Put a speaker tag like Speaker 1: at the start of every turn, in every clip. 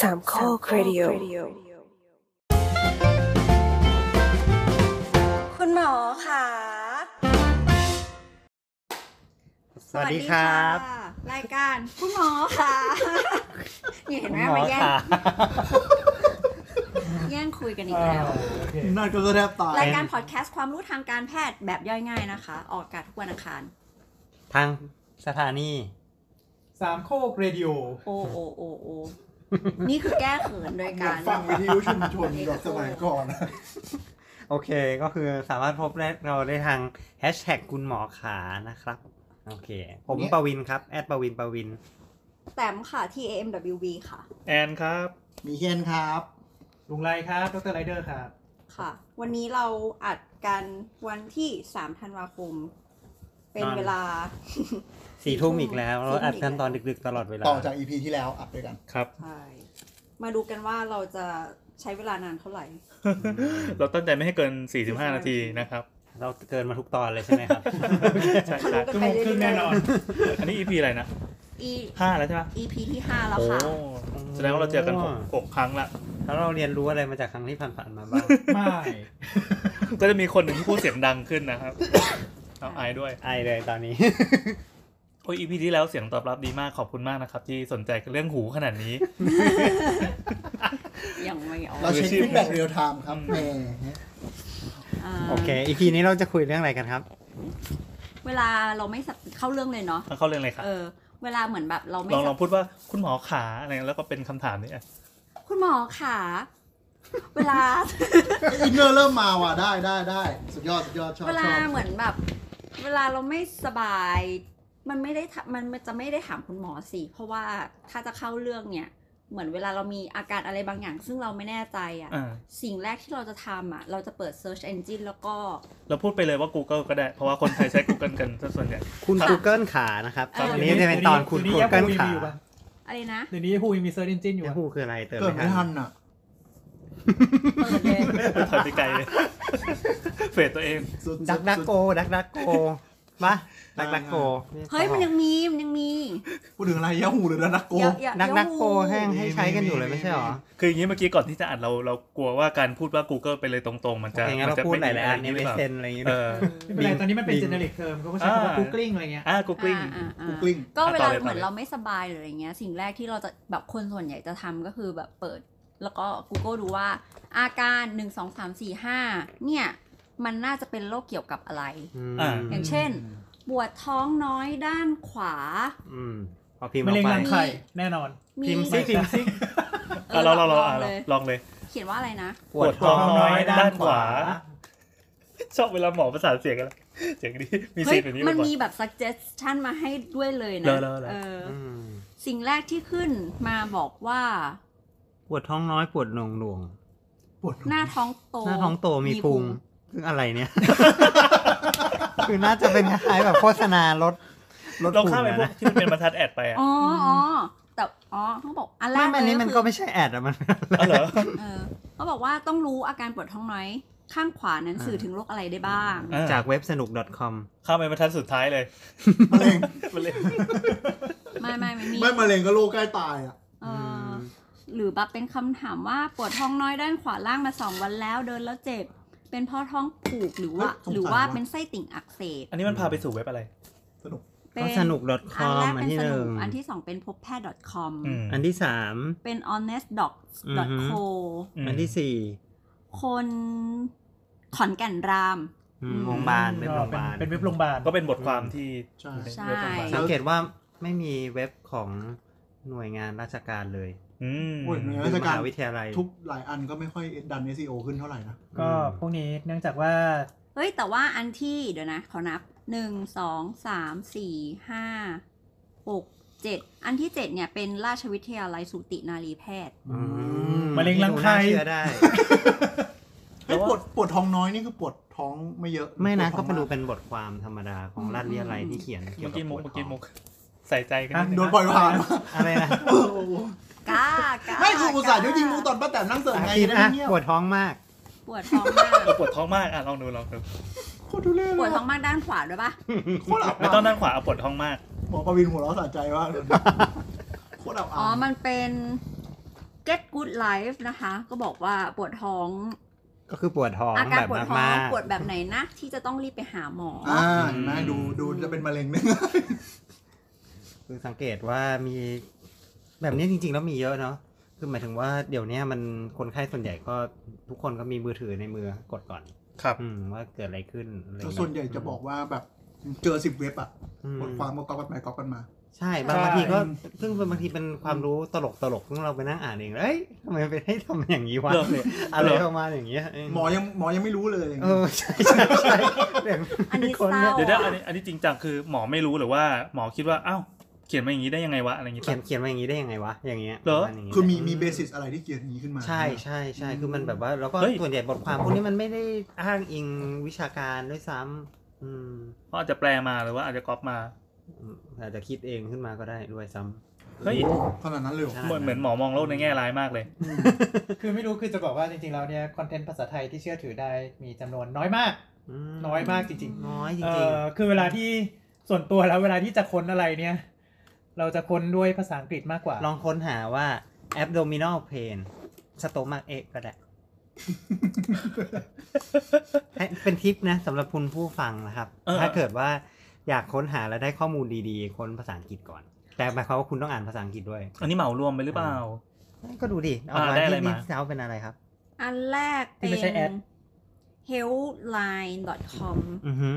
Speaker 1: สามข้อครดิโอ
Speaker 2: คุณหมอค่ะ
Speaker 3: สวัสดีครับ
Speaker 2: สวัสดีค่ะรายการคุณหมอค่ะ นี่เห็นไหม
Speaker 3: หมอ
Speaker 2: มาแย่ง
Speaker 3: ค่ะ
Speaker 2: แย่งคุยกันอีกแล้ว
Speaker 3: นั่นก็แทบตาย
Speaker 2: รายการพอดแคสต์ความรู้ทางการแพทย์แบบย่อยง่ายนะคะ ออกอากาศทุกวันอังคาร
Speaker 3: ทางสถานี
Speaker 4: สามโคกเรดิโอ
Speaker 2: โอโอโอโอนี่คือแก้เขินโดย
Speaker 5: เหมื
Speaker 2: กา
Speaker 5: อน
Speaker 2: ร
Speaker 5: ฟังวิทยุชุมชนแบบสมัยก่อนนะ
Speaker 3: โอเคก็คือสามารถพบเราได้ทางแฮชแท็กคุณหมอขานะครับ โอเค ผมปวินครับแอดปวินปวิน
Speaker 2: แต้มค่ะ T A M W B ค่ะ
Speaker 4: แอนครับ
Speaker 5: มีเฮียนครับ
Speaker 4: ลุงไรครับ ดรไรเดอร์ครับ
Speaker 2: ค่ะ วันนี้เราอัดกันวันที่3ธันวาคม เป็น
Speaker 3: นอน
Speaker 2: เวลา
Speaker 3: สี่ทุ่มอีกแล้วเราอัดกันตอนดึกๆตลอดเวลา
Speaker 5: ต่อจากอีพีที่แล้วอัดด้วยกัน
Speaker 4: ครับ
Speaker 2: ใช่มาดูกันว่าเราจะใช้เวลานานเท่าไหร่
Speaker 6: เราตั้งใจไม่ให้เกิน 45 นาทีนะครับ
Speaker 3: เราเกินมาทุกตอนเลยใช่ไหมครับ
Speaker 6: ใช่
Speaker 2: ทะ
Speaker 6: ใช่
Speaker 2: ลุกันไปเรื่
Speaker 4: ชั่วโมงครึ่งแน่
Speaker 2: อย
Speaker 4: นอน
Speaker 6: อันนี้ EP อะไรนะ
Speaker 2: ๆ E
Speaker 6: 5 แล้วใช่ปะ
Speaker 2: EP ที่ห้าแล้ว
Speaker 6: โอ้
Speaker 2: ค่ะ
Speaker 6: แสดงว่าเราเจอกันหกหกครั้งละ
Speaker 3: แล้วเราเรียนรู้อะไรมาจากครั้งที่ผ่านๆมาบ้าง
Speaker 4: ไม่
Speaker 6: ก็จะมีคนหนึ่งที่พูดเสียงดังขึ้นนะครับ เอาไอายด้วย
Speaker 3: ไอเลยตอนนี้
Speaker 6: โอ้ย EP ที่แล้วเสียงตอบรับดีมากขอบคุณมากนะครับ ที่สนใจเรื่องหูขนาดนี้
Speaker 2: ยังไม่ออก
Speaker 5: เราเช็ค
Speaker 6: ชื่อ
Speaker 5: ฟีดแบ็กเรียลไทม์ครับแหม
Speaker 2: า
Speaker 3: โอเคอีพีนี้เราจะคุยเรื่องอะไรกันครับ
Speaker 2: เวลาเราไม่สับเข้าเรื่องเลยเนาะ
Speaker 6: เอาเข้าเรื่องเลยครับ
Speaker 2: เออ เวลาเหมือนแบบเราไม่
Speaker 6: ลองลอง
Speaker 2: สับ
Speaker 6: พูดว่าคุณหมอขาอะไรแล้วก็เป็นคำถามนี้อ่ะ
Speaker 2: คุณหมอค่ะ เวลา
Speaker 5: อินเนอร์เริ่มมาว่ะได้ได้ได้สุดยอดสุดยอดชอบ
Speaker 2: เว
Speaker 5: ช
Speaker 2: ลา
Speaker 5: อบ
Speaker 2: เหมือนแบบ เวลาเราไม่สบาย มันไม่ได้ทะมันมันจะไม่ได้ถามคุณหมอสิเพราะว่าถ้าจะเข้าเรื่องเนี่ย เหมือนเวลาเรามีอาการอะไรบางอย่าง ซึ่งเราไม่แน่ใจอ่ะ
Speaker 6: อ่า
Speaker 2: สิ่งแรกที่เราจะทำอ่ะ เราจะเปิด search engine แล้วก็
Speaker 6: เราพูดไปเลยว่า Google ก็ได้ เพราะว่าคนไทยใช้ Google กันซะส่วนใหญ่
Speaker 3: คุณ
Speaker 2: ค่ะ
Speaker 3: Google ขานะครับ
Speaker 2: ครับ
Speaker 3: อันนี้จะเป็นตอนคุณ
Speaker 4: เดี๋ยว
Speaker 3: Google
Speaker 4: เดี๋ยว
Speaker 3: ขา
Speaker 4: เดี๋ยว
Speaker 2: อะไรนะ
Speaker 4: เดี๋ยวนี้พูมีเซอร์ดินจินอยู่
Speaker 3: เยา
Speaker 4: อะ
Speaker 3: ฮูคืออะไรเติม
Speaker 5: เกิด
Speaker 3: ไม่
Speaker 5: ไม่
Speaker 3: ทั
Speaker 5: ทั
Speaker 3: น
Speaker 5: นอ่ะ
Speaker 2: เปิดเลย
Speaker 6: ไปถอยไปไกลเลย เฟดตัวเอง
Speaker 5: สุด
Speaker 3: ดักดัก
Speaker 5: สุ
Speaker 3: โก ดักดักโกปะดักดักโก
Speaker 2: เฮ้ย มันยังมี มันยังมี
Speaker 5: พูดถึงอะไรยาหูหรือดักดักโก
Speaker 2: อย่าอย่า
Speaker 3: ดักดักโก
Speaker 2: อย่า
Speaker 3: แห้งให้ใช้กันอยู่เลย
Speaker 5: มีมี
Speaker 3: ไม่ใช่หรอ
Speaker 6: คืออย่างนี้เมื่อกี้ก่อนที่จะอัดเราเรากลัวว่าการพูดว่า Google ไปเลยตรงๆ มันจะ
Speaker 3: อย่างงั้น
Speaker 6: มั
Speaker 3: เรา
Speaker 6: จะ
Speaker 3: พูดหลายๆอัน
Speaker 6: ไม่
Speaker 3: ในเว
Speaker 6: ดีหรือเปล่า
Speaker 3: เซนอะไรอย่างงี้
Speaker 6: เออ
Speaker 4: ไม่เป็นไรตอนนี้มันเป็นเจเนริกเทอมเขาก็ใช้คำว่า
Speaker 6: อ่า
Speaker 4: กูกลิ้งอะไรเงี้ย
Speaker 6: อ่ะ Googling
Speaker 2: อ่าอ่าอ่า
Speaker 5: กูกลิ้ง
Speaker 2: ก็เวลา
Speaker 6: ต่อเลยต่อเลย
Speaker 2: เหมือนเราไม่สบายหรืออะไรเงี้ย สิ่งแรกที่เราจะแบบคนส่วนใหญ่จะทำก็คือแบบเปิด แล้วก็ Google ดูว่า อาการ1 2 3 4 5เนี่ย มันน่าจะเป็นโรคเกี่ยวกับอะไร
Speaker 6: อ่า
Speaker 2: อย่างเช่น ปวดท้องน้อยด้านขวา
Speaker 3: อืมพอพิมพ์อ
Speaker 4: มัน
Speaker 3: อ
Speaker 4: เล็
Speaker 3: ก
Speaker 4: ง
Speaker 3: ไป
Speaker 4: รังไข่ แน่นอน
Speaker 2: มี
Speaker 3: พิมพ์ซิพิมพ์ซิ
Speaker 2: เอ
Speaker 6: อ่ะ
Speaker 2: อ
Speaker 6: เราเรา
Speaker 2: ล
Speaker 6: เรา
Speaker 2: อง
Speaker 6: อ่ะ
Speaker 2: เลย
Speaker 6: ลองเลย
Speaker 2: เขียนว่าอะไรนะ
Speaker 3: ปวดท้องน้อย ด้านขวา
Speaker 6: ชอบเวลาหมอประสานเสียงกันแล้วเสียงดีมี
Speaker 2: เฮ้
Speaker 6: ซี
Speaker 2: ย
Speaker 6: นแบบนี้
Speaker 2: มัน
Speaker 6: บ่อย
Speaker 2: มีแบบ suggestion มาให้ด้วยเลยนะ
Speaker 6: เหรอเหรอเหรอ
Speaker 2: เออ
Speaker 3: อืม
Speaker 2: สิ่งแรกที่ขึ้นมาบอกว่า
Speaker 3: ปวดท้องน้อยปวดหน่วงหน่วง
Speaker 5: ปวด
Speaker 2: หน้าท้องโต
Speaker 3: ๆหน้าท้องโตมีพุงซึ่งอะไรเนี่ย คือน่าจะเป็นคล้ายๆแบบโฆษณาลดลด
Speaker 6: ลอง
Speaker 3: พุง
Speaker 6: ข้ามไป
Speaker 3: นะ
Speaker 6: พวก
Speaker 3: นะ
Speaker 6: ที่มันเป็นบรรทัดแอดไปอ่ะ
Speaker 2: อ๋ออ๋อแต่อ๋อเขาบอกอันแร
Speaker 3: ไม่
Speaker 2: ก
Speaker 3: ไม่อันนี้
Speaker 2: เลย
Speaker 3: มันก็ไม่ใช่แอดอะมัน
Speaker 6: อ๋อเหรอ
Speaker 2: คือเออเขาบอกว่าต้องรู้อาการปวดท้องน้อย ข้างขวานั้น
Speaker 3: อ่า
Speaker 2: สื่อถึงโรคอะไรได้บ้าง
Speaker 6: อ่ะ
Speaker 3: จากเว็บสนุก .com
Speaker 6: ข้ามไปบรรทัดสุดท้ายเลย
Speaker 5: มะเร็ง
Speaker 6: มันเลย
Speaker 2: ไม่ไม่ไม่มี
Speaker 5: ไม่มะเร็งก็โรคใกล้ตายอ่ะ
Speaker 2: เออหรือแบบเป็นคำถามว่าปวดท้องน้อยด้านขวาล่างมาสองวันแล้วเดินแล้วเจ็บ เป็นเพราะท้องผูกหรือว่า หรือว่าเป็นไส้ติ่งอักเสบ
Speaker 6: อันนี้มันพาไปสู่เว็บอะไร
Speaker 2: เป็
Speaker 3: ก็
Speaker 2: น
Speaker 3: สนุก
Speaker 2: อัน
Speaker 3: .com
Speaker 2: แรกเป็
Speaker 3: อัน
Speaker 2: น
Speaker 3: ที่
Speaker 2: ส
Speaker 3: ห
Speaker 2: นุ
Speaker 3: นึ่
Speaker 2: ก
Speaker 3: ง
Speaker 2: อันที่สองเป็นพบแพทย์ .com
Speaker 6: อืม
Speaker 3: อันที่สาม
Speaker 2: เป็น honest doc co
Speaker 6: อืม
Speaker 3: อันที่สี่
Speaker 2: คนขอนแก่นราม
Speaker 3: อืม
Speaker 2: อืม
Speaker 3: โรงพยาบาลเว็บโรงพยาบาล
Speaker 4: เป็นเว็บโรงพยาบาล
Speaker 6: ก็เป็นบทความที่
Speaker 5: ใช่
Speaker 2: ใช่
Speaker 6: เว็บต่างๆ
Speaker 3: สังเกตว่าไม่มีเว็บของหน่วยงานราชการเลย
Speaker 6: อืม
Speaker 5: โอ้ยหน่วยงา
Speaker 3: ห
Speaker 5: น
Speaker 3: รื
Speaker 5: รา
Speaker 3: อ
Speaker 5: ช
Speaker 3: ม
Speaker 5: การ
Speaker 3: หาวิทยาลัย
Speaker 5: ทุกหลายอันก็ไม่ค่อยดัน SEO ขึ้นเท่าไหร่นะ
Speaker 4: ก็พวกนี้เนื่องจากว่า
Speaker 2: เฮ้ย แต่ว่าอันที่เดี๋ยวนะ ขอนับหนึ่งสองสามสี่ห้าหกเจ็ดอันที่เจ็ดเนี่ยเป็นราชวิทยาลัยสูตินารีแพทย์
Speaker 3: อื
Speaker 4: มะเร็งรังไข่
Speaker 3: น่าเชื่อ ได้
Speaker 5: เฮ้ยปวดปวดท้องน้อยนี่คือปวดท้องไม่เยอะ
Speaker 3: ไม่นะ
Speaker 5: ปว
Speaker 3: ก็เป็
Speaker 5: ท้อง
Speaker 3: นดู
Speaker 5: มาก
Speaker 3: เป็นบทความธรรมดาของราชวิทยาลัยที่เขียน
Speaker 6: เมื่อกี้มุก
Speaker 3: ปว
Speaker 6: เมื่
Speaker 3: ด
Speaker 6: อกี้
Speaker 3: ท้ง
Speaker 6: มุกใส่ใจกันนิดนึง
Speaker 5: โดน
Speaker 6: นะ
Speaker 5: ปล่อยผ่านมา
Speaker 3: อะไรนะ
Speaker 2: กากา
Speaker 5: ไม่คืออุตส่าห์
Speaker 2: ก
Speaker 5: ยุติมูตอนป้าแตนนั่งเสิร์ฟไง
Speaker 3: คิด
Speaker 5: จะได้
Speaker 3: อ่ะ
Speaker 5: ไม่เงียบ
Speaker 3: ปวดท้องมาก
Speaker 2: ปวดท้องมาก
Speaker 6: เราปวดท้องมาก อ่ะ ลองดู ลองดู
Speaker 5: โคตรทุเรศ
Speaker 2: ป
Speaker 5: เล
Speaker 2: วด
Speaker 5: ย
Speaker 2: ท้องมากด้านขวาด้วยปะ
Speaker 5: โคตรอับ
Speaker 6: ไม่ต้องด้านขวาเอาปวดท้องมาก
Speaker 5: หมอประวินหัวเราะสะใจว่ากโคตรอับ
Speaker 2: อ๋อ
Speaker 5: อาย
Speaker 2: มันเป็น Get Good Life นะคะ ก็บอกว่าปวดท้อง
Speaker 3: ก็คือปวดท้อง
Speaker 2: อาการ
Speaker 3: แบบ
Speaker 2: ปวดท้อง
Speaker 3: มาก
Speaker 2: ปวดแบบไหนนะที่จะต้องรีบไปหาหมออ
Speaker 5: อ่าเห็นไหมดูดูจะเป็นมะเร็งเนี่ย
Speaker 3: ๆคือสังเกตว่ามีแบบนี้จริงๆแล้วมีเยอะเนาะคือหมายถึงว่าเดี๋ยวเนี้ยมันคนไข้ส่วนใหญ่ก็ทุกคนก็มีมือถือในมือกดก่อน
Speaker 6: ครับ
Speaker 3: อืมว่าเกิดอะไรขึ้นอะไร
Speaker 5: แต่
Speaker 3: เงี้ย
Speaker 5: ส่วนใหญ่จะบอกว่าแบบเจอสิบเว็บอะ
Speaker 3: อืม
Speaker 5: บทความก็ก๊อปกันไปก๊อปกันมา
Speaker 3: ใช่บาง
Speaker 4: ใช่
Speaker 3: บางทีก็ซึ่งบางทีเป็นความรู้ตลกตลกๆซึ่งเราไปนั่งอ่านเองแล้วเอ้ยทำไมไปให้ทำอย่างนี้วะ
Speaker 6: เหรอ
Speaker 3: อะไรประมาณอย่างเงี้ย
Speaker 5: หมอยังหมอยังไม่รู้เลยอะไรอย่าง
Speaker 3: เอ
Speaker 5: เงี้ย
Speaker 3: อใช่ใช่ใช่เดี๋ยว
Speaker 2: อันนี้
Speaker 3: คนนี่ย
Speaker 2: เศร้า
Speaker 6: เดี๋ยวเดี๋ยวอันนี้อันนี้จริงจังคือหมอไม่รู้หรือว่าหมอคิดว่าอ้าวเขียนมาอย่างนี้ได้ยังไงวะอะไรอย่างงี้
Speaker 3: เขีย
Speaker 6: ปะ
Speaker 3: นเขียนมาอย่างนี้ได้ยังไงวะอย่างเงี้ย
Speaker 6: เหรอ
Speaker 3: ประาณย่างงี้ย
Speaker 5: คือมีมีเบสิสอะไรที่เกี่ยวอย่างนี้ขึ้นมา
Speaker 3: ใช่ใช่ใช่คือมันแบบว่าแล้วก็
Speaker 6: เฮ้ย
Speaker 3: ส่วนใหญ่บทความพวกนี้มันไม่ได้อ้างอิงวิชาการด้วยซ้ำอืม
Speaker 6: เขาอาจจะแปลมาหรือว่าอาจจะก๊อปมา
Speaker 3: อาจจะคิดเองขึ้นมาก็ได้ด้วยซ้ำ
Speaker 6: เฮ้ย
Speaker 5: ขนาดนั้นเลยเหรอ
Speaker 6: เหมือนเหมือนหมอมองโลกในแง่ร้ายมากเลย
Speaker 4: คือไม่รู้คือจะบอกว่าจริงๆแล้วเนี่ยคอนเทนต์ภาษาไทยที่เชื่อถือได้มีจำนวนน้อยมาก
Speaker 3: ม
Speaker 4: น้อยมากจริงๆ
Speaker 3: น้อยจ
Speaker 4: เอ
Speaker 3: ริง
Speaker 4: อคือเวลาที่ส่วนตัวแล้วเวลาที่จะค้นอะไรเนี่ย เราจะค้นด้วยภาษาอังกฤษมากกว่า
Speaker 3: ๆ ลองค้นหาว่า abdominal pain สโตมากเอกก็ได้ ให้เป็นทิปนะสำหรับคุณผู้ฟังนะครับ
Speaker 6: เออ
Speaker 3: ถ้าเกิดว่าอยากค้นหาและได้ข้อมูลดีๆ ค้นภาษาอังกฤษก่อน แต่หมายความว่าคุณต้องอ่านภาษาอังกฤษด้วย
Speaker 6: อันนี้เหมารวมไปหรือเปล่า
Speaker 3: ก็ดูดิ เอา
Speaker 6: อ่า
Speaker 3: มา
Speaker 6: ได้อะไร
Speaker 3: ที่นี่
Speaker 6: มา
Speaker 3: เช้าเป็นอะไรครับ
Speaker 2: อันแรก
Speaker 4: ที่ไม่ใช่แอ
Speaker 2: เป็น
Speaker 4: ด
Speaker 2: healthline.com
Speaker 3: อือหือ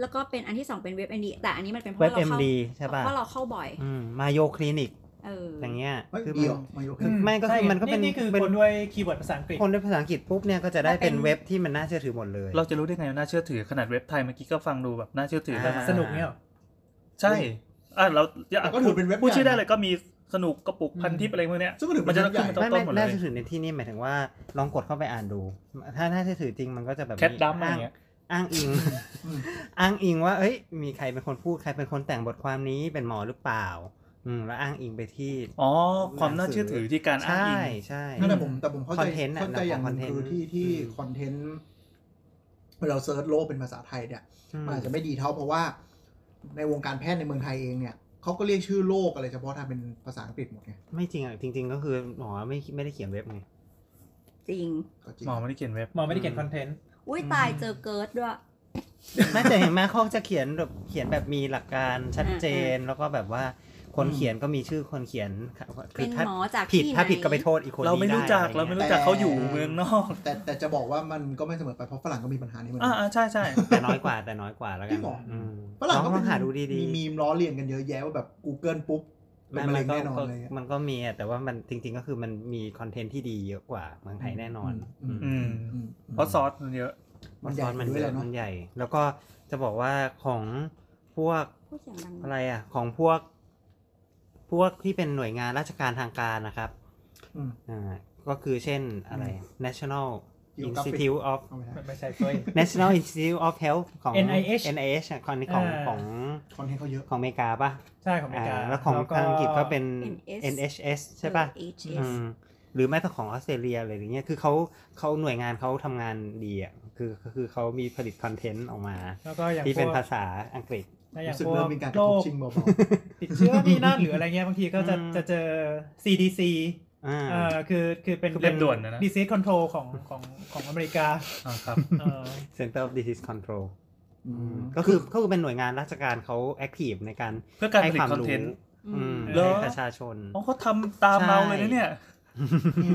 Speaker 2: แล้วก็เป็นอันที่สองเป็นเว็บ MD แต่อันนี้มันเป็นเพ
Speaker 3: เว็บ
Speaker 2: ราะเราเข้า
Speaker 3: MD ใช่ป่ะ
Speaker 2: เพราะเราเข้าบ่อย
Speaker 3: อืมมาโยคลินิก
Speaker 2: เออ
Speaker 3: อย่างเงี้ย
Speaker 5: เฮ้ย
Speaker 3: คือ
Speaker 5: เดียว
Speaker 3: มัน
Speaker 5: มาโยก
Speaker 3: คือไม่ก็คือมันก็เป็น
Speaker 4: นี่คือ
Speaker 3: เป็น
Speaker 4: คนด้วยคีย์เวิร์ดภาษาอังกฤษ
Speaker 3: คนด้วยภาษาอังกฤษปุ๊บเนี่ยก็จะได้เป็นเว็บที่มันน่าเชื่อถือหมดเลย
Speaker 6: เราจะรู้ได้ไงว่าน่าเชื่อถือขนาดเว็บไทยเมื่อกี้ก็ฟังดูแบบน่าเชื่อถือแล้ว
Speaker 3: อ่า
Speaker 6: นะ
Speaker 4: สนุกเนี่ยหรอ
Speaker 6: ใช่อ่ะเราจะ
Speaker 5: แต่ก็ถือเป็นเว็บ
Speaker 6: พูดชื่อได้
Speaker 5: ใหญ่นะ
Speaker 6: เลยก็มีสนุกกระปุกพันทิปอะไรพวกเนี้ย
Speaker 5: ซึ่งก็ถือ
Speaker 6: มั
Speaker 5: เป็น น
Speaker 6: จะ
Speaker 5: เว็บใหญ่
Speaker 6: ต้
Speaker 3: ไม่
Speaker 6: น
Speaker 3: ไม่
Speaker 6: หมดเลย
Speaker 3: น่าจะถือในที่นี่หมายถึงว่าลองกดเข้าไปอ่านดู ถ้าถ้าจะถือจริงมันก็จะแบบมี
Speaker 6: Cat Dump อะไร
Speaker 3: อ้าง
Speaker 6: เงี้ย
Speaker 3: อ้างอิง
Speaker 5: อืม
Speaker 3: อ้างอิงว่า เอ้ย มีใครเป็นคนพูดใครเป็นคนแต่งบทความนี้เป็นหมอหรือเปล่า อืมแล้วอ้างอิงไปที่
Speaker 6: อ๋อ ความน่าเชื่อถือที่การอ้าง
Speaker 3: ใช่
Speaker 6: อิง
Speaker 3: ใช่
Speaker 5: นั่นแหละผมแต่ผมเข้าใจ
Speaker 3: คอนเทนต์อะ
Speaker 5: เข้าใจอย่างหนึง
Speaker 3: คอนเทนต์
Speaker 5: คือที่ที่
Speaker 3: อืม
Speaker 5: คอนเทนต์เวลาเราเซิร์ชโลกเป็นภาษาไทยเนี่ย
Speaker 3: อืม
Speaker 5: มันอาจจะไม่ดีเท่าเพราะว่า ในวงการแพทย์ในเมืองไทยเองเนี่ยเขาก็เรียกชื่อโรคอะไรเฉพาะทางเป็นภาษาอังกฤษหมดไง
Speaker 3: ไม่จริงอ่ะ จริง ๆ ก็คือหมอไม่ไม่ได้เขียนเว็บไง
Speaker 2: จริง
Speaker 5: ก็จริง
Speaker 6: หมอไม่ได้เขียนเว็บ
Speaker 4: หมอไม่ได้เขียนคอนเทนต์
Speaker 2: อุ้ย
Speaker 6: อืม
Speaker 2: ตายเจอเกิร์ดด้วย
Speaker 3: ไม่แต่เห็นไหมเขาจะเขียนแบบเขียนแบบมีหลักการชัดเจนแล้วก็แบบว่าคนเขียนก็มีชื่อคนเขียนคื
Speaker 2: เป็น
Speaker 3: อถ้า
Speaker 2: หมอจาก
Speaker 3: ผิด
Speaker 2: ที่ไหน
Speaker 3: ถ้าผิดก็ไปโทษอีกคน
Speaker 6: เราไม่
Speaker 3: นี้
Speaker 6: รู้
Speaker 3: ด้
Speaker 6: จัก
Speaker 3: อะ
Speaker 6: เรา
Speaker 3: งี้ย
Speaker 6: ไม่รู้จักเขาอยู่เมืองนอก
Speaker 5: แต่แต่จะบอกว่ามันก็ไม่เสมอไปเพราะฝรั่งก็มีปัญหานี้เหมือน
Speaker 6: อ่า
Speaker 5: กัน
Speaker 6: อ่าใช่ใช่
Speaker 3: แต่น้อยกว่าแต่น้อยกว่าแล้วกั
Speaker 5: จริ
Speaker 3: น
Speaker 5: งเหรออื
Speaker 3: ม
Speaker 5: ฝรั่ง
Speaker 3: ล
Speaker 5: ก็
Speaker 3: องล
Speaker 5: เป็
Speaker 3: อนงหาดูดี
Speaker 5: มี
Speaker 3: ๆ
Speaker 5: มีมล้อเลียนกันเยอะแยะว่าแบบ Google ปุ๊บเป็นมะเร็งแน่นอนอะไรเลย
Speaker 3: มันก็มีอะแต่ว่ามันจริง ๆ ก็คือมันมีคอนเทนต์ที่ดีเยอะกว่าเมืองไทยแน่นอน
Speaker 6: อืม
Speaker 5: อืม
Speaker 6: เพราะซอสมันเยอะ
Speaker 5: มันให
Speaker 3: ซ้
Speaker 5: ญ่
Speaker 3: อนมัน
Speaker 5: ด้วย
Speaker 3: เย
Speaker 5: แห
Speaker 3: อะ
Speaker 5: ละเนาะ
Speaker 3: มันใหญ่ แล้วก็จะบอกว่าของพวก
Speaker 2: พูดเสียงดัง
Speaker 3: อะไรอ่ะ ของพวก พวกที่เป็นหน่วยงานราชการทางการนะครับ
Speaker 5: อืม
Speaker 3: อ่าก็คือเช่นอะไร National
Speaker 5: Geographic
Speaker 3: Institute of
Speaker 5: เอาไม่ได้
Speaker 4: ไม่ใช่เฟ้ย
Speaker 3: National Institute of Health ของ
Speaker 4: NIH
Speaker 3: NIH อะของของ
Speaker 4: อ่า
Speaker 3: ของ
Speaker 5: คอนเทนต์เขาเยอะ
Speaker 3: ของอเมริกาป่ะ
Speaker 4: ใช่ของอเมริกา
Speaker 3: อ่าแล้วของทางอังกฤษก็เป็น
Speaker 2: NS
Speaker 3: NHS ใช่ป่ะ
Speaker 2: เออ
Speaker 3: อื
Speaker 2: HS
Speaker 3: มหรือแม้แต่ของออสเตรเลียอะไรอย่างเงี้ย คือเขาเขาหน่วยงานเขาทำงานดีอ่ะ คือก็คือเขามีผลิตคอนเทนต์ออกมา
Speaker 4: แล้วก็อย่าง
Speaker 3: ที่
Speaker 4: พ
Speaker 3: เป็น
Speaker 4: วก
Speaker 3: ภาษาอังกฤษ
Speaker 4: อย่าง
Speaker 5: รู้สึก
Speaker 4: พว
Speaker 5: เริ่
Speaker 4: ก
Speaker 5: มมีการก
Speaker 4: โร
Speaker 5: ระทบ
Speaker 4: ค
Speaker 5: ชิงเบา
Speaker 4: ติดเชื้อนี่นั่นหรืออะไรเงี้ยบางทีก็จะ
Speaker 3: อืม
Speaker 4: จะเจอ CDC
Speaker 3: อ่า
Speaker 4: เอ่อคือคือเป็น
Speaker 6: คือเป็นด่วนนะนะ
Speaker 4: disease control ของของของอเมริกา
Speaker 6: อ่าครับ
Speaker 4: เออ
Speaker 3: Center of Disease Control
Speaker 5: ๆอืม
Speaker 3: ก็คือก็คือเป็นหน่วยงานราชการเขาแอคทีฟในการ
Speaker 6: เพื่อการ
Speaker 3: ให้
Speaker 6: ผลิ
Speaker 3: ควา
Speaker 6: ต
Speaker 3: ม
Speaker 6: คอน
Speaker 3: รู้
Speaker 6: เทนต์
Speaker 3: อืม
Speaker 4: เหรอ
Speaker 3: ให้ประชาชน
Speaker 6: อ๋อเขาทำตามเราเลยนะเนี่ย
Speaker 5: อื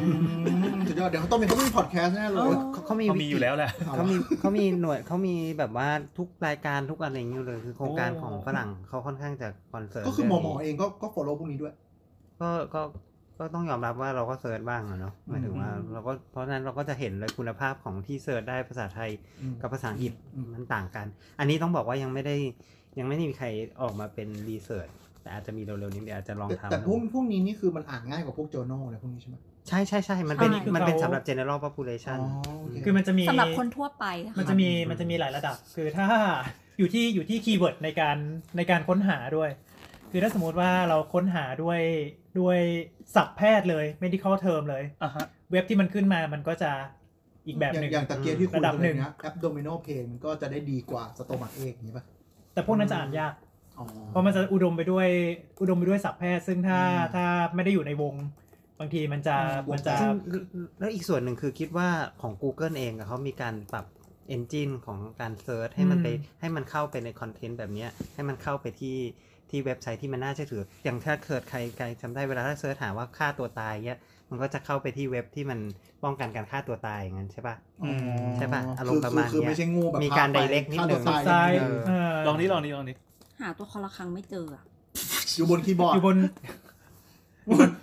Speaker 5: มสุดยอดเดี๋ยวเขาต้องมีเขาต้องมีพอดแคสต์แน่เล
Speaker 6: อ๋
Speaker 5: ย
Speaker 6: อ
Speaker 3: เขาเขามี
Speaker 6: เขามีอยู่แล้วแหละ
Speaker 3: เขามีเขามีหน่วยเขามีแบบว่าทุกรายการทุกอะไรอย่างเงี้ยเลย คือโครงการของฝรั่งเขาค่อนข้างจะคอนเซิร์น
Speaker 5: ก็คือหมอหมอ
Speaker 3: เรื่งนี้
Speaker 5: เองก็ก็ follow พวกนี้ด้วย
Speaker 3: ก็ก็ก็ต้องยอมรับว่าเราก็เซิร์ชบ้างอะเนาะหมายถึงว่า
Speaker 4: อืม
Speaker 3: เราก็เพราะฉะนั้นเราก็จะเห็นเลยคุณภาพของที่เซิร์ชได้ภาษาไทย กับภาษาอังกฤษ
Speaker 5: อืม
Speaker 3: มันต่างกัน อันนี้ต้องบอกว่ายังไม่ได้ยังไม่ได้มีใครออกมาเป็นรีเสิร์ชแต่อาจจะมีเร็วๆนี้เดี๋ยวอาจจะลอง
Speaker 5: แต่
Speaker 3: ทำ
Speaker 5: แต่พวก
Speaker 3: ดู
Speaker 5: พวกนี้นี่คือมันอ่านง่ายกว่าพวก journal อะไรพวกนี้ใช่ไหม
Speaker 3: ใช่ใช่ใช่มันเป็น
Speaker 4: ใช่คือ
Speaker 3: มันเป็น
Speaker 4: เขา
Speaker 3: สำหรับ general population
Speaker 5: อ๋อโอเค
Speaker 4: คือมันจะมี
Speaker 2: สำหรับคนทั่วไปนะคะ
Speaker 4: มันจะมีมันจะมีหลายระดับ คือถ้าอยู่ที่อยู่ที่คีย์เวิร์ดในการในการค้นหาด้วย คือถ้าสมมติว่าเราค้นหาด้วยด้วยศัพท์แพทย์เลย medical term เลย
Speaker 6: อ่ะฮะ
Speaker 4: เว็บที่มันขึ้นมามันก็จะอีกแบบ
Speaker 5: อย่า
Speaker 4: หนึ่
Speaker 5: ง
Speaker 4: ง
Speaker 5: อย่างตะเกียบที่คุย
Speaker 4: ระดั
Speaker 5: กับ น
Speaker 4: หนึ่
Speaker 5: เลย
Speaker 4: ง
Speaker 5: นะ abdominal pain มันก็จะได้ดีกว่า stomach ache อย่างนี้ป่ะ
Speaker 4: แต่พวกนั้นจะอ่านยาก
Speaker 5: อ๋อ
Speaker 4: เพราะมันจะอุดมไปด้วยอุดมไปด้วยศัพท์แพทย์ ซึ่งถ้า
Speaker 5: อืม
Speaker 4: ถ้าไม่ได้อยู่ในวง บางทีมันจะมันจะ
Speaker 3: ซึ่งแล้วอีกส่วนหนึ่งคือคิดว่าของ Google เองอะเขามีการปรับ Engine ของการเซิร์ชให้มันไป
Speaker 4: อืม
Speaker 3: ให้มันเข้าไปในคอนเทนต์แบบเนี้ยให้มันเข้าไปที่ที่เว็บไซต์ที่มันน่าเชื่อถือ อย่างถ้าเกิดใครใครจำได้เวลาถ้าเซิร์ชหาว่าฆ่าตัวตายเนี้ยมันก็จะเข้าไปที่เว็บที่มันป้องกันการฆ่าตัวตายอย่างนั้นใช่ปะ
Speaker 6: อืม
Speaker 3: ใช่ปะ
Speaker 5: อ๋อ
Speaker 3: อารมณ์
Speaker 5: คือ
Speaker 3: ประมาณ
Speaker 5: คือคือ
Speaker 3: เนี้ย
Speaker 5: ไม่ใช่งูแบบ
Speaker 3: มีการ
Speaker 5: พไป
Speaker 3: direct นิดหนึ่ง
Speaker 5: ฆ่าตัว
Speaker 4: ซ้า
Speaker 5: ตาย
Speaker 4: ย
Speaker 5: อย่างเดียว
Speaker 4: เออ
Speaker 6: ลองนี้ลองนี้ลองนี้
Speaker 2: หาตัวคนละครั้งไม่เจออะ
Speaker 5: อยู่บนคีย์บอร์ด
Speaker 4: อยู่บน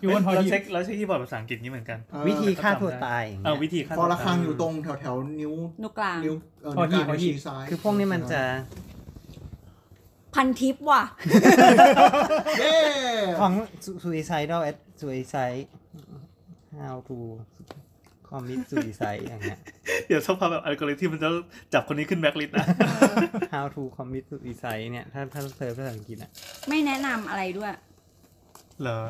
Speaker 4: อยู่บนหอ
Speaker 6: เรา
Speaker 4: หีบ
Speaker 6: เช็คเราเช็คที่บอร์ดภาษาอังกฤษนี่เหมือนกัน
Speaker 5: เออ
Speaker 3: วิธีฆ่าตัวตายอย่าง
Speaker 6: เอา
Speaker 3: เงี้ย
Speaker 6: วิธีฆ่า
Speaker 5: พอ
Speaker 6: ตัว
Speaker 5: ละครั
Speaker 6: ตาย
Speaker 5: งอยู่ตรงแถวแถวๆนิ้ว
Speaker 2: นิ้วกลาง
Speaker 5: นิ้วเออ
Speaker 4: พอหยิ
Speaker 5: นิ้ว
Speaker 4: บ
Speaker 5: กลาง
Speaker 4: พอหยิ
Speaker 5: นิ้
Speaker 4: บ
Speaker 5: วชี้ซ้าย
Speaker 3: คือพวกนี้มันจะ
Speaker 2: พันทิปว่ะ
Speaker 5: เย้
Speaker 3: ของ suicidal at suicide how to commit suicide อย่างเงี้ย
Speaker 6: เดี๋ยวสักพักแบบอัลกอริทึมมันจะจับคนนี้ขึ้นแบล็คลิสต์นะ
Speaker 3: how to commit suicide เนี่ย ถ้าถ้าเซิร์ชภาษาอังกฤษอ่ะ
Speaker 2: ไม่แนะนำอะไรด้วย
Speaker 6: เหรอ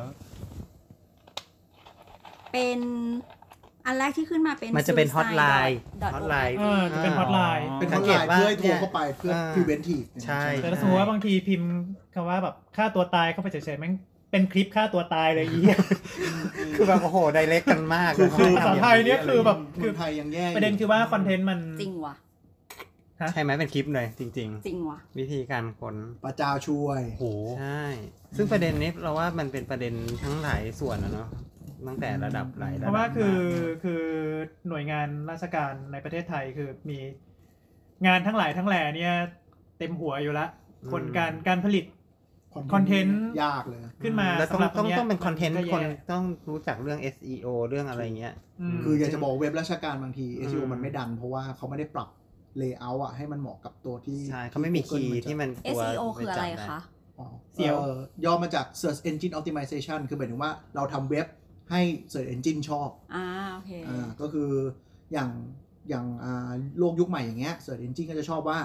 Speaker 2: เป็นอันแรกที่ขึ้นมาเป็น
Speaker 3: มันจะเป็น
Speaker 2: suicide
Speaker 3: hotline
Speaker 2: dot- dot
Speaker 3: hotline
Speaker 2: org
Speaker 4: เออจะเป็นฮอตไลน์
Speaker 5: เป็นค
Speaker 3: สั
Speaker 5: น
Speaker 3: ง
Speaker 5: ไล
Speaker 3: เกต
Speaker 5: น์
Speaker 3: ว่า
Speaker 5: เพื่อให้โทร
Speaker 3: เนี่ย
Speaker 5: เข้าไปเพื่อ
Speaker 3: อ่า
Speaker 5: preventive
Speaker 3: ใช่
Speaker 5: ไหม
Speaker 4: แต่ถ้าสมมติว่าบางทีพิมพ์คำว่าแบบฆ่าตัวตายเข้าไปเฉยๆแม่งเป็นคลิปฆ่าตัวตายเลยอีเหี้ย
Speaker 3: คือแบบโอ้โห ไดเรกกันมาก
Speaker 5: คือคือ
Speaker 3: แล้วก็
Speaker 4: ภาษาไทยเนี่ยคือแบบ
Speaker 5: เมืองไทยยังแย่ ยู่
Speaker 4: ประเด็นคือว่าคอนเทนต์มัน
Speaker 2: จริงว่ะ
Speaker 3: ใช่ไหมเป็นคลิปเลยจริง
Speaker 2: จริงว่ะ
Speaker 3: ๆ วิธีการค้น
Speaker 5: พระเจ้าช่วย
Speaker 6: โห
Speaker 3: ใช่ ซึ่งประเด็นนี้เราว่ามันเป็นประเด็นทั้งหลายส่วนนะเนาะ ตั้งแต่ระดับหลาย
Speaker 4: เพ
Speaker 3: ดับ
Speaker 4: ราะว่าคือ
Speaker 3: มก
Speaker 4: คือหน่วยงานราชการในประเทศไทยคือมีงานทั้งหลายทั้งแหล่เนี่ยเต็มหัวอยู่ละ
Speaker 3: อืม
Speaker 4: คนการการผลิต
Speaker 5: content
Speaker 4: คอนเทนต์
Speaker 5: ยากเลย
Speaker 4: ขึ้นมา
Speaker 3: แล้วต้อ
Speaker 4: สำ
Speaker 3: ง
Speaker 4: หรับ
Speaker 3: ต้อง
Speaker 4: ย
Speaker 3: ต้องเป็นคอนเทนต์
Speaker 4: มัก็
Speaker 3: ค
Speaker 4: แย่
Speaker 3: นต้องรู้จักเรื่อง SEO เรื่องอะไรเงี้ย
Speaker 4: อืม
Speaker 5: คืออยากจะบอกเว็บราชการบางที
Speaker 3: อื
Speaker 5: SEO
Speaker 3: ม
Speaker 5: มันไม่ดังเพราะว่าเขาไม่ได้ปรับเลเยอร์อะให้มันเหมาะกับตัวที่
Speaker 3: ใช่เขาไม่มีคี
Speaker 5: Google
Speaker 3: ย์
Speaker 5: จะ
Speaker 3: ที่มันตัว
Speaker 2: SEO คืออะไรคะ
Speaker 5: อ๋อ
Speaker 4: เสียว
Speaker 5: อ่อย่อมาจาก Search Engine Optimization คือหมายถึงว่าเราทำเว็บให้ Search Engine ชอบ
Speaker 2: อ่าโอเค
Speaker 5: อ่าก็คืออย่างอย่างอ่าโลกยุคใหม่อย่างเงี้ย Search Engine ก็จะชอบว่า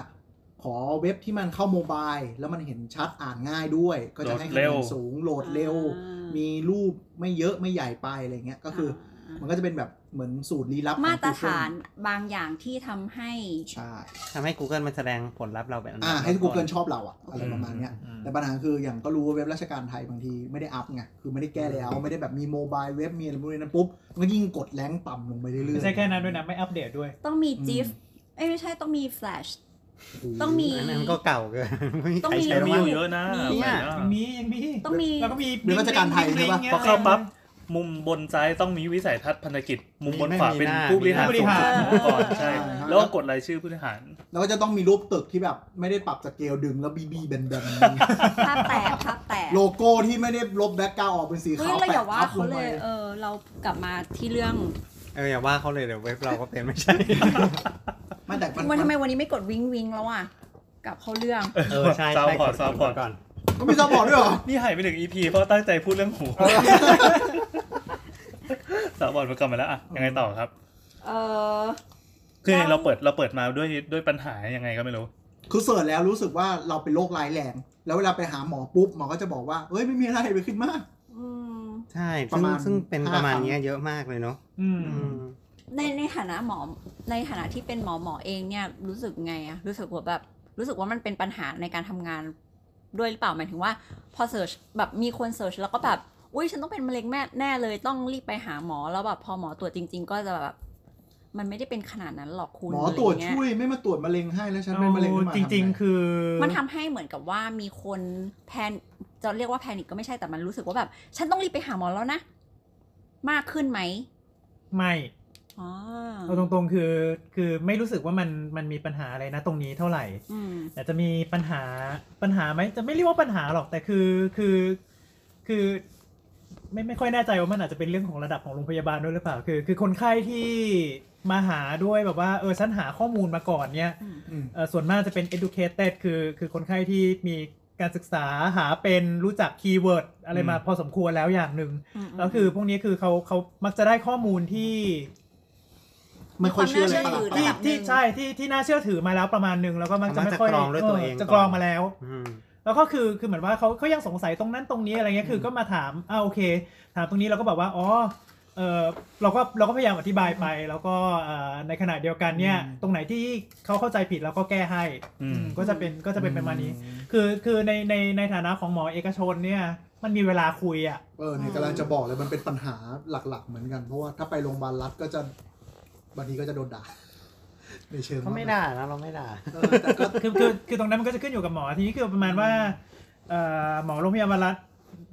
Speaker 5: ขอเว็บที่มันเข้าโมบายแล้วมันเห็นชัดอ่านง่ายด้วย ก็จะให้คะ
Speaker 6: โหลดเร็
Speaker 5: แน
Speaker 6: ว
Speaker 5: นสูงโหลดเร็ว
Speaker 2: อ่ามี
Speaker 5: มีรูปไม่เยอะไม่ใหญ่ไปอะไรเงี้ยก็คือ มันก็จะเป็นแบบเหมือนสูตรลี้ลับของ
Speaker 2: มาตรฐาน
Speaker 5: Google
Speaker 2: บางอย่างที่ทำให้
Speaker 5: ใช่
Speaker 3: ทำให้ Google มันแสดงผลลัพธ์เราเป็นอันดับ
Speaker 5: อ่า ให้
Speaker 3: ต้น
Speaker 5: Google ชอบเราอะอะไรประมาณเนี้ย
Speaker 6: อืม
Speaker 5: แต่ปัญหาคืออย่างก็รู้ว่าเว็บราชการไทยบางทีไม่ได้อัพไง คือไม่ได้แก้แล้ว ไม่ได้แบบมีโมบายเว็บมีอะไรพวกนี้นั้นปุ๊บ มันก็ยิ่งกดแรงต่ำลงไปเรื่อยๆ
Speaker 4: ไม่ใช่แค่นั้นด้วยนะ ไม่อัปเดตด้วย
Speaker 2: ต้องมีจิฟเอ้ยไม่ใช่ต้องมีแฟลช
Speaker 5: โโห
Speaker 2: ต้องมี
Speaker 3: อันนั้นก็เก่าเกิ นไม่มี
Speaker 2: ต้อง
Speaker 3: ใคร
Speaker 2: มี
Speaker 3: ใช้แล้
Speaker 6: ยัง
Speaker 3: ว
Speaker 6: มี
Speaker 3: มั้
Speaker 6: อง ยู่เยอะนะ
Speaker 2: มี
Speaker 6: แบบนั้น
Speaker 4: ยังมียังมี
Speaker 2: ต้องมี
Speaker 4: แล้วก็มี
Speaker 5: เว็บราชการไทยใช่ปะ
Speaker 4: บลิงก์นี่ย
Speaker 6: พอเข้าปั๊บ มุมบนซ้ายต้องมีวิสัยทัศน์พันธกิจ มุมบนขวาเป็นผู้บริหาร
Speaker 4: มี
Speaker 6: สูง
Speaker 4: หน้า
Speaker 6: สุดขององค์กรใช่
Speaker 2: เออ
Speaker 6: แล้วก็กดรายชื่อผู้บริหาร
Speaker 5: แล้วก็จะต้องมีรูปตึกที่แบบไม่ได้ปรับสเกลดึงแล้วบีบีแบน
Speaker 2: ภาพแตกภาพแตก
Speaker 5: ๆ โลโก้ที่ไม่ได้ลบแบ็กกราวออกเป็นสี
Speaker 2: เฮ้ย
Speaker 5: ขาว
Speaker 2: เรา
Speaker 5: แปะ
Speaker 2: อย่าว่า
Speaker 5: ทับล
Speaker 2: เขา
Speaker 5: ง
Speaker 2: เล
Speaker 5: ไป
Speaker 2: ย เออ เรากลับมาที่เรื่อง
Speaker 3: เอออย่าว่าเขาเลยเดี๋ยวเว็บเราก็เป็นไม่ ใช่
Speaker 5: ไม่แต่
Speaker 2: วั
Speaker 5: มัน น
Speaker 2: ทำไมวันนี้ไม่กดวิงวิงแล้วอ่ะกลับเข้าเรื่อง
Speaker 3: เออใช่
Speaker 6: ซาว
Speaker 3: ใช่
Speaker 6: พอร์ตซาวพอร์ต
Speaker 3: ก่อน
Speaker 5: ก็มีซัพพอร์ตด้วยเหรอ
Speaker 6: นี่หายไปหนึ่ง EP เพราะตั้งใจพูดเรื่องหูสาวบอลมากลับมาแล้วอะยังไงต่อครับ
Speaker 2: เออ
Speaker 6: คือยังไงเราเปิดเราเปิดมาด้วยด้วยปัญหายังไงก็ไม่รู้
Speaker 5: คือเสิร์ชแล้วรู้สึกว่าเราเป็นโรคร้ายแรง แล้วเวลาไปหาหมอปุ๊บหมอก็จะบอกว่าเฮ้ยไม่มีอะไรไปขึ้นมาก
Speaker 2: อืม
Speaker 3: ใช่
Speaker 5: ประ
Speaker 3: ซึ่ง
Speaker 5: มาณ
Speaker 3: ซึ่งเป็น
Speaker 5: ห้า
Speaker 3: ประมาณ
Speaker 5: ครั้ง
Speaker 3: เนี้ยเยอะมากเลยเนาะ
Speaker 4: อืม
Speaker 3: อืม
Speaker 2: ในในฐานะหมอในฐานะที่เป็นหมอหมอเองเนี่ยรู้สึกไงอะรู้สึกว่าแบบรู้สึกว่ามันเป็นปัญหาในการทำงานด้วยหรือเปล่าหมายถึงว่า พอเสิร์ชแบบมีคนเสิร์ชแล้วก็แบบอุ้ยฉันต้องเป็นมะเร็งแม่แน่เลยต้องรีบไปหาหมอแล้วแบบพอหมอตรวจจริง ๆ ก็จะแบบ มันไม่ได้เป็นขนาดนั้นหรอกคุณ
Speaker 5: หมอตรวจ
Speaker 2: ะไเงี้
Speaker 5: ช่วยไม่มาตรวจมะเร็งให้แล้วฉันเป็นมะเร็งขึ้นมา
Speaker 4: จริง
Speaker 5: ทำไ
Speaker 4: ๆ คือ
Speaker 2: มันทำให้เหมือนกับว่ามีคนแพนจะเรียกว่าแพนิคก็ไม่ใช่แต่มันรู้สึกว่าแบบ ฉันต้องรีบไปหาหมอแล้วนะ มากขึ้นไหม
Speaker 4: ไม่
Speaker 2: อ๋อ
Speaker 4: เอาตรงๆคือคือไม่รู้สึกว่ามันมันมีปัญหาอะไรนะตรงนี้เท่าไหร่
Speaker 2: อืม
Speaker 4: แต่จะมีปัญหาปัญหาไหมจะไม่เรียกว่าปัญหาหรอกแต่คือคือคือไม่ไม่ค่อยแน่ใจว่ามันอาจจะเป็นเรื่องของระดับของโรงพยาบาลด้วยหรือเปล่าคือ คือคนไข้ที่มาหาด้วยแบบว่าเออฉันหาข้อมูลมาก่อนเนี่ย
Speaker 5: อืม
Speaker 4: เออส่วนมากจะเป็น educated คือคือคนไข้ที่มีการศึกษาหาเป็นรู้จักคีย์เวิร์ดอะไรมา
Speaker 6: อืม
Speaker 4: พอสมควรแล้วอย่างหนึ่งแล้วคือพวกนี้คือเขาเขามักจะได้ข้อมูลที่
Speaker 5: ไม่ค่อยเชื่อเลยประหลาด
Speaker 4: ที่
Speaker 2: มีความน่า
Speaker 5: ๆ
Speaker 2: เชื่อถือระดับหนึ่
Speaker 4: ที่
Speaker 2: ง
Speaker 4: ใช่ที่ที่น่าเชื่อถือมาแล้วประมาณหนึ่งแล้วก็มักจะ
Speaker 3: มัน
Speaker 4: ไม่
Speaker 3: จะ
Speaker 4: ค่อย
Speaker 3: กรองด้วยตัวเอง
Speaker 4: จะ
Speaker 3: ก่อน
Speaker 4: กรองมาแล้ว
Speaker 3: อืม
Speaker 4: แล้วก็คือคือเหมือนว่าเขาเขายังสงสัยตรงนั้นตรงนี้อะไรเงี้ยคือก็มาถามอ่าโอเค ถามตรงนี้เราก็บอกว่าอ๋อ เออเราก็เราก็พยายามอธิบายไป แล้วก็เอ่อในขณะเดียวกันเนี่ย
Speaker 5: อืม
Speaker 4: ตรงไหนที่เขาเข้าใจผิดเราก็แก้ให้
Speaker 6: อืม
Speaker 4: อืมก็จะเป็นก็จะเป็นประมาณนี้
Speaker 5: อื
Speaker 4: คือคือในในในฐานะของหมอเอกชนเนี่ยมันมีเวลาคุยอ่ะ
Speaker 5: เออเนี่ยกำลังจะบอกเลยมันเป็นปัญหาหลักๆ เหมือนกัน เพราะว่าถ้าไปโรงพยาบาลรัฐก็จะบางทีก็จะโดนด่า ในเชิง
Speaker 3: เขาไม่ด่านะเราไม่ด่า
Speaker 5: เออแต่ก็
Speaker 4: คือคือคือตรงนั้นมันก็จะขึ้นอยู่กับหมอทีนี้คือประมาณว่าเอ่อหมอโรงพยาบาลรัฐ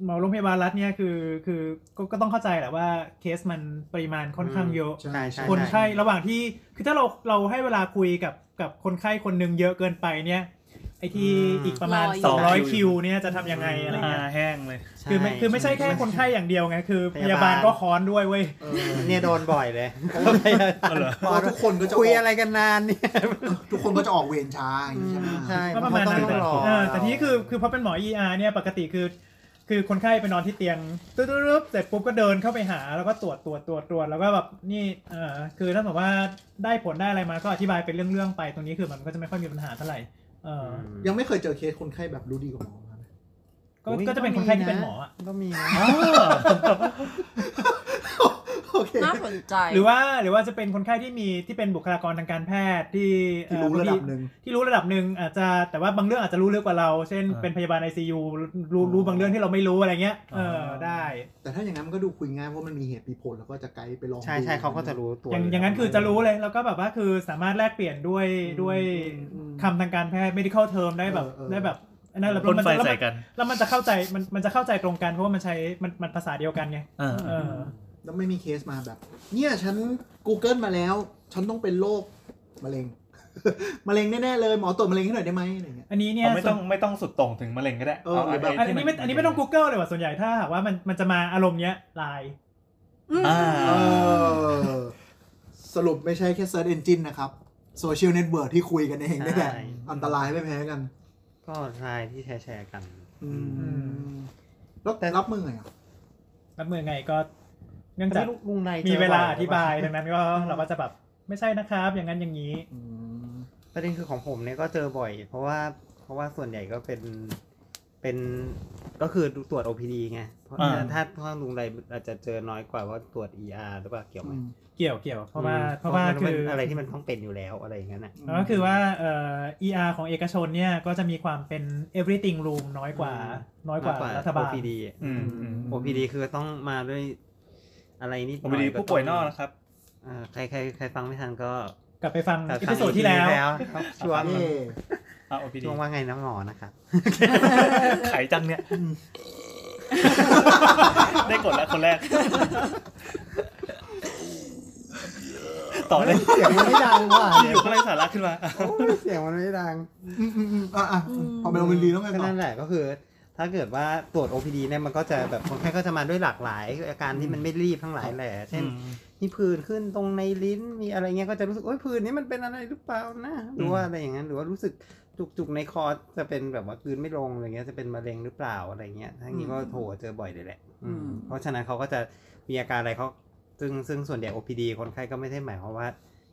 Speaker 4: หมอโรงพยาบาลรัฐเนี่ยคือคือก็ก็ต้องเข้าใจแหละว่าเคสมันปริมาณค่อนข้างเยอะ
Speaker 5: ใช่
Speaker 3: ใช่
Speaker 4: คนไข้ระหว่างที่คือถ้าเราเราให้เวลาคุยกับกับคนไข้คนหนึ่งเยอะเกินไปเนี่ยไอที่
Speaker 3: อืม
Speaker 4: อีกประมาณ
Speaker 2: รออยู่
Speaker 4: 200 คิวเนี่ยจะทำยังไงอะไรเงี้ย
Speaker 6: อ่าแห้งเลย
Speaker 4: คือไม่คือไม่ใช่แค่คนไข้อย่างเดียวไงคือ พยาย
Speaker 3: พา
Speaker 4: บา
Speaker 3: บา
Speaker 4: ล
Speaker 3: ล
Speaker 4: ก็ค้อนด้วยเว้ย
Speaker 5: เออ
Speaker 3: เนี่ยโดนบ่อยเลย
Speaker 6: เอา เหรอ
Speaker 5: เพราะว่าทุกคนก็จะอ
Speaker 3: คุย
Speaker 5: อก
Speaker 3: อะไรกันนานเนี่ย
Speaker 5: ทุกคนก็จะออกเวรช้าอย่างนี้ใช่ไหม
Speaker 3: ใช่
Speaker 4: ก็ประมาณนั้น
Speaker 3: เพต้องรอ
Speaker 4: เออแต่ทีนี้คือคือพอเป็นหมอ ER เนี่ยปกติคือ คือคนไข้ไปนอนที่เตียงตึ๊ดๆๆเสร็จปุ๊บก็เดินเข้าไปหา แล้วก็ตรวจตรวจตรวจตรวจแล้วก็แบบนี่เออคือถ้าแบบว่าได้ผลได้อะไรมาก็อธิบายเป็นเรื่องๆไปตรงนี้คือมันก็จะไม่ค่อยมีปัญหาเท่าไหร่เออ
Speaker 5: ยังไม่เคยเจอเคสคนไข้แบบรู้ดีกว่าหมอมานะ
Speaker 4: ก็
Speaker 3: อุ๊ย
Speaker 4: ก็จะเป็นคนไข้ที่เป็นหมออะ
Speaker 3: ก็มีนะ
Speaker 5: โอเค
Speaker 2: น่าสนใจ
Speaker 4: หรือว่าหรือว่าจะเป็นคนไข้ที่มีที่เป็นบุคลากรทางการแพทย์ที่เอ่
Speaker 5: ที่
Speaker 4: อ
Speaker 5: รู้ระดับ
Speaker 4: ที่
Speaker 5: หนึ่ง
Speaker 4: ที่รู้ระดับหนึ่งอาจจะแต่ว่าบางเรื่องอาจจะรู้ลึกกว่าเรา เช่น
Speaker 6: อ่า
Speaker 4: เป็นพยาบาล ICU รู้รู้บางเรื่องที่เราไม่รู้อะไรเงี้ยเออได้
Speaker 5: แต่ถ้าอย่างนั้นมันก็ดูคุยง่ายเพราะมันมีเหตุมีผลแล้วก็จะไกด์ไปลอง
Speaker 3: ใช่
Speaker 5: ดู
Speaker 3: ใช่เขาก็จะรู้ตัว
Speaker 4: อย่างอย่างนั้นคือจะรู้เลยแล้วก็แบบว่าคือสามารถแลกเปลี่ยนด้วยด้วย
Speaker 5: อืม
Speaker 4: คำทางการแพทย์ medical term ได้แบบ
Speaker 5: เออเออ
Speaker 4: ได้แบบอันนั่นแหละ
Speaker 6: พ่นไฟ
Speaker 4: แล้วมั
Speaker 6: ใส่
Speaker 4: น
Speaker 6: กัน
Speaker 4: แล้วมันจะเข้าใจมันมันจะเข้าใจตรงกันเพราะว่ามันใช้มันมันภาษาเดียวกันไง
Speaker 6: อ่า
Speaker 4: เออ
Speaker 5: แล้วไม่มีเคสมาแบบ เนี่ยฉัน Google มาแล้ว ฉันต้องเป็นโรคมะเร็ง มะเร็งแน่ๆเลยหมอตรวจมะเร็งให้หน่อยได้ไหมอะไรเงี้ย
Speaker 4: อันนี้เนี่ย
Speaker 6: เอาไม่ต้องไม่ต้องสุดโต่งถึงมะเร็งก็ได้
Speaker 5: เออหรือแบบ
Speaker 4: ส่วนอันนี้ไม่อันนี้ไม่ต้อง Google เลยว่ะส่วนใหญ่ถ้าหากว่ามันมันจะมาอารมณ์เนี้ยไลน์
Speaker 6: อ่า
Speaker 5: เออ สรุปไม่ใช่แค่ Search Engine นะครับโซเชียลเน็ตเวิร์ที่คุยกันเองนี่แหละ
Speaker 3: ใช่
Speaker 5: อันตรายไม่แพ้กัน
Speaker 3: ก็รายที่แชร์แชร์กัน
Speaker 5: อื
Speaker 4: ม
Speaker 5: มแล้วแต่รับมือไงอ่ะ
Speaker 4: รับมือไงก็เนื่อง
Speaker 3: แต่
Speaker 4: จาก
Speaker 3: ไม่รู้ลุงไร
Speaker 4: มีเวลาอธิบาย
Speaker 3: เจ
Speaker 4: ดั
Speaker 3: อง บ่อ
Speaker 4: นั้นก็เราก็จะแบบไม่ใช่นะครับ อย่างนั้นอย่างนี้
Speaker 5: อืม
Speaker 3: ประเด็นคือของผมเนี่ยก็เจอบ่อย เพราะว่าเพราะว่าส่วนใหญ่ก็เป็นเป็นก็คือตรวจ OPD ไงเพราะ
Speaker 6: อ่า
Speaker 3: ถ้าถ้าลุงไรอาจจะเจอน้อยกว่าว่าตรวจ ER หรือเปล่าเกี่ยวไหม
Speaker 4: เกี่ยวเกี่ยวเพราะว่า
Speaker 3: อืม
Speaker 4: เพราะว่า
Speaker 3: มัน
Speaker 4: คื
Speaker 3: เป็น
Speaker 4: ออ
Speaker 3: อะไรที่มันต้องเป็นอยู่แล้วอะไรอย่างนั้นน่ะ
Speaker 4: แล้วก็คือว่าเอ่อ ER ของเอกชนเนี่ยก็จะมีความเป็น everything room น้อยกว่า
Speaker 3: อืม
Speaker 4: น้อยกว่ารัฐบาล
Speaker 3: OPD
Speaker 6: อืมอืม
Speaker 3: OPD คือต้องมาด้วยอะไรนิดห
Speaker 6: ผม
Speaker 3: น่อย
Speaker 6: ไปดีผู้ป่วยนอ
Speaker 3: ก็
Speaker 6: ก
Speaker 3: ต้ง
Speaker 6: นะครับ
Speaker 3: เอ่อใครใครใครฟังไม่ทันก็
Speaker 4: กลับไปฟัง
Speaker 3: แต่
Speaker 4: อี
Speaker 3: ฟั
Speaker 4: พิ
Speaker 3: ง
Speaker 4: โซด
Speaker 3: EP
Speaker 4: ที่แล้ว
Speaker 3: ครับช่วง
Speaker 5: เย่
Speaker 6: อ่าโอพีดี
Speaker 3: ช่วงว่าไงน้ำหมอนะครับ
Speaker 6: ไขจังเนี่ย ได้กดแล้วคนแรก ต่อเลย
Speaker 3: เสียงมันไม่ดังว่ะ
Speaker 6: อยู่ก็เลยสาระขึ้นมา
Speaker 3: เสียงมันไม่ดัง
Speaker 5: อืมอืมอืมอ่ะอ่ะพอไปโรงเรียนดีแล้วไง
Speaker 3: ก็
Speaker 5: ต่อ
Speaker 3: นั่นแหละก็คือ ถ้าเกิดว่าตรวจ OPD เนี่ยมันก็จะแบบคนไข้ก็จะมาด้วยหลากหลาย อาการที่มันไม่รีบทั้งหลายแหละ เช่น มีผื่นขึ้นตรงในลิ้นมีอะไรเงี้ยก็จะรู้สึกโอ๊ยผื่นนี้มันเป็นอะไรหรือเปล่านะหรือว่าอะไรอย่างนั้นหรือว่ารู้สึกจุกๆในคอจะเป็นแบบว่ากลืนไม่ลงอะไรเงี้ยจะเป็นมะเร็งหรือเปล่าอะไรเงี้ยทั้งนี้ก็โถเจอบ่อยเลยแหละ
Speaker 2: อืม
Speaker 3: เพราะฉะนั้นเขาก็จะมีอาการอะไรเขาซึ่งซึ่งส่วนใหญ่ OPD คนไข้ก็ไม่ได้หมายความว่า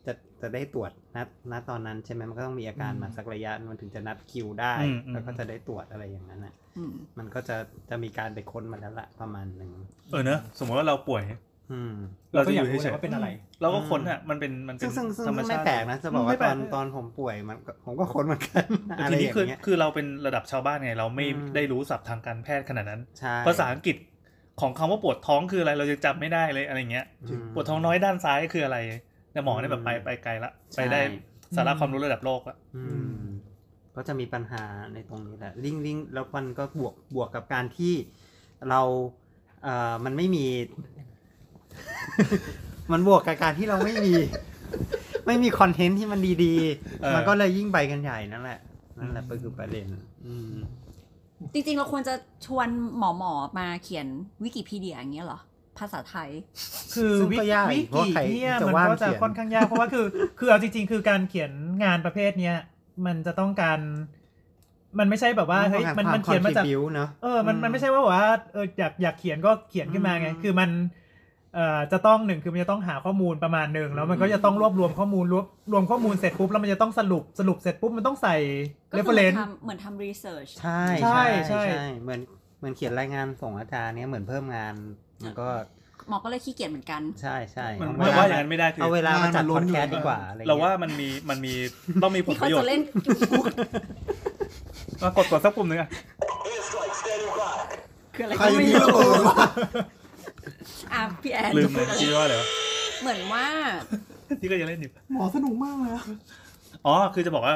Speaker 3: จะจะได้ตรวจนัดนัดตอนนั้นใช่ไหมมันก็ต้องมีอาการมาสักระยะมันถึงจะนัดคิวได้
Speaker 6: อืมอืม
Speaker 3: แล้วก็จะได้ตรวจอะไรอย่างนั้นอ่ะ
Speaker 2: อืม
Speaker 3: มันก็จะจะมีการไปค้นมาแล้วละประมาณหนึ่ง
Speaker 6: เออเนอะสมมติว่าเราป่วย
Speaker 3: อืม
Speaker 4: เราก็อยากรู้เลยว่าเป็นอะไร
Speaker 6: เราก็ค้นอ่ะ มันเป็นมันเป็
Speaker 3: ซึ่
Speaker 6: น
Speaker 3: งซึ่งซึ่ง
Speaker 6: ธรรม
Speaker 3: ซึ่ง
Speaker 6: ชา
Speaker 3: ไม่
Speaker 6: ติ
Speaker 3: แปลกนะจะบอก
Speaker 4: ไม่
Speaker 3: ว่า
Speaker 4: แป
Speaker 3: ต
Speaker 4: ล
Speaker 3: อก นตอนผมป่วยมันก็ผมก็ค้นเหมือนกัน
Speaker 6: แต่
Speaker 3: อะไร
Speaker 6: ที
Speaker 3: อ
Speaker 6: นี้
Speaker 3: ย่าง
Speaker 6: คือ
Speaker 3: เงี้ย
Speaker 6: คือเราเป็นระดับชาวบ้านไง เราไม่
Speaker 3: อืม
Speaker 6: ได้รู้ศัพท์ทางการแพทย์ขนาดนั้น
Speaker 3: ใช่
Speaker 6: ภาษาอังกฤษของคำว่าปวดท้องคืออะไรเราจะจำไม่ได้เลยอะไรเงี้ย
Speaker 3: อืม
Speaker 6: ปวดท้องน้อยด้านซ้ายคืออะไร แต่หมอเนี่ยแบบไป
Speaker 3: อืม
Speaker 6: ไปไกลละ
Speaker 3: ใช่
Speaker 6: ไปได้สาระความรู้ระดับโลกละ
Speaker 3: อืมก็จะมีปัญหาในตรงนี้แหละลิงลิงแล้วมันก็บวกบวกกับการที่เราเอ่อมันไม่มี มันบวกกับการที่เราไม่มี ไม่มีคอนเทนต์ที่มันดี
Speaker 6: เออ
Speaker 3: ๆ มันก็เลยยิ่งไปกันใหญ่นั่นแหละ นั่นแหละก็คือประเด็น อืม
Speaker 2: จริงๆ เราควรจะชวนหมอหมอๆมาเขียนวิกิพีเดียอย่างเงี้ยเหรอ ภาษาไทย
Speaker 4: คือ
Speaker 3: ซึ่ง
Speaker 4: วิ
Speaker 3: ก็ยาก
Speaker 4: วิ
Speaker 3: เพราะ
Speaker 4: กิ
Speaker 3: ใคร
Speaker 4: เนี่ย
Speaker 3: จะ
Speaker 4: มัน
Speaker 3: ว่าง
Speaker 4: ก็จะ
Speaker 3: เขียน
Speaker 4: ค่อนข้างยากเพราะว่าคือ คือเอาจริงๆ คือการเขียนงานประเภทเนี้ยมันจะต้องการ มันไม่ใช่แบบว่าเฮ้ยมันมันเขียนมาจาก
Speaker 3: บิวเนาะ
Speaker 4: เออ มัน
Speaker 3: อืม
Speaker 4: มันไม่ใช่ว่าแบบว่า เออ อยาก อยากเขียนก็เขียนขึ้นมาไง
Speaker 3: อืม
Speaker 4: คือมัน เอ่อ จะต้องหนึ่งคือมันจะต้องหาข้อมูลประมาณหนึ่งแล้วมันก็
Speaker 3: อืม
Speaker 4: จะต้องรวบรวมข้อมูลรวบรวมข้อมูลเสร็จปุ๊บ แล้วมันจะต้องสรุป สรุปเสร็จปุ๊บ มันต้องใส่
Speaker 2: ก็คือเหมือน
Speaker 4: reference
Speaker 2: ทำเหมือนทำรีเสิร์ช
Speaker 3: ใช่
Speaker 4: ใช่ใช่
Speaker 3: ใช่ใช่เหมือนเหมือนเขียนรายงานส่งอาจารย์เนี้ยเหมือนเพิ่มงาน มันก็
Speaker 2: หมอก็เลยขี้เกียจเหมือนกัน
Speaker 3: ใช่ใช่
Speaker 6: มัน
Speaker 3: เอ
Speaker 6: แต่ว่าอย่างนั้นไม่ได้คือ
Speaker 3: เอาเวลามาจัด
Speaker 5: งานมัน
Speaker 3: พอน ด
Speaker 5: ล้
Speaker 3: แคส
Speaker 5: อ
Speaker 3: ต์
Speaker 5: ยู่
Speaker 3: ดีกว่าอะไรงี้ย
Speaker 6: เราว่ามันมีมันมีต้องมีผล
Speaker 2: นี่
Speaker 6: ป
Speaker 2: เขา
Speaker 6: ระโยช
Speaker 2: จะ
Speaker 6: น์
Speaker 2: เล่น
Speaker 6: มากดกดสักปุ่มหนึ่งอะ
Speaker 2: คืออะไร
Speaker 5: ใคร
Speaker 2: ก็ไม่
Speaker 5: ที่
Speaker 2: รู้
Speaker 5: ระเบิดวะ
Speaker 2: อ่ะพี่แอน
Speaker 6: ลืม
Speaker 2: จะ
Speaker 6: เล
Speaker 2: พูดอะ
Speaker 6: ย
Speaker 2: ไร
Speaker 6: ที่ว่าอะไรวะ
Speaker 2: เหมือนว่า
Speaker 6: ที่ก็ยังเล่นอยู่
Speaker 5: หมอสนุกมากเลยอะ
Speaker 6: อ๋อ คือจะบอกว่า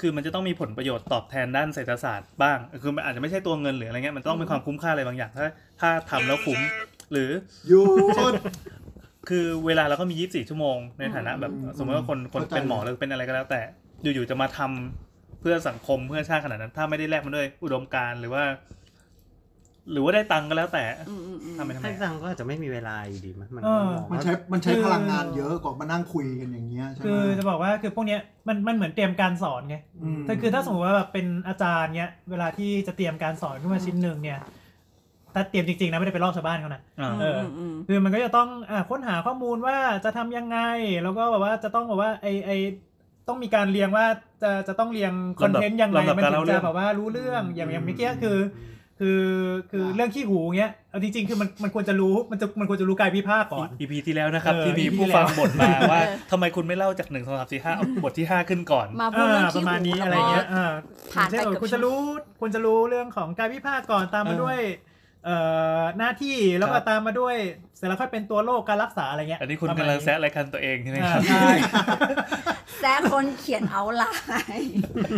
Speaker 6: คือมันจะต้องมีผลประโยชน์ตอบแทนด้านเศรษฐศาสตร์บ้าง คือมันอาจจะไม่ใช่ตัวเงินหรืออะไรเงี้ย มันต้องมีความคุ้มค่าอะไรบางอย่าง ถ้า ถ้าทำแล้วคุ้ม หรือ
Speaker 5: หยุด
Speaker 6: คือเวลาเราก็มี 24 ชั่วโมง ในฐานะแบบ
Speaker 5: อืม
Speaker 6: สมมติว่าคน คน
Speaker 5: เข้าใจ
Speaker 6: เป็นหมอหรือเป็นอะไรก็แล้วแต่ อยู่ ๆ จะมาทำเพื่อสังคม เพื่อชาติขนาดนั้น ถ้าไม่ได้แลกมันด้วยอุดมการณ์หรือว่า หรือว่าได้ตังค์ก็แล้วแต่
Speaker 2: อืมอืมอืม
Speaker 6: ทำไปทำไม
Speaker 3: ถ้าฟังก็อาจจะไม่มีเวลาอยู่ดีมั้ยมัน
Speaker 4: เออ
Speaker 3: มอง
Speaker 5: มัน
Speaker 3: ว่า
Speaker 5: ใช้มันใช้พลังงานเยอะกว่ามานั่งคุยกันอย่างเงี้ยใช่ไหม
Speaker 4: คือจะบอกว่าคือพวกเนี้ยมันมันเหมือนเตรียมการสอนไง
Speaker 5: อืม
Speaker 4: แต่คือถ้าสมมติว่าแบบเป็นอาจารย์เนี้ยเวลาที่จะเตรียมการสอนขึ้นมาชิ้นหนึ่งเนี่ยถ้าเตรียมจริงๆนะไม่ได้ไปลอกชาวบ้านเขานะ
Speaker 6: อ่า
Speaker 4: เออ
Speaker 2: มมม
Speaker 4: คือมันก็จะต้องอ่าค้นหาข้อมูลว่าจะทำยังไง แล้วก็แบบว่าจะต้องแบบว่าไอไอต้องมีการเรียงว่าจะจะต้องเรียงคอนเทนต์ยังไง
Speaker 6: ลำดับ
Speaker 4: มัน
Speaker 6: การ
Speaker 4: ถึ
Speaker 6: เล่าง เรื่
Speaker 4: จะ
Speaker 6: อง
Speaker 4: แบบว่ารู้เรื่องอย่างอย่างเมื่อกี้คือ
Speaker 3: อืม
Speaker 4: คือคือเรื่องขี้หูเงี้ยเอาจริงๆคือมันมันควรจะรู้มันจะมันควรจะรู้กายวิภาคก่อน
Speaker 6: EP ที่แล้วนะครับ
Speaker 4: เออ
Speaker 6: ที่มี
Speaker 4: EP
Speaker 6: ผู้ฟัง
Speaker 4: แล้ว
Speaker 6: บ่นมาว่า
Speaker 2: เออ
Speaker 6: ทำไมคุณไม่เล่าจากหนึ่งสองสามสี่ห้าเอาบทที่ห้าขึ้นก่อน
Speaker 2: มาพูดเรื่อง
Speaker 4: ป
Speaker 2: ขี้
Speaker 4: ระมาณ
Speaker 2: หู
Speaker 4: นี้
Speaker 2: แล้ว
Speaker 4: อะไร
Speaker 2: ก็
Speaker 4: เงี้ยอ่า
Speaker 2: ผ่านไป
Speaker 4: อย่งเช่
Speaker 2: เกือบ
Speaker 4: คุณจะรู้คุณจะรู้เรื่องของกายวิภาคก่อนตามมา
Speaker 6: เออ
Speaker 4: ด้วยเอ่อหน้าที่แล้ว
Speaker 6: ค
Speaker 4: ก็
Speaker 6: รับ
Speaker 4: ตามมาด้วยเสร็จแล้วค่อยเป็นตัวโรคการรักษาอะไรเงี้ย
Speaker 6: อันนี้คุ
Speaker 4: ปรมาก
Speaker 6: ณำลัง
Speaker 4: นี้
Speaker 6: แซะรายการตัวเองใช่ไหม
Speaker 4: อ่า
Speaker 6: ครับ
Speaker 4: ใช่
Speaker 2: แซะคนเขียนเอาไลน์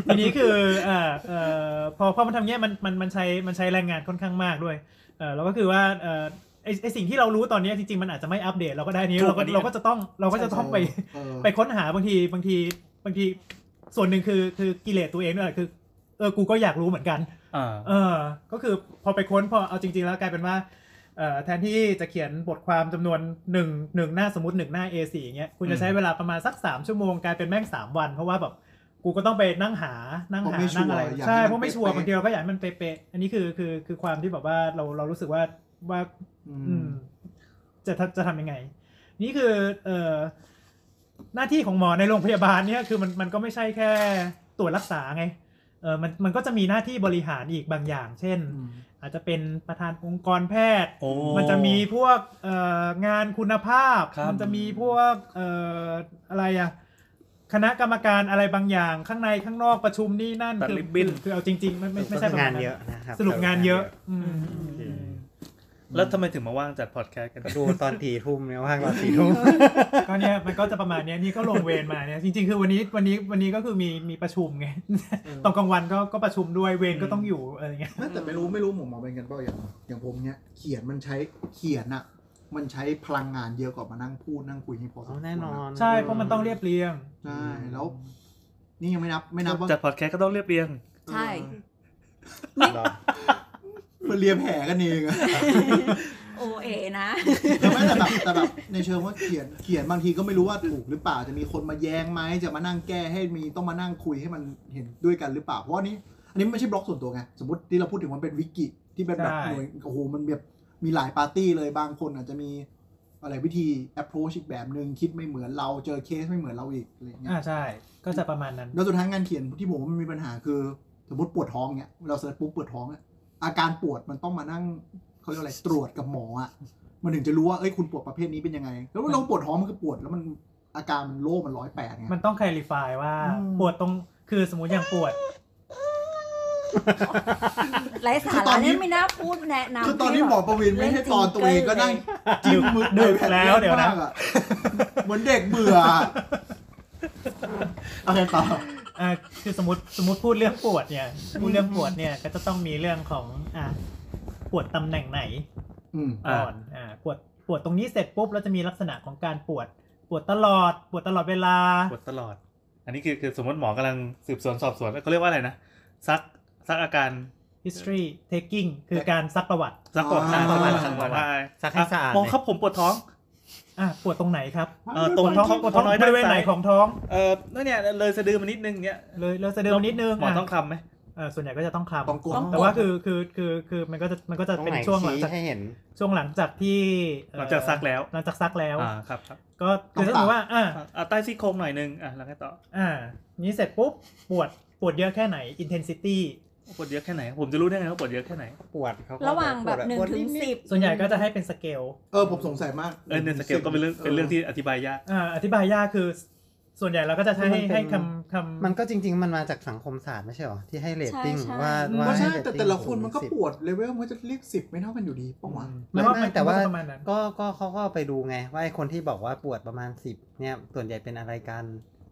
Speaker 4: ทีนี้คือเอ่อเอ่อพอพอมันทำเงี้ยมันมันมันใช้มันใช้แรงงานค่อนข้างมากด้วยเออแล้วก็คือว่าเออไอไอสิ่งที่เรารู้ตอนเนี้ยจริงๆมันอาจจะไม่อัปเดตเราก็ได้อันนี้
Speaker 6: ถูก
Speaker 4: เรา
Speaker 6: อั
Speaker 4: ก็
Speaker 6: นนี้
Speaker 4: เราก็จะต้องเราก็จะต้องไป
Speaker 5: เออ
Speaker 4: ไปค้นหาบางทีบางทีบางทีส่วนหนึ่งคือคือกิเลสตัวเองด้วยแหละคือเออกูก็อยากรู้เหมือนกัน
Speaker 6: อ่า
Speaker 4: เออ ก็คือพอไปค้นพอเอาจริง ๆ แล้วกลายเป็นว่าเอ่อแทนที่จะเขียนบทความจำนวนหนึ่งหนึ่งหน้าสมมติหนึ่งหน้า A4 อย่างเงี้ยคุณ
Speaker 6: อื
Speaker 4: จะ
Speaker 6: ม
Speaker 4: ใช้เวลาประมาณสัก 3 ชั่วโมงกลายเป็นแม่ง 3 วัน เพราะว่าแบบกูก็ต้องไปนั่งหานั่ง
Speaker 5: เพราะ
Speaker 4: หา
Speaker 5: ไม่ชั
Speaker 4: นั่
Speaker 5: วร์
Speaker 4: งอะไร
Speaker 5: อยากให้
Speaker 4: ใช่
Speaker 5: มัน
Speaker 4: เพราะไม่ชัวร์
Speaker 5: เป๊ะๆ
Speaker 4: บางทีเราก็อยากให้มันเป๊ะๆอันนี้คือคือคือความที่แบบว่าเราเรารู้สึกว่าว่า
Speaker 5: อื
Speaker 4: อื
Speaker 5: ม
Speaker 4: มจะทำจะทำยังไง นี่คือเอ่อหน้าที่ของหมอในโรงพยาบาลเนี่ยคือมันมันก็ไม่ใช่แค่ตรวจรักษาไงเออมันมันก็จะมีหน้าที่บริหารอีกบางอย่าง เช่น อาจจะเป็นประธานองค์กรแพทย์
Speaker 6: โอ้
Speaker 4: มันจะมีพวกเอ่องานคุณภาพ
Speaker 6: ครับ
Speaker 4: มัจะมีพวกเอ่ออะไรอะคณะกรรมการอะไรบางอย่าง ข้างในข้างนอกประชุมนี่นั่น
Speaker 6: ตัด
Speaker 4: คื
Speaker 6: ริบบิ้น
Speaker 4: คือคือเอาจริงๆ มันไม่ไม่ใช่ประม
Speaker 3: งา
Speaker 4: ณ
Speaker 3: นเยอะนะครับ
Speaker 4: สรุปงานเยอะอืม
Speaker 6: แล้วทำไมถึงมาว่างจัดพอดแคสต์กัน
Speaker 3: ก็ดูตอนทีทุ่มเนี่ยว่างตอนทีทุ่ม
Speaker 4: ก็เนี่ยมันก็จะประมาณเนี้ยนี่ก็ลงเวรมาเนี่ยจริงๆ คือวันนี้วันนี้วันนี้ก็คือมีมีประชุมไง
Speaker 5: เออ
Speaker 4: ตอนกลางวันก็ก็ประชุมด้วยเวรก็
Speaker 6: อืม
Speaker 4: ต้องอยู่อะไรเงี้ย
Speaker 5: ไม่แต่ไม่รู้ไม่รู้หมอหมอเป็นกันเปล่าอย่างอย่างผมเนี้ยเขียนมันใช้เขียนอะมันใช้พลังงานเยอะกว่ามานั่งพูดนั่งคุยให้พอสมคว
Speaker 3: เอา
Speaker 5: ระ
Speaker 3: แน่นอน
Speaker 4: ใช่เพราะมันต้องเรียบเรียง
Speaker 5: ใช่แล้ว นี่ยังไม่นับไม่นับว่า
Speaker 6: จัดพอดแคสต์ก็ต้องเรียบเรียง
Speaker 2: ใช่
Speaker 5: เออ
Speaker 3: เหรอ
Speaker 5: มันเรียมแห่กันเองอะ
Speaker 2: โอเอนะ
Speaker 5: แต่ไม่แต่แบบแต่แบบในเชิงว่าเขียนเขียนบางทีก็ไม่รู้ว่าถูกหรือเปล่าจะมีคนมาแย้งไหมจะมานั่งแก้ให้มีต้องมานั่งคุยให้มันเห็นด้วยกันหรือเปล่า เพราะว่านี้อันนี้ไม่ใช่บล็อกส่วนตัวไงสมมติที่เราพูดถึงมันเป็นวิกิที่เป็นแบบ
Speaker 4: ใช่
Speaker 5: หน่วยโอ้โหมันแบบมีหลายปาร์ตี้เลยบางคนอาจจะมีอะไรวิธี approach อีกแบบหนึ่งคิดไม่เหมือนเราเจอเคสไม่เหมือนเราอีกอะไรอย่างเงี้ย
Speaker 4: อ่าใช่ก็จะประมาณนั้น
Speaker 5: โดยสุดท้ายงานเขียนที่ผมว่ามันมีปัญหาคือ สมมติปวดท้องเนี้ยเราเสิร์ชปุ๊บปวดท้องอะอาการปวดมันต้องมานั่งเขาเรียกอะไรตรวจกับหมออะ มันถึงจะรู้ว่า เอ้ย คุณปวดประเภทนี้เป็นยังไง แล้วเราปวดท้องมันคือปวด แล้วมันอาการมันโล่มันร้อยแปดไง
Speaker 4: มันต้องคลริฟายว่า
Speaker 5: อืม
Speaker 4: ปวดตรงคือสมมติอย่างปวด
Speaker 2: ไร้สา
Speaker 5: คือต
Speaker 2: ระ
Speaker 5: อนนี้
Speaker 2: เนี่ยไม่น่าพูดแนะนำ
Speaker 5: คือตอนที่หมอประวินไม่ให้ตอนตัวเองก็นั่งจิ้มมือ
Speaker 4: ดึกแล้วเดี๋ยวนะ
Speaker 5: มากอเหมือนเด็กเบื่อโอเคต่อ
Speaker 4: อ่าคือสมมติสมมติพูดเรื่องปวดเนี่ยพูดเรื่องปวดเนี่ยก็จะต้องมีเรื่องของอ่าปวดตำแหน่งไหน
Speaker 5: อืม
Speaker 4: ก่อนอ่าปวดปวดตรงนี้เสร็จปุ๊บแล้วจะมีลักษณะของการปวด ปวดตลอด ปวดตลอดเวลา
Speaker 6: ปวดตลอด อันนี้คือคือสมมติหมอกำลังสืบสวนสอบสวนเขาเรียกว่าอะไรนะ ซักซักอาการ
Speaker 4: history taking คือการซักประวัติ
Speaker 6: ซักก่อน
Speaker 5: อ่า
Speaker 6: ซักก่อนซักก่อนว่า
Speaker 3: ซักให้สะอาด
Speaker 6: หมอครับผมปวดท้อง
Speaker 4: อ่ะปวดตรงไหนครับ
Speaker 6: เออตรง
Speaker 4: ปวดท้องปวดท้อง
Speaker 6: น้อย
Speaker 4: บ
Speaker 6: ด้าน
Speaker 4: ริเวณไหน
Speaker 6: ซ้าย
Speaker 4: ของท้อง
Speaker 6: เออนั่นเนี่ยเลยสะดือมานิดนึงเนี้ย
Speaker 4: เลยเราจะเดินมานิดนึง
Speaker 6: หมอต้องคำไหม
Speaker 4: เออส่วนใหญ่ก็จะต้องคล
Speaker 5: ต้องกด
Speaker 4: ำแต่ว่าคือคือคือคือมันก็จะมันก็จะ
Speaker 3: ตรง
Speaker 4: เป็น
Speaker 3: ไหน
Speaker 4: ช่วงหลัง
Speaker 3: ชี้
Speaker 4: จาก
Speaker 3: ให้เห็น
Speaker 4: ช่วงหลังจากที่เอ่อ
Speaker 6: หลังจากซักแล้ว
Speaker 4: หลังจากซักแล้ว
Speaker 6: อ่าครับครับ
Speaker 4: ก็คือถ้าสมมติว่าอ่า
Speaker 6: อ่าใต้ซี่โครงหน่อยนึงอ่ะแล้วไงต่อ
Speaker 4: อ่านี้เสร็จปุ๊บปวดปวดเยอะแค่ไหน intensity
Speaker 6: ปวดเยอะแค่ไหน ผมจะรู้ได้ไงว่าปวดเยอะแค่ไหน
Speaker 3: ปวดเขาก็
Speaker 2: ระหว่างแบบหนึ่ง
Speaker 3: ปวด
Speaker 2: ถึง
Speaker 3: ดๆ
Speaker 2: สิบ
Speaker 4: ส่วนใหญ่ก็จะให้เป็นสเกล
Speaker 5: เออผมสงสัยมาก
Speaker 6: เออในสเกลก็เป็นเรื่องเป็นเรื่องที่อธิบายยาก
Speaker 4: อ่าอธิบายยากคือส่วนใหญ่เราก็จะใช้
Speaker 3: มันเป็น
Speaker 4: ให้คำคำ
Speaker 3: มันก็จริง ๆ มันมาจากสังคมศาสตร์ไม่ใช่หรอ ที่ให้เรตติ้ง
Speaker 2: ใช่ใช่
Speaker 3: ว่า
Speaker 5: เพ
Speaker 3: ว่า
Speaker 5: ราะใช่
Speaker 3: ให้เรต
Speaker 5: แต่
Speaker 3: ติ้ง
Speaker 5: แต่ละคนมันก็
Speaker 3: สิบ
Speaker 5: ปวดเลเวลมันก็จะเรียกสิบไม่เท่ากันอยู่ดีปะวะ
Speaker 4: แล้ว
Speaker 3: ไม่
Speaker 4: ว่า
Speaker 3: ไม่
Speaker 4: มัน
Speaker 3: แต่ว่า
Speaker 4: ก็ประมาณนั้น
Speaker 3: ก็ก็เขาก็ไปดูไง ว่าไอ้คนที่บอกว่าปวดประมาณสิบเนี่ยส่วนใหญ่เป็นอะไรกัน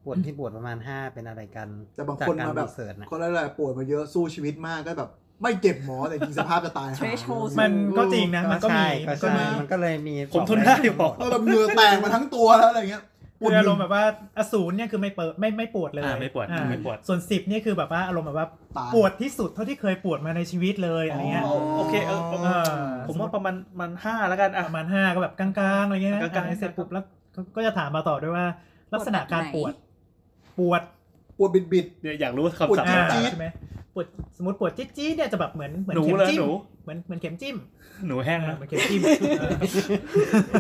Speaker 3: ปวดที่ปวดประมาณห้าเป็นอะไรกัน
Speaker 5: แต่บางคน
Speaker 3: จก
Speaker 5: มาแบบ
Speaker 3: รีเสิร์ชนะ
Speaker 5: คนอะไรๆปวดมาเยอะสู้ชีวิตมากก็แบบ ไม่เจ็บหมอแต่จริงสภาพจะตายหา
Speaker 2: Threshold สูง
Speaker 4: มันก็จริงนะ มันก็มี
Speaker 3: ใช่ก็
Speaker 4: มันก็
Speaker 3: ใช่
Speaker 4: มี
Speaker 3: มันก็เลยมี
Speaker 6: ผมทน
Speaker 3: สง
Speaker 6: ได้
Speaker 3: แบบ
Speaker 6: อยู่
Speaker 5: เออแบบเหงื่อแตกมาทั้งตัวแล้วอะไรเงี้ยปวด
Speaker 4: คืออารมณ์แบบว่าอสูรเนี่ยคือไม่เปิดไม่ไม่ปวดเลย
Speaker 6: อ่าไม่ปวด
Speaker 4: อ่า
Speaker 6: ไม่ปวด
Speaker 4: ส่วนสิบเนี่ยคือแบบว่าอารมณ์แบบว่า
Speaker 5: ตาย
Speaker 4: ปวดที่สุดเท่าที่เคยปวดมาในชีวิตเลยอะไรเงี้ย
Speaker 6: โอเคเออเอ
Speaker 4: เออ
Speaker 6: ผมว่าประมาณมันห้าแล้วกันอ่ะ
Speaker 4: ประมาณห้าก็แบบกลางๆอะไรเงี้ยนะ
Speaker 6: กลางๆ
Speaker 4: อ่เสร็จปุ๊บแล้วก็ก็จะถามมาต่อด้วยว่า ลักษณะการปวด ปวด
Speaker 5: ปวดบิดบิด
Speaker 6: เดี๋ยวอยากรู้ว่าคำศัพท์
Speaker 5: ปวด
Speaker 4: อ่า
Speaker 6: ต่าง
Speaker 4: ใช่ไหมปวดสมมติปวดจี๊ดจี๊ดเนี่ยจะแบบเหมือนเหมือน
Speaker 6: ๆหนู
Speaker 4: เข็ม
Speaker 6: เลย
Speaker 4: จิ้
Speaker 6: ห
Speaker 4: ม
Speaker 6: นู
Speaker 4: เหมือนเหมือนเข็มจิ้ม
Speaker 6: หนูแห้ง
Speaker 4: เออ
Speaker 6: นะ
Speaker 4: เหมือนเข็มจิ้ ม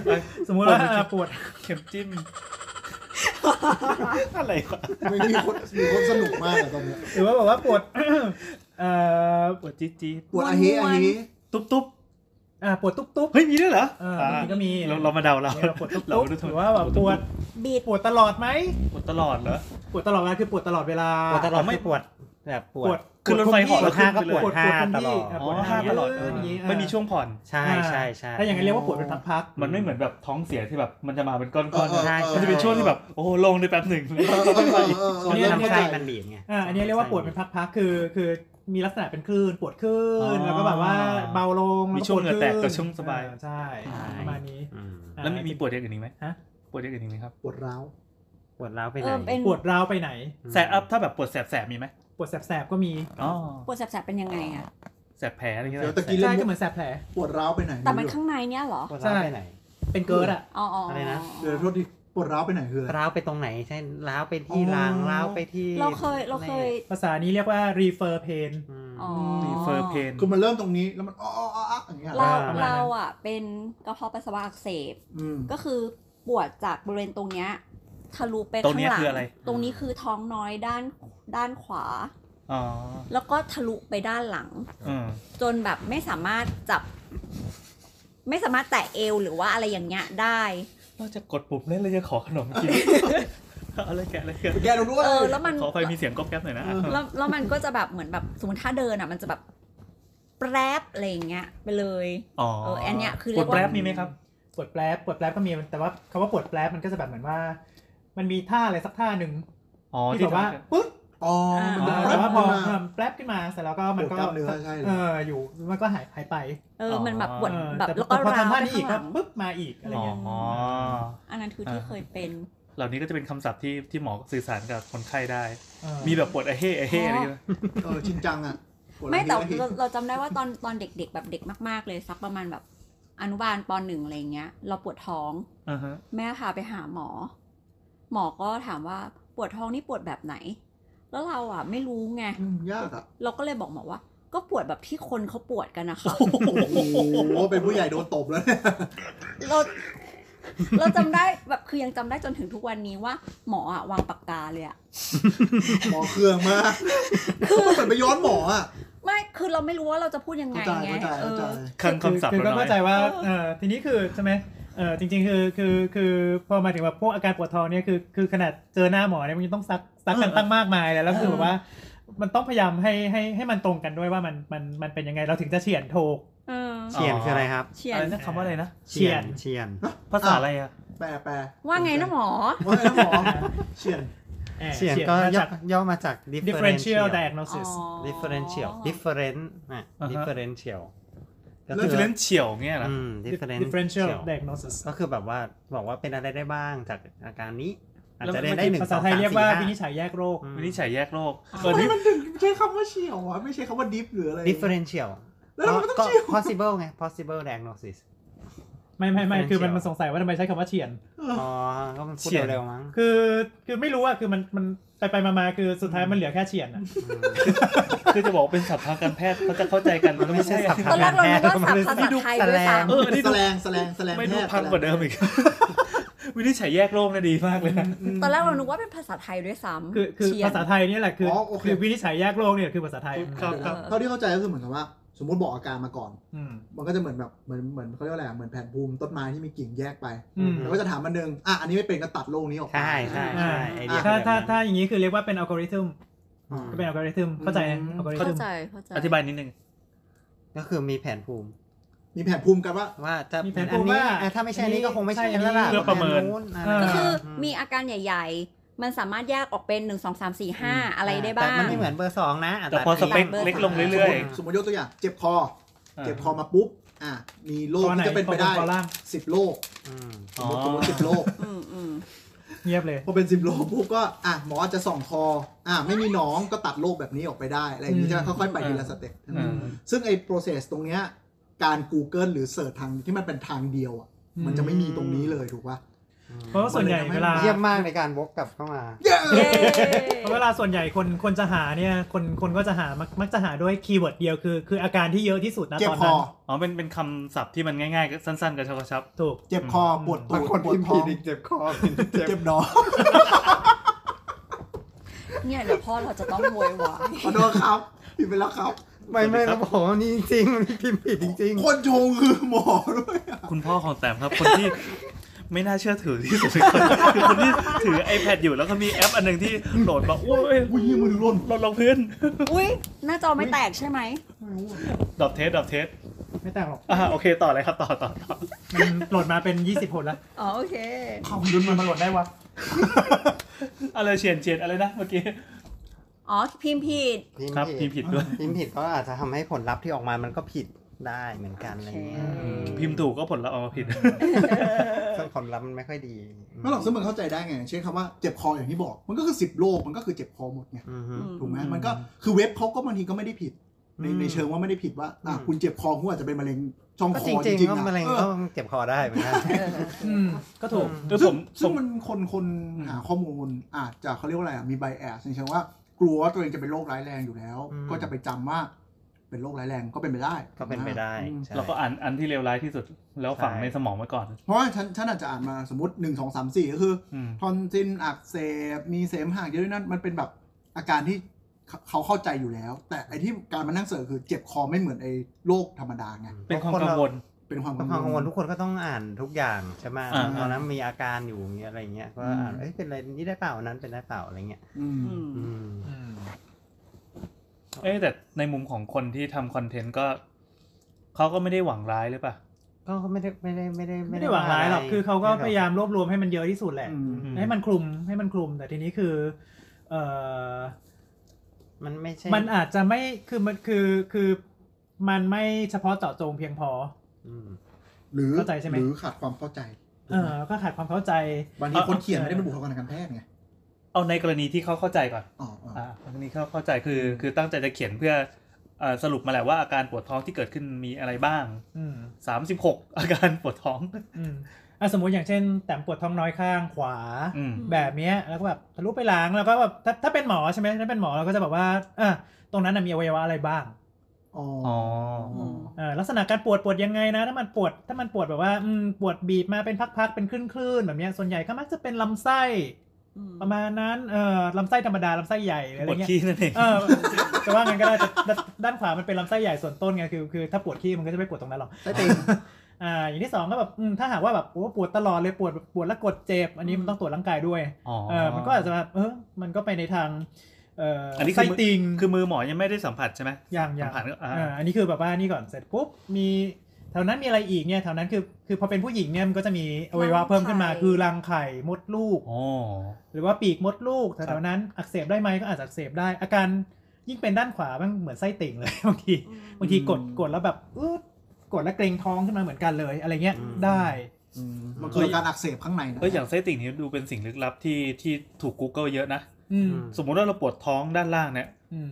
Speaker 4: เออสมมุติว่า
Speaker 6: ปวดเหมือนเข็ม
Speaker 4: ปวด
Speaker 6: เข็มจิ้ม อะไรวะ
Speaker 5: ๆไม่มีคนมีคนสนุกมากอะตอนเนี้ย
Speaker 4: หรือว่าแบบว่าปวด เอ่อ
Speaker 6: ปวดจี๊ดจี๊ด
Speaker 5: ปวดอาเฮอาเฮ
Speaker 6: ตุ๊บตุ๊บ
Speaker 4: อ่าปวดตุ๊บตุ๊บ
Speaker 6: เฮ้ยมีด้วยเหรอ
Speaker 4: เออมีก็มี
Speaker 6: เราเรามาเดาเรา
Speaker 4: เนี่ยเราปวดตุ๊บ
Speaker 6: เรา
Speaker 4: ตุ๊บ
Speaker 6: ดูถูก
Speaker 4: หรือว่าแบบปวด
Speaker 2: บิด
Speaker 4: ปวดตลอดไหม
Speaker 6: ปวดตลอดเหรอ
Speaker 4: ปวดตลอดเวลาคือปวดตลอดเวลา
Speaker 3: ปวดตลอด
Speaker 6: ไม่
Speaker 3: ไม่ปวดแบบปว
Speaker 4: ปวด
Speaker 3: ด
Speaker 6: คือรถไฟเหอ
Speaker 3: ปวดห้า
Speaker 6: แล้ว
Speaker 3: ก็
Speaker 6: ขึ้น
Speaker 3: ปวด
Speaker 6: ไป
Speaker 3: ห้าตล
Speaker 6: เลย
Speaker 3: อ
Speaker 4: ป
Speaker 3: ด
Speaker 4: วด
Speaker 6: อ๋
Speaker 4: ป
Speaker 6: อ
Speaker 4: วด
Speaker 6: ห้าตลอด
Speaker 4: เอออย่างงี้อ่ะ
Speaker 6: ไม่มีช่วงผ่อน
Speaker 3: ใช่ใช่ใช่
Speaker 4: ถ้าอย่างนั้นเรียกว่าปวดเป็นพัก
Speaker 6: มันไม่เหมือนแบบท้องเสียที่แบบมันจะมาเป็นก้อน
Speaker 5: เออ
Speaker 6: ๆ
Speaker 5: เอออ
Speaker 6: นะ
Speaker 5: อ
Speaker 3: ใช่
Speaker 6: มันจะเป็นช่วงที่แบบโอ้โหลงในแป๊บหนึ่ง
Speaker 5: เออเออเออเออ
Speaker 3: ช่วงที่
Speaker 5: เริ่มเข้า
Speaker 3: ลำ
Speaker 5: ใจ
Speaker 3: ไส้มันบีบไง
Speaker 4: ๆอ่าอันนี้เรียกว่าปวดเป็นพักๆคือคือมีลักษณะเป็นคลื่นปวดคลื่
Speaker 6: อ๋
Speaker 4: น
Speaker 6: อ
Speaker 4: แล้วก็แบบว่าเบาลง
Speaker 6: มี
Speaker 4: แล้ก็
Speaker 6: ช่วงเหงื่อแตกกับช่วงสบาย
Speaker 4: อ่ใช่ประมาณนี้
Speaker 3: อืม
Speaker 6: แล้วมีมีปวดอย่างอื่นอีกไหม
Speaker 4: ฮะ
Speaker 6: ปวดอย่างอื่นอีกไหมครับ
Speaker 5: ปวดร้าว
Speaker 3: ปวดร้าวไปไห
Speaker 2: เอน อเป็น
Speaker 4: ปวดร้าวไปไหน
Speaker 6: แสบอัพถ้าแบบปวดแสบแสบๆมีไหม
Speaker 4: ปวดแสบๆก็มี
Speaker 6: อ๋อ
Speaker 2: ปวดแสบๆเป็นยังไงอะ
Speaker 6: แสบแผลอะไรอย่างเงี้ย
Speaker 5: เดี๋ยวตะกี้เล่
Speaker 4: ใช่
Speaker 5: น
Speaker 4: ก็เหมือนแสบแผล
Speaker 5: ปวดร้าวไปไหน
Speaker 2: แต่มันข้างในเนี่ยเหรอ
Speaker 3: ปวดร้าวไปไหน
Speaker 4: เป็นเกิร์ดอ่ะ
Speaker 2: อ๋ออ๋อ
Speaker 3: อะไรนะ
Speaker 5: เดี๋ยวโทษทีปวดร้าวไปไหนคืออะไร
Speaker 3: ร้าวไปตรงไหนใช่ร้าวไปที่ราง
Speaker 5: อ๋อ
Speaker 3: ร้าวไปที่
Speaker 2: เราเคยเราเคย
Speaker 4: ภาษานี้เรียกว่า refer pain
Speaker 3: อืม
Speaker 2: อ๋อ
Speaker 6: มีเฟอร์เพน
Speaker 5: คือมันเริ่มตรงนี้แล้วมันอ้ออ้ออ้ออ้ออย่างเงี้ย
Speaker 2: เรา
Speaker 3: ประมาณนั้น
Speaker 2: เราอ่ะเป็นกระเพาะปัสสาวะอักเสบ
Speaker 5: อืม
Speaker 2: ก็คือปวดจากบริเวณตรงเนี้ยทะลุไป
Speaker 6: ตร
Speaker 2: ข้า
Speaker 6: ง
Speaker 2: ง
Speaker 6: เนี้ย
Speaker 2: หลัง
Speaker 6: คืออะไร
Speaker 2: ตรงนี้คือท้องน้อยด้านด้านขวา
Speaker 6: อ๋อ
Speaker 2: แล้วก็ทะลุไปด้านหลัง
Speaker 6: อืม
Speaker 2: จนแบบไม่สามารถจับ ไม่สามารถแตะเอวหรือว่าอะไรอย่างเงี้ยได้
Speaker 6: นอกจากกดปุ่มเล่นเลยจะขอขนมกิน เอาเลยแกะเลยแกะ
Speaker 5: แกลงด้วย
Speaker 2: เออ แล้วมัน
Speaker 6: ขอไฟมีเสียงก๊อบแก๊บหน่อยนะอ่ะ
Speaker 2: แล้วแล้วมันก็จะแบบเหมือนแบบสมมติถ้าเดินอ่ะ มันจะแบบแปรบอะไรอย่างเงี้ยไปเลย
Speaker 6: อ๋อ
Speaker 2: เอออันเนี้ยคือเรี
Speaker 6: ก
Speaker 2: ย
Speaker 6: ด
Speaker 2: ก
Speaker 6: แป
Speaker 2: ว่า
Speaker 6: รบมีไหมครับ
Speaker 4: ปวดแปรบปวดแปรบก็มี แต่ว่าคำว่าปวดแปรบมันก็จะแบบเหมือนว่า มันมีท่าอะไรสักท่าหนึ่ง
Speaker 6: อ๋อ
Speaker 4: ที่แบบว่าปึ๊บ
Speaker 5: อ๋อ มันจะ
Speaker 4: อ่า
Speaker 5: แป๊
Speaker 4: แต่
Speaker 5: บ
Speaker 4: ว่าพ
Speaker 5: ขึ้
Speaker 4: อน
Speaker 5: มา
Speaker 4: แปรบขึ้นมาเสร็จแล้วก็มันก็
Speaker 5: ปวดกล้ามเนื้อใช่เลย
Speaker 4: เอออยู่มันก็หายหายไป
Speaker 2: เออ มันแบบปวด
Speaker 4: เออ
Speaker 2: แบบ
Speaker 4: แต่
Speaker 2: แล้ว
Speaker 4: พ
Speaker 2: ก็
Speaker 4: อพอ
Speaker 2: ร้าว
Speaker 4: ทำ
Speaker 2: ไป
Speaker 4: ท่านี้อี
Speaker 2: ข้าก
Speaker 4: ก็
Speaker 2: งหลัง
Speaker 4: ปึ๊บมาอีกอะไร
Speaker 6: อ๋อ
Speaker 4: เงี้ย
Speaker 6: อ๋อ
Speaker 2: อันนั้นคือที่เคยเป็น
Speaker 6: เหล่านี้ก็จะเป็นคำศัพท์ที่ที่หมอสื่อสารกับคนไข้ได้
Speaker 4: เออ
Speaker 6: มีแบบปวดไอะเฮ่ไอะเฮ่อะไรอย่างเงี้ย
Speaker 5: เออจริงจังอ่ะปวดร้าว
Speaker 2: ไม่แต่
Speaker 5: ที่
Speaker 2: เราเราจำได้ว่าตอนตอนเด็กๆ แบบเด็กมากๆเลยสักประมาณแบบอนุบาลปหนึ่งอะไรเงี้ย เราปวดท้อง
Speaker 6: อ่าฮะ
Speaker 2: แม่พาไปหาหมอ หมอก็ถามว่าปวดท้องนี่ปวดแบบไหน แล้วเราอ่ะไม่รู้ไง
Speaker 5: อืมยากอ่ะ
Speaker 2: เราก็เลยบอกหมอว่า ก็ปวดแบบที่คนเขาปวดกันนะคะ
Speaker 5: โอ้โห เป็นผู้ใหญ่โดนตบแล้วเนี่ย
Speaker 2: เรา เราจำได้แบบคือยังจำได้จนถึงทุกวันนี้ว่า หมออ่ะวางปากกาเลยอ่ะ
Speaker 5: หมอเครื่องมากคือมันเหมือนไปย้อนหมออ่ะ
Speaker 2: ไม่คือเราไม่รู้ว่าเราจะพูดยังไง
Speaker 5: เข้าใจ
Speaker 2: ไง
Speaker 5: เข้าใจ
Speaker 2: เอ
Speaker 5: เข้าใจ
Speaker 2: อ
Speaker 6: คลังคำศัพท์
Speaker 4: คือ
Speaker 6: เรา
Speaker 4: ก็
Speaker 6: น้อ
Speaker 4: เข้ายใจว่าเออทีนี้คือใช่ไหมเออจริงๆคือคือคือพอมาถึงแบบพวกอาการปวดท้องเนี่ยคือคือขนาดเจอหน้าหมอเนี่ยมันยังต้องซักซักกันตั้งมากมายเลยแล้วคือแบบว่า มันต้องพยายามให้ให้ให้มันตรงกันด้วยว่ามันมันมันเป็นยังไงเราถึงจะเฉียนถูก
Speaker 2: เออ
Speaker 3: เฉียนคืออะไรครับ
Speaker 2: เฉีย
Speaker 6: อะ
Speaker 2: น
Speaker 6: ไรนะคำว่าอะไรนะ
Speaker 4: เฉียน
Speaker 3: เฉียน
Speaker 6: ภาษาอะไรอ่ะ
Speaker 5: แปลแปล
Speaker 2: ว่าไงนะหมอ
Speaker 5: ว่าไงนะหมอ เชียน
Speaker 4: อ่อ
Speaker 3: เฉียนก็
Speaker 4: มา
Speaker 3: ย่อ
Speaker 4: จาก
Speaker 3: ย่อมาจาก
Speaker 4: differential
Speaker 3: differential
Speaker 4: diagnosis
Speaker 3: differential
Speaker 2: อ๋อ
Speaker 3: different นะ
Speaker 6: อ่าฮะ
Speaker 3: differential ก็
Speaker 6: แล้ว
Speaker 3: คือ
Speaker 6: จะเล่นเฉียวเงี้ยเหรอ
Speaker 3: อืม
Speaker 4: differential
Speaker 3: differential
Speaker 4: diagnosis
Speaker 3: ก็คือแบบว่าบอกว่าเป็นอะไรได้บ้างจากอาการนี้ อาจจะ
Speaker 6: แล้ว
Speaker 3: เรียนได้หนึ่ง
Speaker 4: ภา
Speaker 3: ส
Speaker 4: ษา
Speaker 3: อง
Speaker 4: ไทย
Speaker 3: สาม
Speaker 4: เรียก
Speaker 3: สี่
Speaker 4: ว่า
Speaker 3: ห้า
Speaker 4: วินิจฉัยแยกโรค
Speaker 3: อืม
Speaker 6: วินิจฉัยแยกโรค
Speaker 2: อ๋อ
Speaker 6: เออนี่
Speaker 5: มันถึงใช้คำว่าเฉียวอ่ะไม่ใช้คำว่าดิฟหรืออะไร
Speaker 3: differential
Speaker 5: แล้วทำไมต้อง
Speaker 3: ก็
Speaker 5: เฉียว
Speaker 3: possible ไง possible diagnosis
Speaker 4: ไม่ไม่ไม่
Speaker 3: differential
Speaker 4: คือมันมันสงสัยว่าทำไมใช้คำว่าเฉียน
Speaker 3: อ๋อ ก็มันพูดเร็วๆมั้ง
Speaker 4: คือคือไม่รู้อะคือมันมันไปไปมามาคือสุดท้ายมันเหลือแค่เฉียนอะ
Speaker 3: อืม
Speaker 6: คือจะบอกเป็นศัพท์ทางการแพทย์เขาจะเข้าใจกัน
Speaker 3: มันไม่ใช่ศัพท์
Speaker 2: ตอนแรกเราคิดว่าสับ
Speaker 3: ทำงานแพท
Speaker 2: ภา
Speaker 3: ย์
Speaker 2: ษาไทยด้วยซ้ำ
Speaker 6: เอออันนี้
Speaker 5: แส
Speaker 6: ดู
Speaker 5: ลงแสลงแสลง
Speaker 6: ไม่
Speaker 5: แพ
Speaker 6: ดู
Speaker 5: ทย์
Speaker 6: พังกว่าเดิมอีก วินิจฉัยแยกโรคเนี่ยดีมากเลยนะ
Speaker 2: ตอนแรกเรานึกว่าเป็นภาษาไทยด้วยซ้ำ
Speaker 4: คือคือ
Speaker 2: เชียน
Speaker 4: ภาษาไทยเนี่ยแหละคืออ
Speaker 5: อโอเค
Speaker 4: คือวินิจฉัยแยกโรคเนี่ยคือภาษาไทย
Speaker 6: ครับครับ
Speaker 5: เท่าที่เข้าใจก็คือเหมือนกับว่า สมมติบอกอาการมาก่อน
Speaker 4: อืม
Speaker 5: มันก็จะเหมือนแบบเหมือนเหมือนเขาเรียกว่าอะไรอะเหมือนแผ่นภูมิต้นไม้ที่มีกิ่งแยกไป
Speaker 4: อืม
Speaker 5: แล้วก็จะถามมันหนึงอ่ะอันนี้ไม่เป็นก็ตัดโรคนี้ออกไป
Speaker 3: ใช่ใช่ใช่ไอเดีย
Speaker 4: ถ้า
Speaker 3: แบบ
Speaker 4: ถ้า
Speaker 3: นั้น
Speaker 4: ถ้าอย่างนี้คือเรียกว่าเป็นอัลกอริทึม
Speaker 3: อืม
Speaker 4: ก็เป็นอัลกอริทึมเข้าใจ
Speaker 5: อืม
Speaker 4: อัลกอริทึ
Speaker 2: เข้าม ใจเข้าใจ
Speaker 6: อธิบายนิดนึง
Speaker 3: ก็คือมีแผนภูมิ
Speaker 5: มีแผ่นภูมิกันว่า
Speaker 3: ว่าจะ
Speaker 4: มีแผน
Speaker 3: อัน
Speaker 4: ภูมิ
Speaker 3: นี้
Speaker 4: ว่า
Speaker 3: อ่ะถ้าไม่ใช่อันนี้ก็คงไม่
Speaker 4: ใช่
Speaker 3: ใช่
Speaker 4: อันนี้
Speaker 3: แล้วล่ะ
Speaker 6: เพื่อประเมิน
Speaker 3: ก็
Speaker 4: เ
Speaker 2: ก็คือ
Speaker 3: ม
Speaker 2: มีอาการใหญ่ ๆ มันสามารถแยกออกเป็น 1 2 3 4 5 อะไรได้บ้า
Speaker 3: แต่
Speaker 2: ง
Speaker 3: มันไม่เหมือนเบอร์สองนะะ
Speaker 6: แต่พอสเปค
Speaker 3: ด
Speaker 6: เล็กลงเรื่อย
Speaker 5: สมมติยกตัวอย่างเจ็บคอ
Speaker 6: ๆ
Speaker 5: เจ็บคอมาปุ๊บ อ่ะ มีโรค
Speaker 4: ข้อไหน
Speaker 5: ที่จะเป็นไปได้
Speaker 4: ข้อล่าง
Speaker 5: สิบโรค
Speaker 3: อืม
Speaker 5: สมมติ
Speaker 6: อ๋อ
Speaker 5: สมมติสิบโรค
Speaker 2: อืมอืม
Speaker 4: เงียบเลย
Speaker 5: พอเป็นสิบโรคปุ๊บก็ อ่ะ หมอจะส่องคอ อ่ะ ไม่มีหน้องก็ตัดโรคแบบนี้ออกไปได้ อะไรอย่างนี้
Speaker 4: อืม
Speaker 5: ใช่ไหมค่อยๆ ไปทีละสเต็ป
Speaker 6: อืม
Speaker 5: ซึ่งไอ้ process ตรงเนี้ย การ Google หรือเสิร์ชทางที่มันเป็นทางเดียวอ่ะ มันจะไม่มีตรงนี้เลยถูกป่ะ
Speaker 4: เพราะว่าส่วนใหญ่
Speaker 5: มันเลยทำให้
Speaker 4: เวลา
Speaker 3: เยี่ยมมากในการวกกลับเข้ามา
Speaker 5: เย้
Speaker 2: เย้
Speaker 4: เพราะเวลาส่วนใหญ่คนคนจะหาเนี่ยคนคนก็จะหามักมักจะหาด้วยคีย์เวิร์ดเดียวคือ คืออาการที่เยอะที่สุดนะ
Speaker 5: เจ็
Speaker 4: ต
Speaker 5: บ
Speaker 4: อน
Speaker 5: คอ
Speaker 4: นั้น
Speaker 6: อ๋อเป็นเป็นคำศัพท์ที่มันง่ายๆก็สั้นๆกระชับกระชับ
Speaker 4: ถูก
Speaker 5: เจ็บคอ ปวดตู
Speaker 3: บาง
Speaker 5: ด
Speaker 3: คน
Speaker 5: ปว
Speaker 3: พิ
Speaker 5: ด
Speaker 3: มพ์
Speaker 5: ท้
Speaker 3: ผิด
Speaker 5: อง
Speaker 3: อีกเจ็บคอผิดอีกเจ็บ
Speaker 5: เจ็บหนอง
Speaker 2: เนี่ยเดี๋ยวพ่อเราจะต้องโวยวาย
Speaker 5: ขอโทษครับผิดไปแล้วครับ
Speaker 3: ไม่ไม่เราบอกว่านี่จริงๆมันพิมพ์ผิดจริง
Speaker 5: คนชงคือหมอด้วยอะ
Speaker 6: คุณพ่อของแต้มครับ คนที่ ไม่น่าเชื่อถือที่สุดคนคือคนที่ถือ iPad อยู่แล้วก็มีแอปอันหนึ่งที่โหลดมาโอ้ย
Speaker 5: อุ้ยมือหล่น
Speaker 6: ลงพื้น
Speaker 2: อุ้ยหน้าจอไม่แตกใช่ไหม
Speaker 6: ดอบเทสดอบเทส
Speaker 4: ไม่แต่งหรอก
Speaker 6: อ่าโอเคต่อเลยครับต่อต่อต่อ
Speaker 4: มันโหลดมาเป็น 20ผลละ
Speaker 2: อ๋อโอเค
Speaker 5: เขาดุนมันมาหล่นได้วะ
Speaker 6: อะไรเฉียนเฉียนอะไรนะเมื่อกี้
Speaker 2: อ๋อพิมพ์ผิด
Speaker 3: ๆพิมพ์
Speaker 6: ครับ
Speaker 3: ผิ
Speaker 6: พิ
Speaker 3: ด
Speaker 6: มพ์ผิดด้วย
Speaker 3: พิมพ์ผิดก็อาจจะทำให้ผลลัพธ์ที่ออกมามันก็ผิดได้เหมือนกันอะไรเงี้ย
Speaker 2: โอเค
Speaker 3: อืม
Speaker 6: พิมพ์ถูกก็ผลละออกมาผิด
Speaker 3: ซึ่งผลลัพธ์มันไม่ค่อยดี
Speaker 5: ไม่หรอกซึ่งมันเข้าใจได้ไงเช่นคำว่าเจ็บคออย่างที่บอก มันก็คือสิบโรคมันก็คือเจ็บคอหมดไง
Speaker 3: อือฮึ
Speaker 5: ถูกไหม
Speaker 6: อืม
Speaker 5: มันก็คือเว็บเขาก็บางทีก็ไม่ได้ผิด ใน
Speaker 3: อืม
Speaker 5: ในเชิงว่าไม่ได้ผิดว่าอ่ะ
Speaker 3: อืม
Speaker 5: คุณเจ็บคอคุณอาจจะเป็นมะเร็งช่อง
Speaker 3: ก็
Speaker 5: ค
Speaker 3: จ
Speaker 5: อจ
Speaker 3: ริง
Speaker 5: ริง
Speaker 3: ๆก็
Speaker 5: ๆนะ
Speaker 3: มะเร็ง
Speaker 5: เอ
Speaker 3: ก็
Speaker 5: อ
Speaker 3: เจ็บคอได้เหมือนกัน
Speaker 2: เออ
Speaker 4: อืมก็ถูก
Speaker 6: เออผ
Speaker 5: ซึ่ง
Speaker 6: มผ
Speaker 5: ซึ่ง
Speaker 6: ม
Speaker 5: มันคนคนคนหาข้อมูลอาจจะเขาเรียกว่าอะไรอ่ะมีไบแอสในเชิงว่ากลัวว่าตัวเองจะเป็นโรคร้ายแรงอยู่แล้ว
Speaker 3: อืม
Speaker 5: ก็จะไปจำว่าเป็นโรคร้ายแรงก็เป็นไปได้
Speaker 3: ก็เป็นไปได้
Speaker 5: อืม
Speaker 3: ใช่
Speaker 6: เราก็อ่านอันที่เลวร้ายที่สุด แล้วฝัง
Speaker 3: ใช่
Speaker 6: ในสมองไว้ก่อน
Speaker 5: เพราะว่าฉันฉันอาจจะอ่านมาสมมติหนึ่งสองสามสี่ก็คือ
Speaker 6: อืม
Speaker 5: ทอนซินอักเสบมีเสมหะเยอะด้วยนั่นมันเป็นแบบอาการที่เขาเขาเข้าใจอยู่แล้ว แต่ไอ้ที่การมานั่งเสิร์ชคือเจ็บคอไม่เหมือนไอ้โรคธรรมดาไง
Speaker 6: เป็นความกังวล
Speaker 5: เป็นความ
Speaker 3: ความกังวลทุกคนก็ต้องอ่านทุกอย่างใช่ไหม
Speaker 6: อ่า
Speaker 3: ตอนนั้นมีอาการอยู่อย่างเงี้ยอะไรเงี้ยก็อ่านเอ้ยเป็นอะไรนี่ได้เปล่าอันนั้นเป็นได้เปล่าอะไรเงี้ย
Speaker 5: อืม
Speaker 2: อืม
Speaker 3: อืม
Speaker 6: เอ้ยแต่ในมุมของคนที่ทำคอนเทนต์ก็เขาก็ไม่ได้หวังร้ายหรือเปล่า
Speaker 3: ก็ไม่ได้ไม่ได้ไม่ได้
Speaker 4: ไม่ได้หวังร้ายหรอก คือเขาก็พยายามรวบรวมให้มันเยอะที่สุดแหละ
Speaker 5: อืม
Speaker 6: อืม
Speaker 4: ให้มันคลุมให้มันคลุม แต่ทีนี้คือเอ่อ
Speaker 3: มันไม่ใช่
Speaker 4: มันอาจจะไม่ คือมันคือคือมันไม่เฉพาะเจาะจงเพียงพอ
Speaker 3: อืม
Speaker 5: หรือ
Speaker 4: เข้าใจใช่ไหม
Speaker 5: หรือขาดความเข้าใจ
Speaker 4: เออก็ขาดความเข้าใจ
Speaker 5: บางทีคนเขียนไม่ได้เป็นบุคลากรทางการแพทย์ไง
Speaker 6: เอาในกรณีที่เขาเข้าใจก่อน
Speaker 5: อ๋ออ๋อ
Speaker 6: อ่าอันนี้เข้าเข้าใจคือคือตั้งใจจะเขียนเพื่อเอ่อสรุปมาแหละว่าอาการปวดท้องที่เกิดขึ้นมีอะไรบ้าง
Speaker 4: อืม
Speaker 6: 36 อาการปวดท้อง
Speaker 4: อืมอ่ะสมมติอย่างเช่น แต้มปวดท้องน้อยข้างขวา
Speaker 6: อืม
Speaker 4: แบบเนี้ยแล้วก็แบบทะลุไปหลังแล้วก็แบบถ้าถ้าเป็นหมอใช่ไหมถ้าเป็นหมอเราก็จะแบบว่าเออตรงนั้นนะมีอวัยวะอะไรบ้าง
Speaker 5: อ๋อ
Speaker 6: อ๋
Speaker 5: อ๋
Speaker 6: อ
Speaker 2: อืม
Speaker 4: เอ่อลักษณะการปวดปวดยังไงนะ ถ้ามันปวดถ้ามันปวดแบบว่าอืมปวดบีบมาเป็นพักๆเป็นคลื่นๆแบบเนี้ยส่วนใหญ่ก็มักจะเป็นลำไส้
Speaker 2: อืม
Speaker 4: ประมาณนั้นเอ่อลำไส้ธรรมดาลำไส้ใหญ่หรืออะ
Speaker 6: ป
Speaker 4: ไร
Speaker 6: วด
Speaker 4: เงี้ย
Speaker 6: ขี้นั่นเอง
Speaker 4: เออจะว่างั้นก็ได้แต่ด้านด้านขวามันเป็นลำไส้ใหญ่ส่วนต้นไงคือคือถ้าปวดขี้มันก็จะไม่ปวดตรงนั้นหรอก
Speaker 5: ใต้ติ่ง
Speaker 4: อ่าอย่างที่สองก็แบบอืมถ้าหากว่าแบบโอ้ปวดตลอดเลยปวดปวดแล้วกดเจ็บอันนี้มันต้องตรวจร่างกายด้วย
Speaker 6: อ๋อ
Speaker 4: เออมันก็อาจจะแบบเออมันก็ไปในทางเอ่ออน
Speaker 6: นี้คือ
Speaker 4: ไส้ติ่ง
Speaker 6: คือมือหมอยังไม่ได้สัมผัสใช่ไหม
Speaker 4: อย่างอย่าง
Speaker 6: สัมผัสก็อ่า
Speaker 4: เอ่ออันนี้คือแบบว่านี่ก่อนเสร็จปุ๊บมีแถวนั้นมีอะไรอีกเนี่ยแถวนั้นคือคือพอเป็นผู้หญิงเนี่ยมันก็จะมีอวัยวะ
Speaker 2: รังไข่
Speaker 4: เพิ่มขึ้นมาคือรังไข่มดลูก
Speaker 6: โอ้
Speaker 4: หรือว่าปีกมดลูกแถ
Speaker 6: ครั
Speaker 4: ว
Speaker 6: บ
Speaker 4: ๆนั้นอักเสบได้ไหมก็อาจจะอักเสบได้ อาการยิ่งเป็นด้านขวามันเหมือนไส้ติ่งเลย บางที
Speaker 2: อืม
Speaker 4: บางทีกดกดแล้วแบบอืดกดแล้วเกรงท้องขึ้นมาเหมือนกันเลยอะไรเงี้ยได้
Speaker 5: อืมมันคือการอักเสบข้างในนะ
Speaker 6: เอ้ยอย่างไส้ติ่งนี้ดูเป็นสิ่งลึกลับที่ที่ถูก Google เยอะนะ
Speaker 4: อืม
Speaker 6: สมมุติว่าเราปวดท้องด้านล่างเนี่ย
Speaker 4: อืม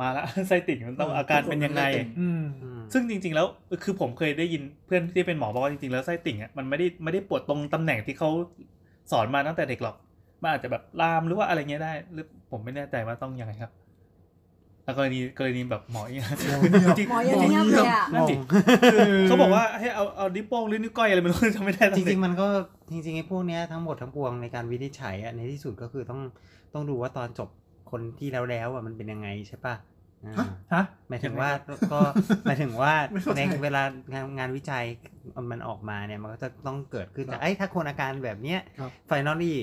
Speaker 6: มาละ ไส้ติ่งมันต้องอาการเป็นยังไง
Speaker 4: อืม
Speaker 3: อืม
Speaker 6: ซึ่งจริง ๆ แล้วคือผมเคยได้ยินเพื่อนที่เป็นหมอบอกว่าจริงๆแล้วไส้ติ่งอ่ะมันไม่ได้ไม่ได้ปวดตรงตำแหน่งที่เขาสอนมาตั้งแต่เด็กหรอก มันอาจจะแบบลามหรือว่าอะไรเงี้ยได้ หรือผมไม่แน่ใจว่าต้องยังไงครับ แล้วกรณีกรณีแบบหมอเอง จริง
Speaker 2: หมอยังเงียบเลยอ่ะ
Speaker 6: นั่นสิ
Speaker 4: คือ
Speaker 6: เขาบอกว่าให้เอาเอานิ้วโป้งหรือนิ้วก้อยอะไรไม่รู้จำไม่ได้ตอ
Speaker 3: จ
Speaker 6: นเด็ก
Speaker 3: ริงๆมันก็จริงๆไอ้พวกเนี้ยทั้งหมดทั้งปวงในการวินิจฉัยอะในที่สุดก็คือต้องต้องดูว่าตอนจบคนที่แล้วแล้วอะมันเป็นยังไงใช่ปะอ่า
Speaker 5: ฮะ
Speaker 4: ฮะ
Speaker 3: หมายถึงว่า ก็หมายถึงว่า
Speaker 5: ไม่เข้าใจ
Speaker 3: ในเวลางานงานวิจัยมันออกมาเนี่ยมันก็จะต้องเกิดขึ้นจากไอ้ยถ้าคนอาการแบบเนี้ย
Speaker 5: ครับ
Speaker 3: ไฟนอลลี่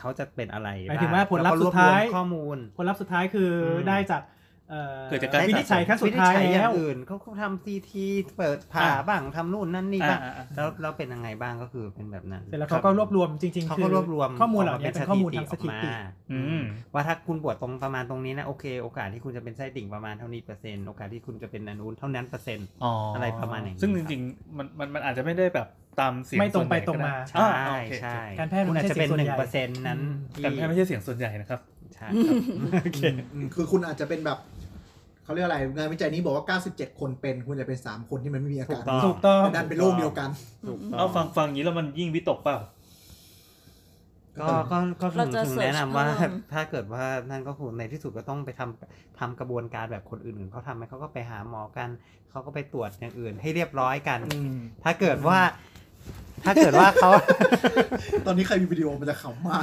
Speaker 3: เขาจะเป็นอะไร
Speaker 4: หมายถึงว่าผลลัพธ์
Speaker 3: แก็
Speaker 4: สุดท้าย
Speaker 3: รวบรวมข้อมูล
Speaker 4: ผลลัพธ์สุดท้ายคืออ
Speaker 3: ม
Speaker 4: ได้จากเอ่อ
Speaker 6: เกิดจากการ
Speaker 4: วินิจฉัยครั้งสุดท้าย
Speaker 3: วินิจฉัอ
Speaker 4: แล้
Speaker 3: ย่าว งอื่นเขาเขาทำซีทีเปิดผ่า
Speaker 6: อ่า
Speaker 3: บ้างทำนู่นนั่นนี่บ้าง
Speaker 6: อ่าอ่าอ่า
Speaker 3: แล้วแล้วเป็นยังไงบ้างก็คือเป็นแบบนั้น
Speaker 4: เสร็จแล้วเขาก็รวบรวมจริงๆ
Speaker 3: เขา
Speaker 4: คือ
Speaker 3: ก็รวบรวม
Speaker 4: ข้อมูลเหล่านี้
Speaker 3: ก
Speaker 4: เป็นข้อมูลทางสถิติ
Speaker 3: ออกมา
Speaker 6: อืม
Speaker 3: ว่าถ้าคุณปวดตรงประมาณตรงนี้นะโอเค โอกาสที่คุณจะเป็นไส้ติ่งประมาณเท่านี้เปอร์เซ็นต์โอกาสที่คุณจะเป็นอนุนเท่านั้นเปอร์เซ็นต์ อะไรประมาณอย่างนี้
Speaker 6: ซึ่งจริงๆมันมันมันอาจจะไม่ได้แบบตามเสียง
Speaker 4: ไม่ตรงไป
Speaker 6: ส่วนให
Speaker 4: ตรง
Speaker 6: ญ่ก็ด้
Speaker 4: มา
Speaker 3: ใช่
Speaker 6: อ่าโอเค
Speaker 3: ใช่
Speaker 4: การแพทย์มั
Speaker 3: คุ
Speaker 4: นไม่
Speaker 3: ณอาจ
Speaker 4: ใช่
Speaker 3: จะเป็น
Speaker 4: สิ่งส่วน
Speaker 3: หนึ่
Speaker 4: ให
Speaker 3: ง
Speaker 4: ญ่
Speaker 3: เปอร์เซ็นต์นั้นที่
Speaker 6: แต่ไม่ใช่เสียงส่วนใหญ่นะครับ
Speaker 3: ใช่ครับโอเค
Speaker 5: อืมคือคุณอาจจะเป็นแบบเขาเรียกอะไรงานวิจัยนี้บอกว่า 97 คนเป็น คุณจะเป็น 3 คนที่มันไม่มีอาการ
Speaker 4: ถูกต้อง
Speaker 5: แต่ดันเป็นโรคเดียวกัน
Speaker 3: ถูกต้
Speaker 6: เอา
Speaker 3: อง
Speaker 6: ฟังฟังอย่างนี้แล้วมันยิ่งวิตกเปล่า
Speaker 3: ก็ก็ก็ถึ
Speaker 2: เรา
Speaker 3: ง
Speaker 2: จะ
Speaker 3: ถึง
Speaker 2: search
Speaker 3: แนะนำว่า
Speaker 2: เพิ่ม
Speaker 3: ถ้าเกิดว่านั่นก็คือในที่สุดก็ต้องไปทำทำกระบวนการแบบคนอื่นๆเขาทำไหมเขาก็ไปหาหมอกันเขาก็ไปตรวจอย่างอื่น ให้เรียบร้อยกัน ถ้าเกิดว่า ถ้าเกิดว่าเขา
Speaker 5: ตอนนี้ใครมีวิดีโอมันจะขำมาก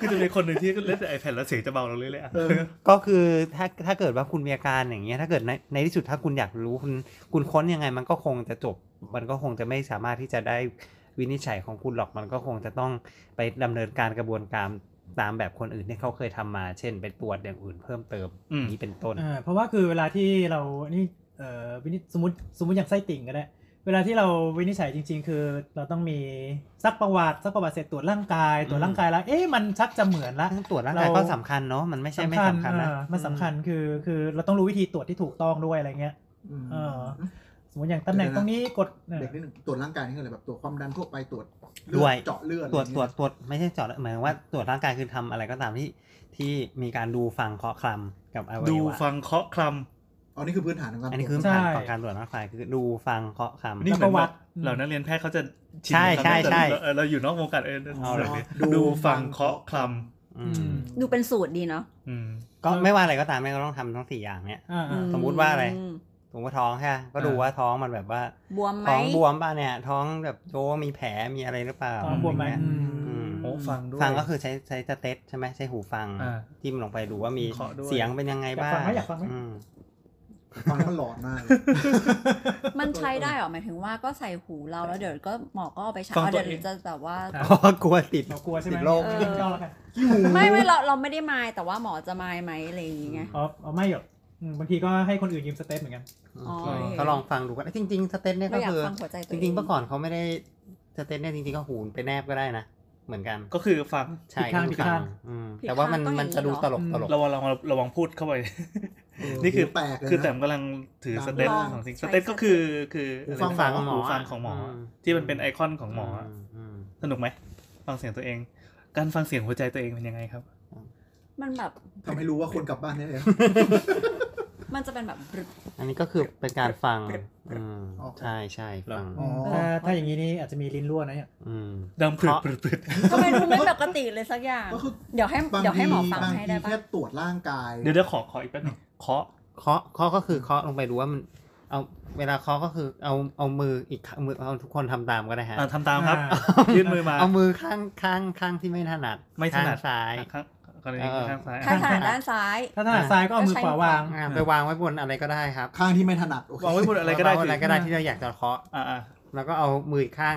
Speaker 6: คือจะมีคนหนึ่งที่เล่นแต่ไอแพดแล้วเสียงจะเบาลงเรื่อยๆอะ
Speaker 5: เออ
Speaker 3: ก็คือถ้าถ้าเกิดว่าคุณมีอาการอย่างเงี้ยถ้าเกิดในในที่สุดถ้าคุณอยากรู้คุณคุณค้นยังไงมันก็คงจะจบ มันก็คงจะไม่สามารถที่จะได้วินิจฉัยของคุณหรอกมันก็คงจะต้องไปดำเนินการกระบวนการตามแบบคนอื่นที่เขาเคยทำมา เช่น ไปตรวจอย่างอื่นเพิ่มเติม
Speaker 6: อืม
Speaker 3: นี้เป็นต้น
Speaker 4: อ่าเพราะว่าคือเวลาที่เรานี่เอ่อวินิจสมมติสมมติอย่างไส้ติ่งก็ได้ เวลาที่เราวินิจฉัยจริง ๆ คือเราต้องมีซักประวัติซักประวัติเสร็จตรวจร่างกายตรวจร่างกายแล้วเอ๊ะมันชักจะเหมือนละ
Speaker 3: ทั้งตรวจร่างกาย
Speaker 4: เรา
Speaker 3: ก็สำคัญเนาะมันไม่ใช่ไม่สำคัญนะ
Speaker 4: เออมันสำคัญคือคือเราต้องรู้วิธีตรวจที่ถูกต้องด้วยอะไรเงี้ย เออ สมมติอย่างตำแหน่งตรงนี้กดเออ
Speaker 5: เด็กนิดหนึ่งตรวจร่างกายนี่คืออะไรแบบตรวจความดันทั่วไปตรวจเลื
Speaker 3: ด้
Speaker 5: อ
Speaker 3: วย
Speaker 5: ดเจาะเลือด
Speaker 3: ตรวจต
Speaker 5: อะ
Speaker 3: รวจ
Speaker 5: ไอย่าง
Speaker 3: ต
Speaker 5: เงี้ย
Speaker 3: รวจไม่ใช่เจาะเหมือนว่าตรวจร่างกายคือทำอะไรก็ตามที่ที่มีการดูฟังเคาะคลำกับอวัยวะ
Speaker 6: ดูฟังเคาะคล
Speaker 5: อ๋อนี่คือพื้นฐานของการ
Speaker 3: อันนี้
Speaker 5: ตร
Speaker 3: คื
Speaker 5: ว
Speaker 3: อ
Speaker 5: จ
Speaker 3: ผ่านของการตรวจร่างกายคือดูฟังเคาะคำ
Speaker 6: นี่
Speaker 4: แล้วประวัติ
Speaker 6: ำเหล่านักเรียนแพทย์เขาจะน
Speaker 3: ใช่
Speaker 6: กับ
Speaker 3: ใช่
Speaker 6: คำนั้น
Speaker 3: ใช่
Speaker 6: แต่เราเออเราอยู่นอกวงการเออ
Speaker 3: เอาเลย
Speaker 6: ดูดูฟังเคาะคล
Speaker 3: อื
Speaker 4: อื
Speaker 3: ม
Speaker 4: ม
Speaker 2: ดูเป็นสูตรดีเนาะ
Speaker 6: ำอืม
Speaker 3: ก็ไม่ว่าอะไรก็ตามแม่งก็ต้องทำทั้งสี่อย่างเนี่ย
Speaker 4: อ่า
Speaker 2: อื
Speaker 4: อ่า
Speaker 3: สมมุติว่าอะไร สมมติว่าท้องใช่ไหมก็ดู
Speaker 6: อ่า
Speaker 3: ว่าท้องมันแบบว่า
Speaker 2: บวมไหม
Speaker 3: ท้องบวมป่ะเนี่ย ท้องแบบโยมีแผลมีอะไรหรือเปล่า
Speaker 4: ท้องบวมไหม
Speaker 3: ะรเงี้ย
Speaker 2: อืม
Speaker 6: โอ้ฟังด้วย
Speaker 3: ฟังก็คือใช้ใช้สเตตใช่ไหมใช้หูฟัง
Speaker 6: อ่า
Speaker 3: จิ้มลงไปดูว่ามี
Speaker 6: เคาะด้วย
Speaker 3: เสียงเป็นยังไงบ้าง
Speaker 4: อยากฟังไหมอยากฟังไหม
Speaker 3: อืม
Speaker 5: ฟังมันหลอนมากเลย
Speaker 2: มันใช้ได้เหรอหมายถึงว่าก็ใส่หูเราแล้วเดี๋ยวก็หมอก็เอาไปใช้
Speaker 6: ฟัง
Speaker 2: เอา
Speaker 6: ตัว
Speaker 2: เดี๋ยว
Speaker 6: เอง
Speaker 2: จะแบบว่า
Speaker 4: ครับ
Speaker 3: ก็กลัวติด
Speaker 4: เรากลัวใช่ไหม
Speaker 3: ติดโรค
Speaker 4: เออแล้วกัน
Speaker 2: ไม่ไม่เราเราไม่ได้มายแต่ว่าหมอจะมายไหมอะไรอย่างเงี้ย
Speaker 4: อ๋ออ๋อไม่หรอกอืมบางทีก็ให้คนอื่นยืมสเตปเหมือนกัน
Speaker 2: อ๋อ
Speaker 3: ก็ลองฟังดูก็ได้จริง ๆ สเตตเนี่ย
Speaker 2: เรา
Speaker 3: ก็
Speaker 2: อยาก
Speaker 3: คือ
Speaker 2: ฟังหัวใจตัว
Speaker 3: จ
Speaker 2: เอง
Speaker 3: ริงๆเมื่อก่อนเขาไม่ได้สเตตเนี่ยจริงๆก็หูไปแนบก็ได้นะเหมือนกัน
Speaker 6: ก็คือฟัง
Speaker 3: ใช่
Speaker 4: ผิดข้างผิดข้าง
Speaker 3: อืม
Speaker 2: ผิด
Speaker 3: แต่ว่ามัน
Speaker 2: ข้างต้อง
Speaker 3: มัน
Speaker 2: อย่างนี้
Speaker 3: จะดูตลก
Speaker 4: เหร
Speaker 3: ต
Speaker 4: อ
Speaker 3: ลก
Speaker 6: ระวังระวังระวังพูดเข้าไป นี่
Speaker 5: นี่
Speaker 6: คื
Speaker 5: คือ อแปลกเลยนะ
Speaker 6: คือแต่ผมกำลังถือสเตต
Speaker 2: ลอง
Speaker 6: ของจริง
Speaker 2: ใช้
Speaker 6: สเตตก็คือคือ
Speaker 5: หูฟัง
Speaker 6: อะไรนะ
Speaker 3: หมอ
Speaker 6: หูฟังของหมออ
Speaker 3: ม
Speaker 6: ที่มันเป็นไอคอนของหมอ
Speaker 3: ม
Speaker 6: สนุกไหมฟังเสียงตัวเอง การฟังเสียงหัวใจตัวเองเป็นยังไงครับ
Speaker 2: มันแบบ
Speaker 5: ทำให้รู้ว่าคนกลับบ้านได้แล้ว
Speaker 2: มันจะเป็นแบบบรึบ
Speaker 3: อันนี้ก็คือเป็นการฟังอืม
Speaker 5: ออก
Speaker 3: ใช่ใช่ฟัง
Speaker 5: อ๋อ
Speaker 4: ถ้าถ้าอย่างนี้นี่อาจจะมีลิ้นรั่วนะเนี่ย
Speaker 3: อืม
Speaker 6: ดังปรึด
Speaker 3: เคาะ
Speaker 6: ปรึดปรึด
Speaker 2: ก็ไม่รู้ไม่ปกติเลยสักอย่าง
Speaker 5: ก็คือ
Speaker 2: เดี๋ยวให้
Speaker 5: บาง
Speaker 2: เดี๋ยวให้
Speaker 5: ที
Speaker 2: หมอฟัง
Speaker 5: บาง
Speaker 2: ให้
Speaker 5: ที
Speaker 2: ได้
Speaker 5: แค่
Speaker 2: ปะ
Speaker 5: ตรวจร่างกาย
Speaker 6: เดี๋ยวเดี๋ยวขอขออีกแป๊บหนึงเคาะ
Speaker 3: เคาะเคาะก็คือเคาะลงไปดูว่ามันเอาเวลาเคาะก็คือเอาเอามืออีกข้างมือเอาทุกคนทำตามก็ได้ฮะ
Speaker 6: อ่าทำตามครับ
Speaker 4: อ่า
Speaker 6: ยื่นมือมา
Speaker 3: เอามือข้างข้างข้างที่ไม่ถนัด
Speaker 6: ไม่ถนัด
Speaker 3: ข้างซ้าย
Speaker 6: อ่ะข้างกรณี
Speaker 3: เออ
Speaker 6: ข้างซ้าย
Speaker 2: ข้าง
Speaker 6: อ่ะ
Speaker 2: ขานด้านซ้าย
Speaker 4: ถ้าถนัดซ้ายก็เอามือขวาวาง
Speaker 3: อ่าไปวางไว้บนอะไรก็ได้ครับ
Speaker 5: ข้างที่ไม่ถนัดโอเคว
Speaker 6: างไว้บนอะไรก็ได้
Speaker 3: วางว้บน
Speaker 6: คือ
Speaker 3: อะไรก็ได้ที่เราอยากจะเคาะ
Speaker 6: อ่าอ่า
Speaker 3: แล้วก็เอามืออีกข้าง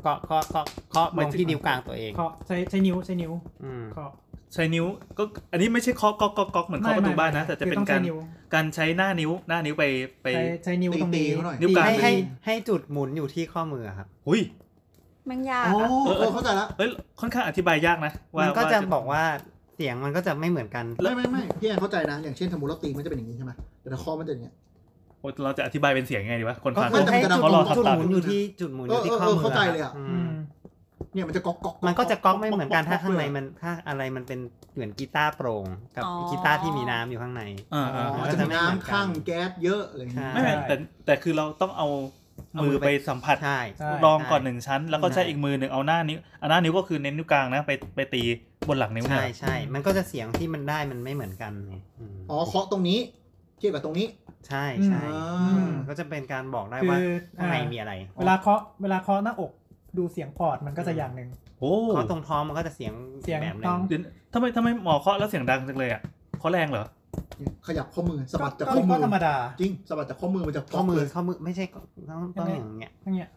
Speaker 3: เคาะเคาะเคาะเคาะลงที่นิ้วกลางตัวเอง
Speaker 4: เคาะใช้ใช้นิ้วใช้นิ้ว
Speaker 3: อืม
Speaker 4: เคาะ
Speaker 6: ใช้นิ้วก็อันนี้ไม่ใช่เคาะก๊อกก๊อกก๊อกเหมือนเคาะประตูบ้านนะ แต่จะเป็น
Speaker 4: คืออง
Speaker 6: การ
Speaker 4: ใช้ว
Speaker 6: การใช้หน้านิ้วหน้านิ้วไปไป
Speaker 4: ใช้ใช้นิ้ว
Speaker 5: ตี
Speaker 4: ตรง
Speaker 5: ตี
Speaker 4: นี้
Speaker 5: เขาหน่อย
Speaker 6: นิ้วกลาง
Speaker 3: ให้
Speaker 5: ตี
Speaker 3: ให้ให้จุดหมุนอยู่ที่ข้อมือครับ
Speaker 6: หุย
Speaker 2: มันยาก
Speaker 5: โอ้
Speaker 2: อะ
Speaker 5: เออเข้าใจละ
Speaker 6: เอ้ยค่อนข้างอธิบายยากนะว่า
Speaker 3: มันก็
Speaker 6: ว่า
Speaker 3: จะบอกว่าเสียงมันก็จะไม่เหมือนกัน
Speaker 5: ไม่ไม่ไม่พี่แอนเข้าใจนะ อย่างเช่นสมมติเราตีมันจะเป็นอย่างนี้ใช่ไหมแต่ถ้าคอมันจะอย่างเงี้ย
Speaker 6: โอ้เราจะอธิบายเป็นเสียงยังไงดีวะคน
Speaker 3: ก็
Speaker 6: ฟัง
Speaker 3: คือให้จุด
Speaker 6: เขาลอง
Speaker 3: จุด
Speaker 6: ทำตาม
Speaker 3: หมุนอยู่ที่จุดหมุนอยู่ที่
Speaker 5: เออ
Speaker 3: ข้
Speaker 5: เอ
Speaker 3: อ
Speaker 5: อ
Speaker 3: มือ
Speaker 5: เข้าใจเลยอะ
Speaker 3: อื
Speaker 4: อื
Speaker 3: ม
Speaker 4: ม
Speaker 5: เนี่ยมันจะก๊อกก๊อก
Speaker 3: มันก็จะก๊อกไม่เหมือนกันถ้าข้างในมันถ้าอะไรมันเป็นเหมือนกีตาร์โปร่งกับกีตาร์ที่มีน้ำอยู่ข้างใน
Speaker 6: อ่า
Speaker 5: อ๋
Speaker 6: อ่า
Speaker 5: อจะมีน้ำข้างแก๊สเยอะอะไรอย่างเงี้ย
Speaker 3: ใช่
Speaker 6: ไม่ไม่แต่แต่คือเราต้องเอา
Speaker 3: เอามื
Speaker 6: มือ
Speaker 3: อไป
Speaker 6: ไปสัมผัส
Speaker 3: ใช่
Speaker 6: รองก่อนหนึ่งชั้น แล้วก็ใช้
Speaker 3: ได้
Speaker 6: อีกมือหนึ่งเอาหน้านิ้วเอาหน้านิ้วก็คือเน้นนิ้วกลางนะไปไปตีบนหลังนิ้ว
Speaker 3: ใช่
Speaker 6: เนี่ย
Speaker 3: ใช่ มันก็จะเสียงที่มันได้มันไม่เหมือนกันไงอืม
Speaker 5: อ๋อเคาะตรงนี้เทียบกับตรงนี้
Speaker 3: ใช่ใช่
Speaker 5: อ่า
Speaker 3: มันก็จะเป็นการบอกได้
Speaker 4: คือ
Speaker 3: ว่าข้างใน
Speaker 4: อ่ามี
Speaker 3: มีอะไร
Speaker 4: เวลาเคาะเวลาเคาะหน้าอกดูเสียงปอดมันก็จะอย่างหนึ่ง
Speaker 6: โอ้
Speaker 3: เขาะตรงท้องมันก็จะเสียง
Speaker 4: เสียง
Speaker 3: แบบหนึ
Speaker 4: ท้อง ง
Speaker 6: เดี๋ยวทำไมทำไมหมอเคาะแล้วเสียงดังจังเลยอ่ะเคาะแรงเหรอ
Speaker 5: ขยับข้อมือสะบัดจาก
Speaker 4: ก็
Speaker 5: ข้อมื
Speaker 4: ก็
Speaker 5: อ
Speaker 4: ธรรมดา
Speaker 5: จริงสะบัดจากข้อมือมันจะ
Speaker 3: ข้อมือ
Speaker 5: เลย
Speaker 3: ข้อมือไม่ใช่ต้องต้องอย่างเงี้ย
Speaker 4: อย่างเงี้ย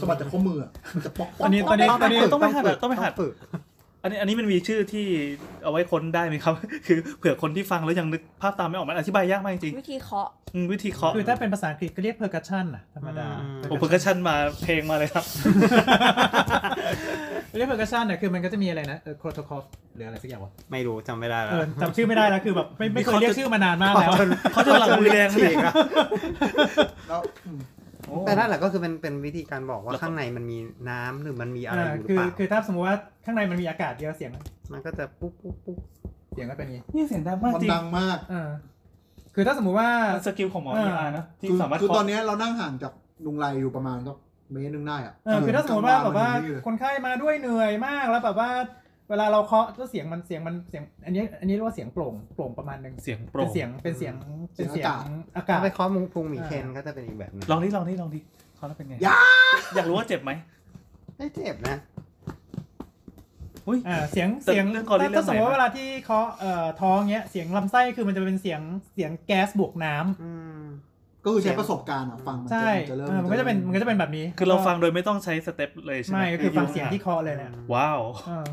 Speaker 5: สะบัดจากข้อมืออะมันจะป๊อกป๊ก
Speaker 4: อันนี้
Speaker 5: ป๊ก
Speaker 4: ตอนนี้
Speaker 5: ป๊กป๊ก
Speaker 6: ต้องไปหัดอะต้องไปหัด
Speaker 3: ฝึก
Speaker 6: อันนี้อันนี้มันมีชื่อที่เอาไว้ค้นได้ไหมครับ คือเผื่อคนที่ฟังแล้วยังนึกภาพตามไม่ออกมันอธิบายยากมากจริง
Speaker 2: วิธีเคาะ
Speaker 6: ๆอืมวิธีเคาะ
Speaker 4: คือถ้าเป็นภาษาอังกฤษก็เรียก percussion น่ะธรรมดา
Speaker 3: อืม
Speaker 6: โอ้เพอร์คัชชันมาเพลงมาเลยครับ
Speaker 4: เรียก percussion เนี่ยคือมันก็จะมีอะไรนะเออ protocol หรืออะไรสักอย่างวะ
Speaker 3: ไม่รู้จำไม่ได้แล้
Speaker 4: เอ
Speaker 3: ว
Speaker 4: อจำชื่อไม่ได้แล้วคือแบบไม่ไม่เคยเรียกชื่อมานานมากแล้ว
Speaker 6: เขาจะหลังมือแรงเนี่ย
Speaker 5: แล้วอืม
Speaker 3: แต่นั่นแหละก็คือเป็นเป็นวิธีการบอกว่า
Speaker 6: แล้วก็
Speaker 3: ข้างในมันมีน้ำหรือมันมีอะไร
Speaker 4: อ่า
Speaker 3: อยู่หรื
Speaker 4: คืออ
Speaker 3: เปล่า
Speaker 4: คือถ้าสมมติว่าข้างในมันมีอากาศเยอะเสียง
Speaker 3: มันก็จะปุ๊บปุ๊บปุ๊บ
Speaker 4: เสียงก็เป็นอย่างนี้
Speaker 6: นี่เสียงดังมาก
Speaker 5: มัน
Speaker 6: จริง
Speaker 5: ดังมาก
Speaker 4: เอ่าคือถ้าสมมติว่า
Speaker 6: สกิลของหมอ
Speaker 4: อ่า
Speaker 6: เออาร์นะที่
Speaker 5: คือ
Speaker 6: สามารถ
Speaker 5: คือตอน
Speaker 6: เคาะ
Speaker 5: เนี้ยเรานั่งห่างจากลุงไรอยู่ประมาณก็เมตรหนึงได้อะ
Speaker 4: เออคือถ้าสมมติว่าแบบว่า
Speaker 5: เออ
Speaker 4: คนไข้มาด้วยเหนื่อยมากแล้วแบบว่า เวลาเราเคาะแล้วเสียงมันเสียงมันเสียง อันนี้อันนี้เรียกว่าเสียงโปร่งโปร่งประมาณหนึ่ง
Speaker 6: เสียงโปร่
Speaker 4: เป็น
Speaker 6: ง
Speaker 4: เสียงเป็นเสียงเป็นเสียงอากาศ
Speaker 3: ถ้าไปเคาะมุงพุงหมี
Speaker 4: อ่า
Speaker 3: เคนก็จะเป็นอีกแบบหนึง
Speaker 6: ลองดิลองดิลองดิเคาะแล้วเป็นไง
Speaker 5: อย่า
Speaker 6: อยากรู้ว่าเจ็บไหม
Speaker 3: ไม่เจ็บนะ
Speaker 6: อุ้ย
Speaker 4: อ่าเสียง
Speaker 6: แต่
Speaker 4: เสียง
Speaker 6: เรื่องก่อนนี่เรื่
Speaker 4: ถ้า
Speaker 6: อง
Speaker 4: ส
Speaker 6: ไหน
Speaker 4: มมติ
Speaker 6: นะ
Speaker 4: ว่าเวลาที่เคาะเอ่อท้องเงี้ยเสียงลำไส้คือมันจะเป็นเสียงเสียงแก๊สบวกน้ำ
Speaker 3: อืม
Speaker 5: ก็คือใช้ประสบการณ์อะฟังมันจะ
Speaker 4: ใช่
Speaker 5: มันจะเริ่ม
Speaker 4: เออมันก็จะเป็นมันก็จะเป็นแบบนี้
Speaker 6: คือเราฟังโดยไม่ต้องใช้สเต็ปเลยใช่ไหม
Speaker 4: ไม่ก็คือฟังเสียงที่เคาะเลยเนี่ย
Speaker 6: ว้าว
Speaker 4: เออ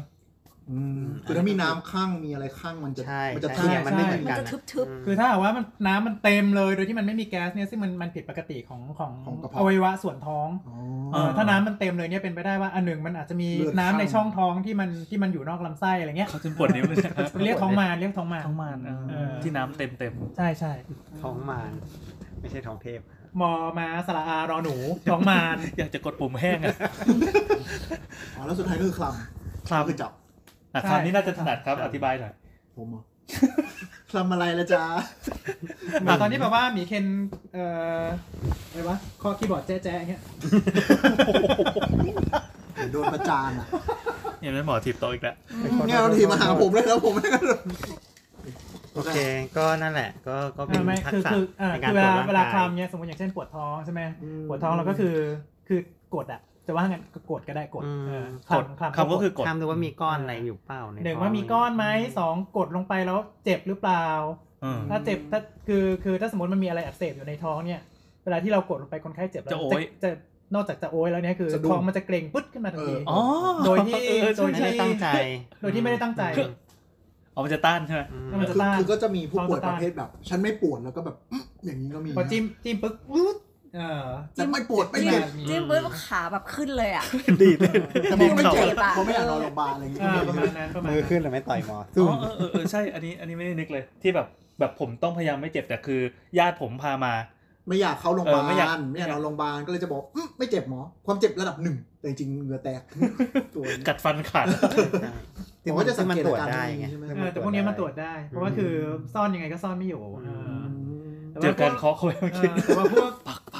Speaker 5: อืมคือถ้ามีน้ำข้างมีอะไรข้างมันจะ
Speaker 3: ใช่
Speaker 5: มันจะ
Speaker 3: ใช่
Speaker 5: ทึบ
Speaker 4: ใช่
Speaker 3: มันไม่เหมือน
Speaker 2: มัน
Speaker 3: กัน
Speaker 2: จะ
Speaker 3: นะ
Speaker 2: ทึบ
Speaker 3: ม
Speaker 4: คือถ้าหากว่ามันน้ำมันเต็มเลยโดยที่มันไม่มีแก๊สเนี่ยซึ่งมันมันผิดปกติของของ
Speaker 5: ของกระเพาะ
Speaker 4: อวัยวะส่วนท้อง
Speaker 5: อ๋อ
Speaker 4: เออถ้าน้ำมันเต็มเลยเนี่ยเป็นไปได้ว่าอันหนึ่งมันอาจจะมี
Speaker 5: เลือด
Speaker 4: น้ำใน
Speaker 5: ข้าง
Speaker 4: ช่องท้องที่มันที่มันอยู่นอกลำไส้อะไรเงี้ย
Speaker 6: เขาจนปวดนิ้วเลยนะ
Speaker 4: เรียกท้องมารเรียกท้องมาร
Speaker 6: ท้องมันเออ
Speaker 4: เออ
Speaker 6: ที่น้ำเต็มเต็ม
Speaker 4: ใช่ใช่
Speaker 3: ท้องมารไม่ใช่ท้องเทพ
Speaker 4: มอมาสระอารอหนูท้อง มาร
Speaker 6: ๆอยากจะกดปุ่มแห้งอะ
Speaker 5: อ๋อแล้วสุดท้ายก็คือคล
Speaker 6: ครั
Speaker 5: ำ
Speaker 6: บ
Speaker 5: ก็คือจับ
Speaker 6: อ่ะคำนี้น่าจะถนัดครับอธิบายหน่อย
Speaker 5: ผมเหรอคลำอะไรละจ๊ะ
Speaker 4: เหมือนตอนที่แบบว่าหมีเคนเอ่ออะไรวะเคอคีย์บอร์ดแจ๊ะแจ๊ะเงี้ย
Speaker 5: เหมือนโดนประจานอะ
Speaker 6: เห็นไหมหมอถีบโต๊ะอีกแล้ว
Speaker 5: เนี่ยเราทีมาหาผมเลยแล้วผมไม่ก็
Speaker 3: โอเค ก็นั่นแหละ ก็ก็เป็น
Speaker 4: อ่าไม่
Speaker 3: ทัก
Speaker 4: คือ
Speaker 3: ษะ
Speaker 4: คืออ่า
Speaker 3: ในการ
Speaker 4: คือ
Speaker 3: ต
Speaker 4: เวลา
Speaker 3: รวจร่า
Speaker 4: เวลาก
Speaker 3: งาย
Speaker 4: คลำเงี้ยสมมติอย่างเช่นปวดท้องใช่ไหม
Speaker 5: อืม
Speaker 4: ปวดท้องเราก็คือคือกดอ่ะจะว่าไงก็กดก็ได้กดเออคลำลำ
Speaker 6: คำก็คือกด
Speaker 3: ทำดูว่ามีก้อนอะไรอยู่เปล่าใน
Speaker 4: หนึ่ง
Speaker 3: ท้
Speaker 4: ว่ามีก้อนไหมสองกดลงไปแล้วเจ็บหรือเปล่า
Speaker 6: เออ
Speaker 4: ถ้าเจ็บถ้าคือคือถ้าสมมติมันมีอะไรอักเสบอยู่ในท้องเนี่ยเวลาที่เรากดลงไปคนไข้เจ็บแล้ว
Speaker 6: จะโอ๊ย
Speaker 4: จะนอกจากจะโอยแล้วเนี่ยคือ
Speaker 5: สะดุ้ง
Speaker 4: ท้องมันจะเกร็งปึ๊ดขึ้นมาทันที
Speaker 5: เ
Speaker 6: อ๋อ
Speaker 4: โดยที่
Speaker 6: เออใช่
Speaker 4: โย
Speaker 3: ไม่
Speaker 4: ที่
Speaker 6: ใช่
Speaker 3: ได้ตั้งใจ
Speaker 4: โดยที่ไม่ได้ตั้งใจ
Speaker 6: คือ เอามันจะต้านใช่ไหม
Speaker 3: อืม
Speaker 4: แล้วมันจะ
Speaker 5: คือ
Speaker 4: ต้าน
Speaker 5: คือก็จะมีผู้ป่วย
Speaker 4: ต้าน
Speaker 5: ประเภทแบบ ฉันไม่ปวดแล้วก็แบบอื้ออย่างนี้ก็มี
Speaker 4: พอจิ้มจิ้มปึ๊กปึ๊ดเออ
Speaker 5: แต่ไม่ปวดไม่
Speaker 2: จิ้
Speaker 5: เจ็
Speaker 2: ม
Speaker 5: บ
Speaker 2: จิ้มปุ๊บขาแบบขึ้นเลยอ่ะ
Speaker 6: ดีด
Speaker 5: แต่ผมไม่
Speaker 2: จิ้ม
Speaker 5: เจ็
Speaker 2: เจ็
Speaker 5: บ
Speaker 2: บอะ
Speaker 5: เขาไม่อยากนอนโรงพยาบาลอะไรอย่างเงี้
Speaker 4: อ่าประมาณ
Speaker 5: ย
Speaker 4: นั้นประมาณ
Speaker 3: มือ
Speaker 4: นั้น
Speaker 3: ขึ้นหรือไม่ต่อยหมอ
Speaker 6: อ๋
Speaker 3: ตุ้ม
Speaker 6: อเออเออเออใช่ อันนี้อันนี้ไม่ได้นึกเลย ที่แบบแบบผมต้องพยายามไม่เจ็บแต่คือ ญาติผมพามา
Speaker 5: ไม่อยากเข้าโรงพยาบาล
Speaker 6: เออไม่
Speaker 5: ไม่อ
Speaker 6: อาย
Speaker 5: ยาก กนอนโรงพยาบาลก็เลยจะบอกอื้อไม่เจ็บหมอ ความเจ็บระดับหนึ่งแต่จริงๆเหงื่อแตก ตัวเนี่ย
Speaker 6: กัดฟันขาด
Speaker 5: หมอจะสังเกตอาการ
Speaker 3: ได้ไง
Speaker 5: ใช่ไหม
Speaker 4: เออแต่พวกเนี้ยมันตรวจได้ เพราะว่าคือซ่อนยังไงก็ซ่อนไม่อยู่เออแต่
Speaker 6: เจ
Speaker 4: ว่า
Speaker 6: อการเคาะเข้าไป
Speaker 4: เอ
Speaker 6: เมื่อกี้
Speaker 4: อแต่ว่าพวก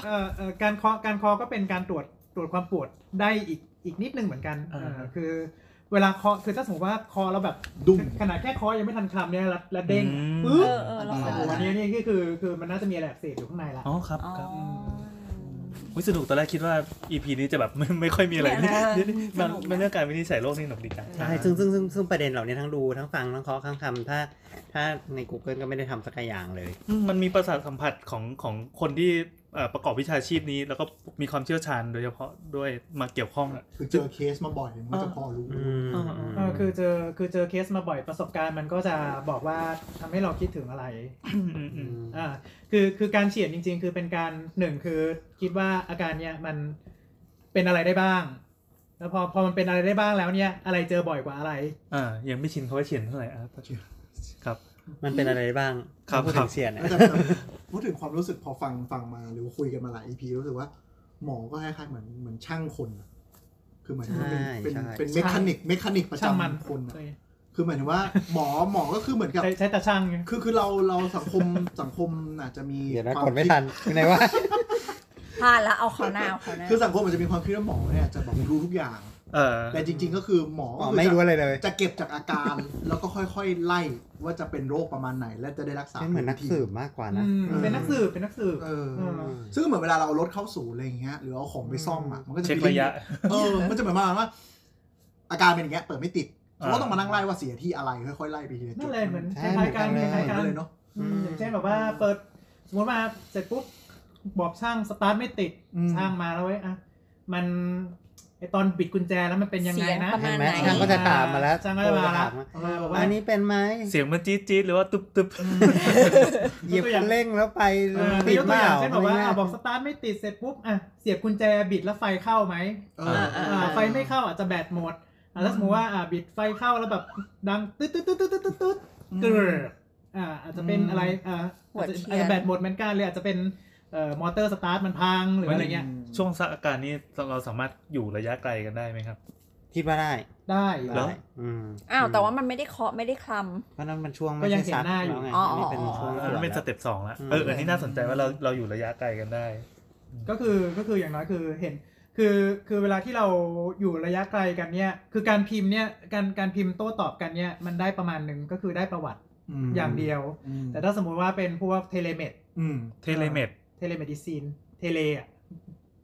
Speaker 4: เอ่อเอ่อการเคาะการเคาะก็เป็นการตรวจตรวจความปวดได้อีกอีกนิดนึงเหมือนกันเออคือ เวลาเคาะคือถ้าสมมติว่าเคาะแล้วแบบ
Speaker 5: ดุ้ง
Speaker 4: ขนาดแค่คอยังไม่ทันคลำเนี่ยแล้วแล้วเด้ง
Speaker 2: เอ
Speaker 6: อืม
Speaker 4: ปึ๊บ
Speaker 2: อเออเรา
Speaker 5: อั
Speaker 2: เคย
Speaker 5: ต
Speaker 4: โอ้
Speaker 5: รา
Speaker 4: โหอันนี้นี่ก็คือคือมันน่าจะมีอะไรอักเสบอยู่ข้างในละ
Speaker 6: อ๋อครับ
Speaker 2: อ๋อ
Speaker 6: ครับวิสนุกตอนแรกคิดว่า EP นี้จะแบบ ไม่ไม่ค่อยมีอะไร
Speaker 2: ไม่
Speaker 6: นี่
Speaker 2: มีอะไร
Speaker 6: นี่นี่มัน
Speaker 2: สนุกนะ
Speaker 6: มันเรื่องการวินิจฉัยโรคนี่หนุกดีจัง
Speaker 3: ใช่ซึ่งซึ่งซึ่งซึ่งประเด็นเหล่านี้ทั้งดูทั้งฟังทั้งเคาะทั้งคำถ้า ถ้าใน Google ก็ไม่ได้ทำสักอย่างเลย
Speaker 6: อืมมันมีประสาทสัมผัสของของคนที่เอ่อประกอบวิชาชีพนี้ แล้วก็มีความเชี่ยวชาญโดยเฉพาะด้วยมาเกี่ยวข้องอะ
Speaker 5: คือเจอเคสมาบ่อยมันก็จะพอรู้
Speaker 3: อืม
Speaker 4: เออคือเจอคือเจอเคสมาบ่อยประสบการณ์มันก็จะบอกว่าทำให้เราคิดถึงอะไร
Speaker 3: อืม
Speaker 4: อ่าคือคือการเฉียดจริง ๆ คือเป็นการหนึ่งคือคิดว่าอาการเนี่ยมันเป็นอะไรได้บ้าง แล้วพอพอมันเป็นอะไรได้บ้างแล้วเนี่ยอะไรเจอบ่อยกว่าอะไร
Speaker 6: อ่ายังไม่ชินเขาว่าเฉียนเท่าไหร่อ่ะครับ
Speaker 3: มันเป็นอะไรบ้าง
Speaker 6: ครับ
Speaker 3: พูด
Speaker 6: ครั
Speaker 3: ถึ
Speaker 6: บ
Speaker 3: งเสียนเนี่ย
Speaker 5: แต่พูดถึงความรู้สึกพอฟังฟังมาหรือคุยกันมาหลาย EP รู้สึกว่า หมอก็คล้ายๆเหมือนเหมือนช่างคนอะคือเหมือนว่าเป็น
Speaker 3: ใช่
Speaker 5: เป็น
Speaker 3: ใช่
Speaker 5: เป็นเมคานิกเมคานิกประ
Speaker 4: ช่างมัน
Speaker 5: จำคนอะคือเหมือนว่าหมอหมอก็คือเหมือนกับ
Speaker 4: ใช้ใช้ตาช่างไง
Speaker 5: คือคือเราเราสังคมสังคมอาจจะมี
Speaker 3: เดี๋ยวนะ
Speaker 5: ความ
Speaker 3: กดไม่
Speaker 5: คิ
Speaker 3: ทันยังไงวะ
Speaker 2: พลาดแล้วเอาเขาหน้าเอาเขาหน้า
Speaker 5: คือสังคมอาจจะมีความคิดว่าหมอเนี่ยจะบอกรู้ทุกอย่าง
Speaker 6: เออ
Speaker 5: แต่จริง ๆ ก็คือหมอ
Speaker 3: อ๋อ
Speaker 5: ก็คือ
Speaker 3: ไม่รู้อะไรเลย
Speaker 5: จะจะเก็บจากอาการ แล้วก็ค่อยๆไล่ว่าจะเป็นโรคประมาณไหน และจะได้รักษา
Speaker 3: ไม่เหมือนนักสืบมากกว่านะ
Speaker 4: อืมเป็นนักสืบเป็นนักสืบ
Speaker 5: เออ
Speaker 4: เอ
Speaker 3: อืม
Speaker 5: ซึ่งเหมือนเวลาเราเอารถเข้าศูนย์อะไรอย่างเงี้ยหรือเอาของไปซ่อมอ่ะมันก็จะ
Speaker 6: เช็ค
Speaker 5: มี
Speaker 6: ระ ยะ
Speaker 5: เออมันจะเหมือนประมาณว่า อาการเป็นอย่างเงี้ยเปิดไม่ติด
Speaker 6: อ่า
Speaker 5: เขาก็ต้องมานั่งไล่ว่าเสียที่อะไรค่อยๆไล่ไปทีละจุ
Speaker 4: นั่
Speaker 5: ด
Speaker 4: นเลยเหมือน
Speaker 3: ใช่
Speaker 4: คล้ายๆกัน
Speaker 3: เหมือน
Speaker 4: ค
Speaker 3: กัน
Speaker 4: ล้ายๆ
Speaker 3: ห
Speaker 4: กั
Speaker 3: มื
Speaker 4: น
Speaker 5: นั่นเลยเนาะ
Speaker 4: อืม
Speaker 3: อืม
Speaker 4: อย่างเช่นแบบว่าเปิดสมมติมาเสร็จปุ๊บบอกช่างสตาร์ทไม่ติด
Speaker 5: อืม
Speaker 4: ช่างมาแล้วเว้ยอ่ะมันไอตอนบิดกุญแจแล้วมันเป็นยังไง
Speaker 2: เสียง
Speaker 4: นะ
Speaker 2: ประ
Speaker 3: เห็
Speaker 2: มาณ
Speaker 3: นไห
Speaker 2: ไห
Speaker 3: ม
Speaker 2: น
Speaker 3: ช่างก็จะถามมาแล้ว
Speaker 4: ช่างก็จะมาละ
Speaker 5: เออ
Speaker 4: มาบอกว่า
Speaker 3: อันนี้เป็นไหม
Speaker 6: เสียงมันจี๊ดจี๊ดหรือว่าตุ๊บ ตุ๊บ
Speaker 3: เหยียบเร่งแล้วไป
Speaker 4: เออ
Speaker 3: ติด
Speaker 4: ยก
Speaker 3: เป
Speaker 4: ตัวอย่า
Speaker 3: ล่า
Speaker 4: งเช่นบอกว่า
Speaker 3: อะไรเงี้ย
Speaker 4: อ่ะบอกสตาร์ทไม่ติดเสร็จปุ๊บอ่ะเสียบกุญแจบิดแล้วไฟเข้าไหม
Speaker 5: เออ
Speaker 2: เออเออ
Speaker 4: อ่าไฟไม่เข้าอาจจะแบตหมดอ่ะแล้วสมมติว่าอ่ะบิดไฟเข้าแล้วแบบดังตึ๊ดตึ๊ดตึ๊ดตึ๊ดตึ๊ดตึ๊ด
Speaker 5: ม
Speaker 4: กรึบอ่าอาจจะเป็นอะไรอ่าอาจจะอาจจะแบตหมดเหมือนกันหรืออาจจะเป็นเอ่อมอเตอร์สตาร์ทมันพังหรืออะไรเงี้ย
Speaker 6: ช่วงสักอาการนี้เราสามารถอยู่ระยะไกลกันได้ไหมครับ
Speaker 3: คิดว่าได้
Speaker 4: ได้
Speaker 6: เหรอ
Speaker 3: ได้ม
Speaker 2: อ้าวแต่ว่ามันไม่ได้เคาะไม่ได้คล
Speaker 3: เพราะนั้นมันช่วง
Speaker 4: ก็
Speaker 3: ไม่
Speaker 4: ยัง
Speaker 3: ใช่
Speaker 4: เห็น
Speaker 3: ซัก
Speaker 4: หน้าอยู่
Speaker 3: แล้วไง
Speaker 2: อ๋ออ๋อ
Speaker 3: อันนี้เป็น
Speaker 2: อ๋อ
Speaker 3: ช่วง
Speaker 6: อันนั้นเป็น
Speaker 3: ต
Speaker 6: ส
Speaker 3: รวจ
Speaker 6: เต็ปสองแล้ว
Speaker 3: อืม
Speaker 6: เอออันนี้น่าสนใจว่าเราเราอยู่ระยะไกลกันได้
Speaker 4: ก็คือก็คืออย่างน้อยคือเห็นคือคือเวลาที่เราอยู่ระยะไกลกันเนี่ยคือการพิมพ์เนี่ยการการพิมพ์โต้ตอบกันเนี่ยมันได้ประมาณหนึ่งก็คือได้ประวัติ
Speaker 5: ม
Speaker 4: อย่างเดียว
Speaker 5: อืม
Speaker 4: แต่ถ้าสมมุติว่าเป็นพวกเทเลเมด
Speaker 5: อืม
Speaker 6: เทเลเมด
Speaker 4: เทเลเมดิซีน เทเลอะ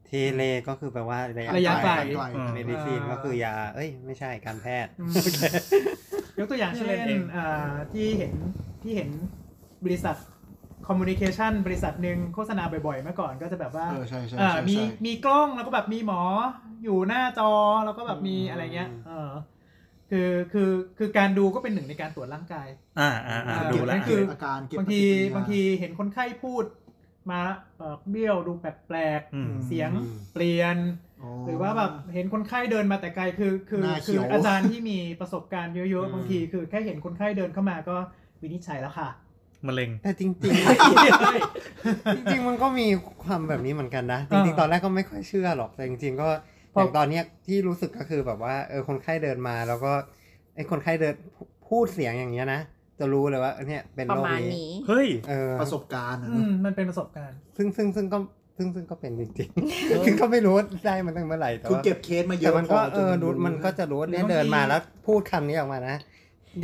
Speaker 3: เทเลก็คือแปลว่า
Speaker 4: ระ
Speaker 3: ระ
Speaker 4: ยะ
Speaker 3: ยะ
Speaker 4: ไก
Speaker 3: ไก
Speaker 4: ล
Speaker 3: ล
Speaker 6: อืม
Speaker 3: เมดิซีนก็คือยา เอ้ย ไม่ใช่การแพทย์
Speaker 4: ยกตัวอย่างเช่
Speaker 6: เทเล
Speaker 4: น
Speaker 6: เมด
Speaker 4: อ่าที่เห็นที่เห็นบริษัทคอมมูนิเคชันบริษัทหนึ่งโฆษณาบ่อยๆเมื่อก่อนก็จะแบบว่า
Speaker 5: เออใช่ใช่
Speaker 4: อ่า
Speaker 5: ใช่
Speaker 4: มี
Speaker 5: ใช่
Speaker 4: มีกล้องแล้วก็แบบมีหมออยู่หน้าจอแล้วก็แบบมี
Speaker 3: อืม
Speaker 4: อะไรเงี้ยเออคือคือคือการดูก็เป็นหนึ่งในการตรวจร่างกาย
Speaker 6: อ่าอ่าอ่า
Speaker 4: อ่า
Speaker 6: ดูแลว
Speaker 4: นั่นคือ
Speaker 5: อาการเก็บบ
Speaker 4: างที
Speaker 5: ปฏิกิริย
Speaker 4: บางทีเห็นคนไข้พูดมาเอ่อเบี้ยวดูแปลก
Speaker 6: อืม
Speaker 4: ๆเสียงเปลี่ยน หรือว่าแบบเห็นคนไข้เดินมาแต่ไกลคือคือ
Speaker 5: หน้า
Speaker 4: คื
Speaker 5: เขี
Speaker 4: อ
Speaker 5: ยว
Speaker 4: อาจารย์ที่มีประสบการณ์เยอะ
Speaker 3: อืม
Speaker 4: ๆบางทีคือแค่เห็นคนไข้เดินเข้ามาก็วินิจฉัยแล้วค่ะ
Speaker 6: มะเร็ง
Speaker 3: แต่จริง ๆ จริง ๆ มันก็มีความแบบนี้เหมือนกันนะ จ
Speaker 4: อ่า
Speaker 3: ริง ๆ ตอนแรกก็ไม่ค่อยเชื่อหรอก แต่จริง ๆ ก็
Speaker 4: พ
Speaker 3: อ
Speaker 4: ออย่าง
Speaker 3: ตอนเนี้ยที่รู้สึกก็คือแบบว่า เออ คนไข้เดินมาแล้วก็ไอ้คนไข้เดินพูดเสียงอย่างเงี้ยนะ จะรู้เลยว่าเนี่ยเป็น
Speaker 2: ำประ
Speaker 3: โรค
Speaker 2: มาณ
Speaker 3: นี้
Speaker 2: นี้
Speaker 6: เฮ้ย
Speaker 3: เออ
Speaker 5: ประสบการณ์อะ
Speaker 4: ื
Speaker 5: นะ
Speaker 4: มมันเป็นประสบการณ์
Speaker 3: ซึ่งซึ่งซึ่งก็ซึ่งซึ่งก็เป็นจริงๆ คือก็ไม่รู้ว่าได้มันตั้งเมื่อไหร่แต่
Speaker 5: คือ
Speaker 3: ว่า
Speaker 5: เก็บเคสมาเย
Speaker 3: แต่
Speaker 5: อะ
Speaker 3: มันก็
Speaker 5: พจ
Speaker 3: เออดูมันก็จะรู้ว่าเนี่ยเดินมาแล้วพูดคำนี้ออกมานะ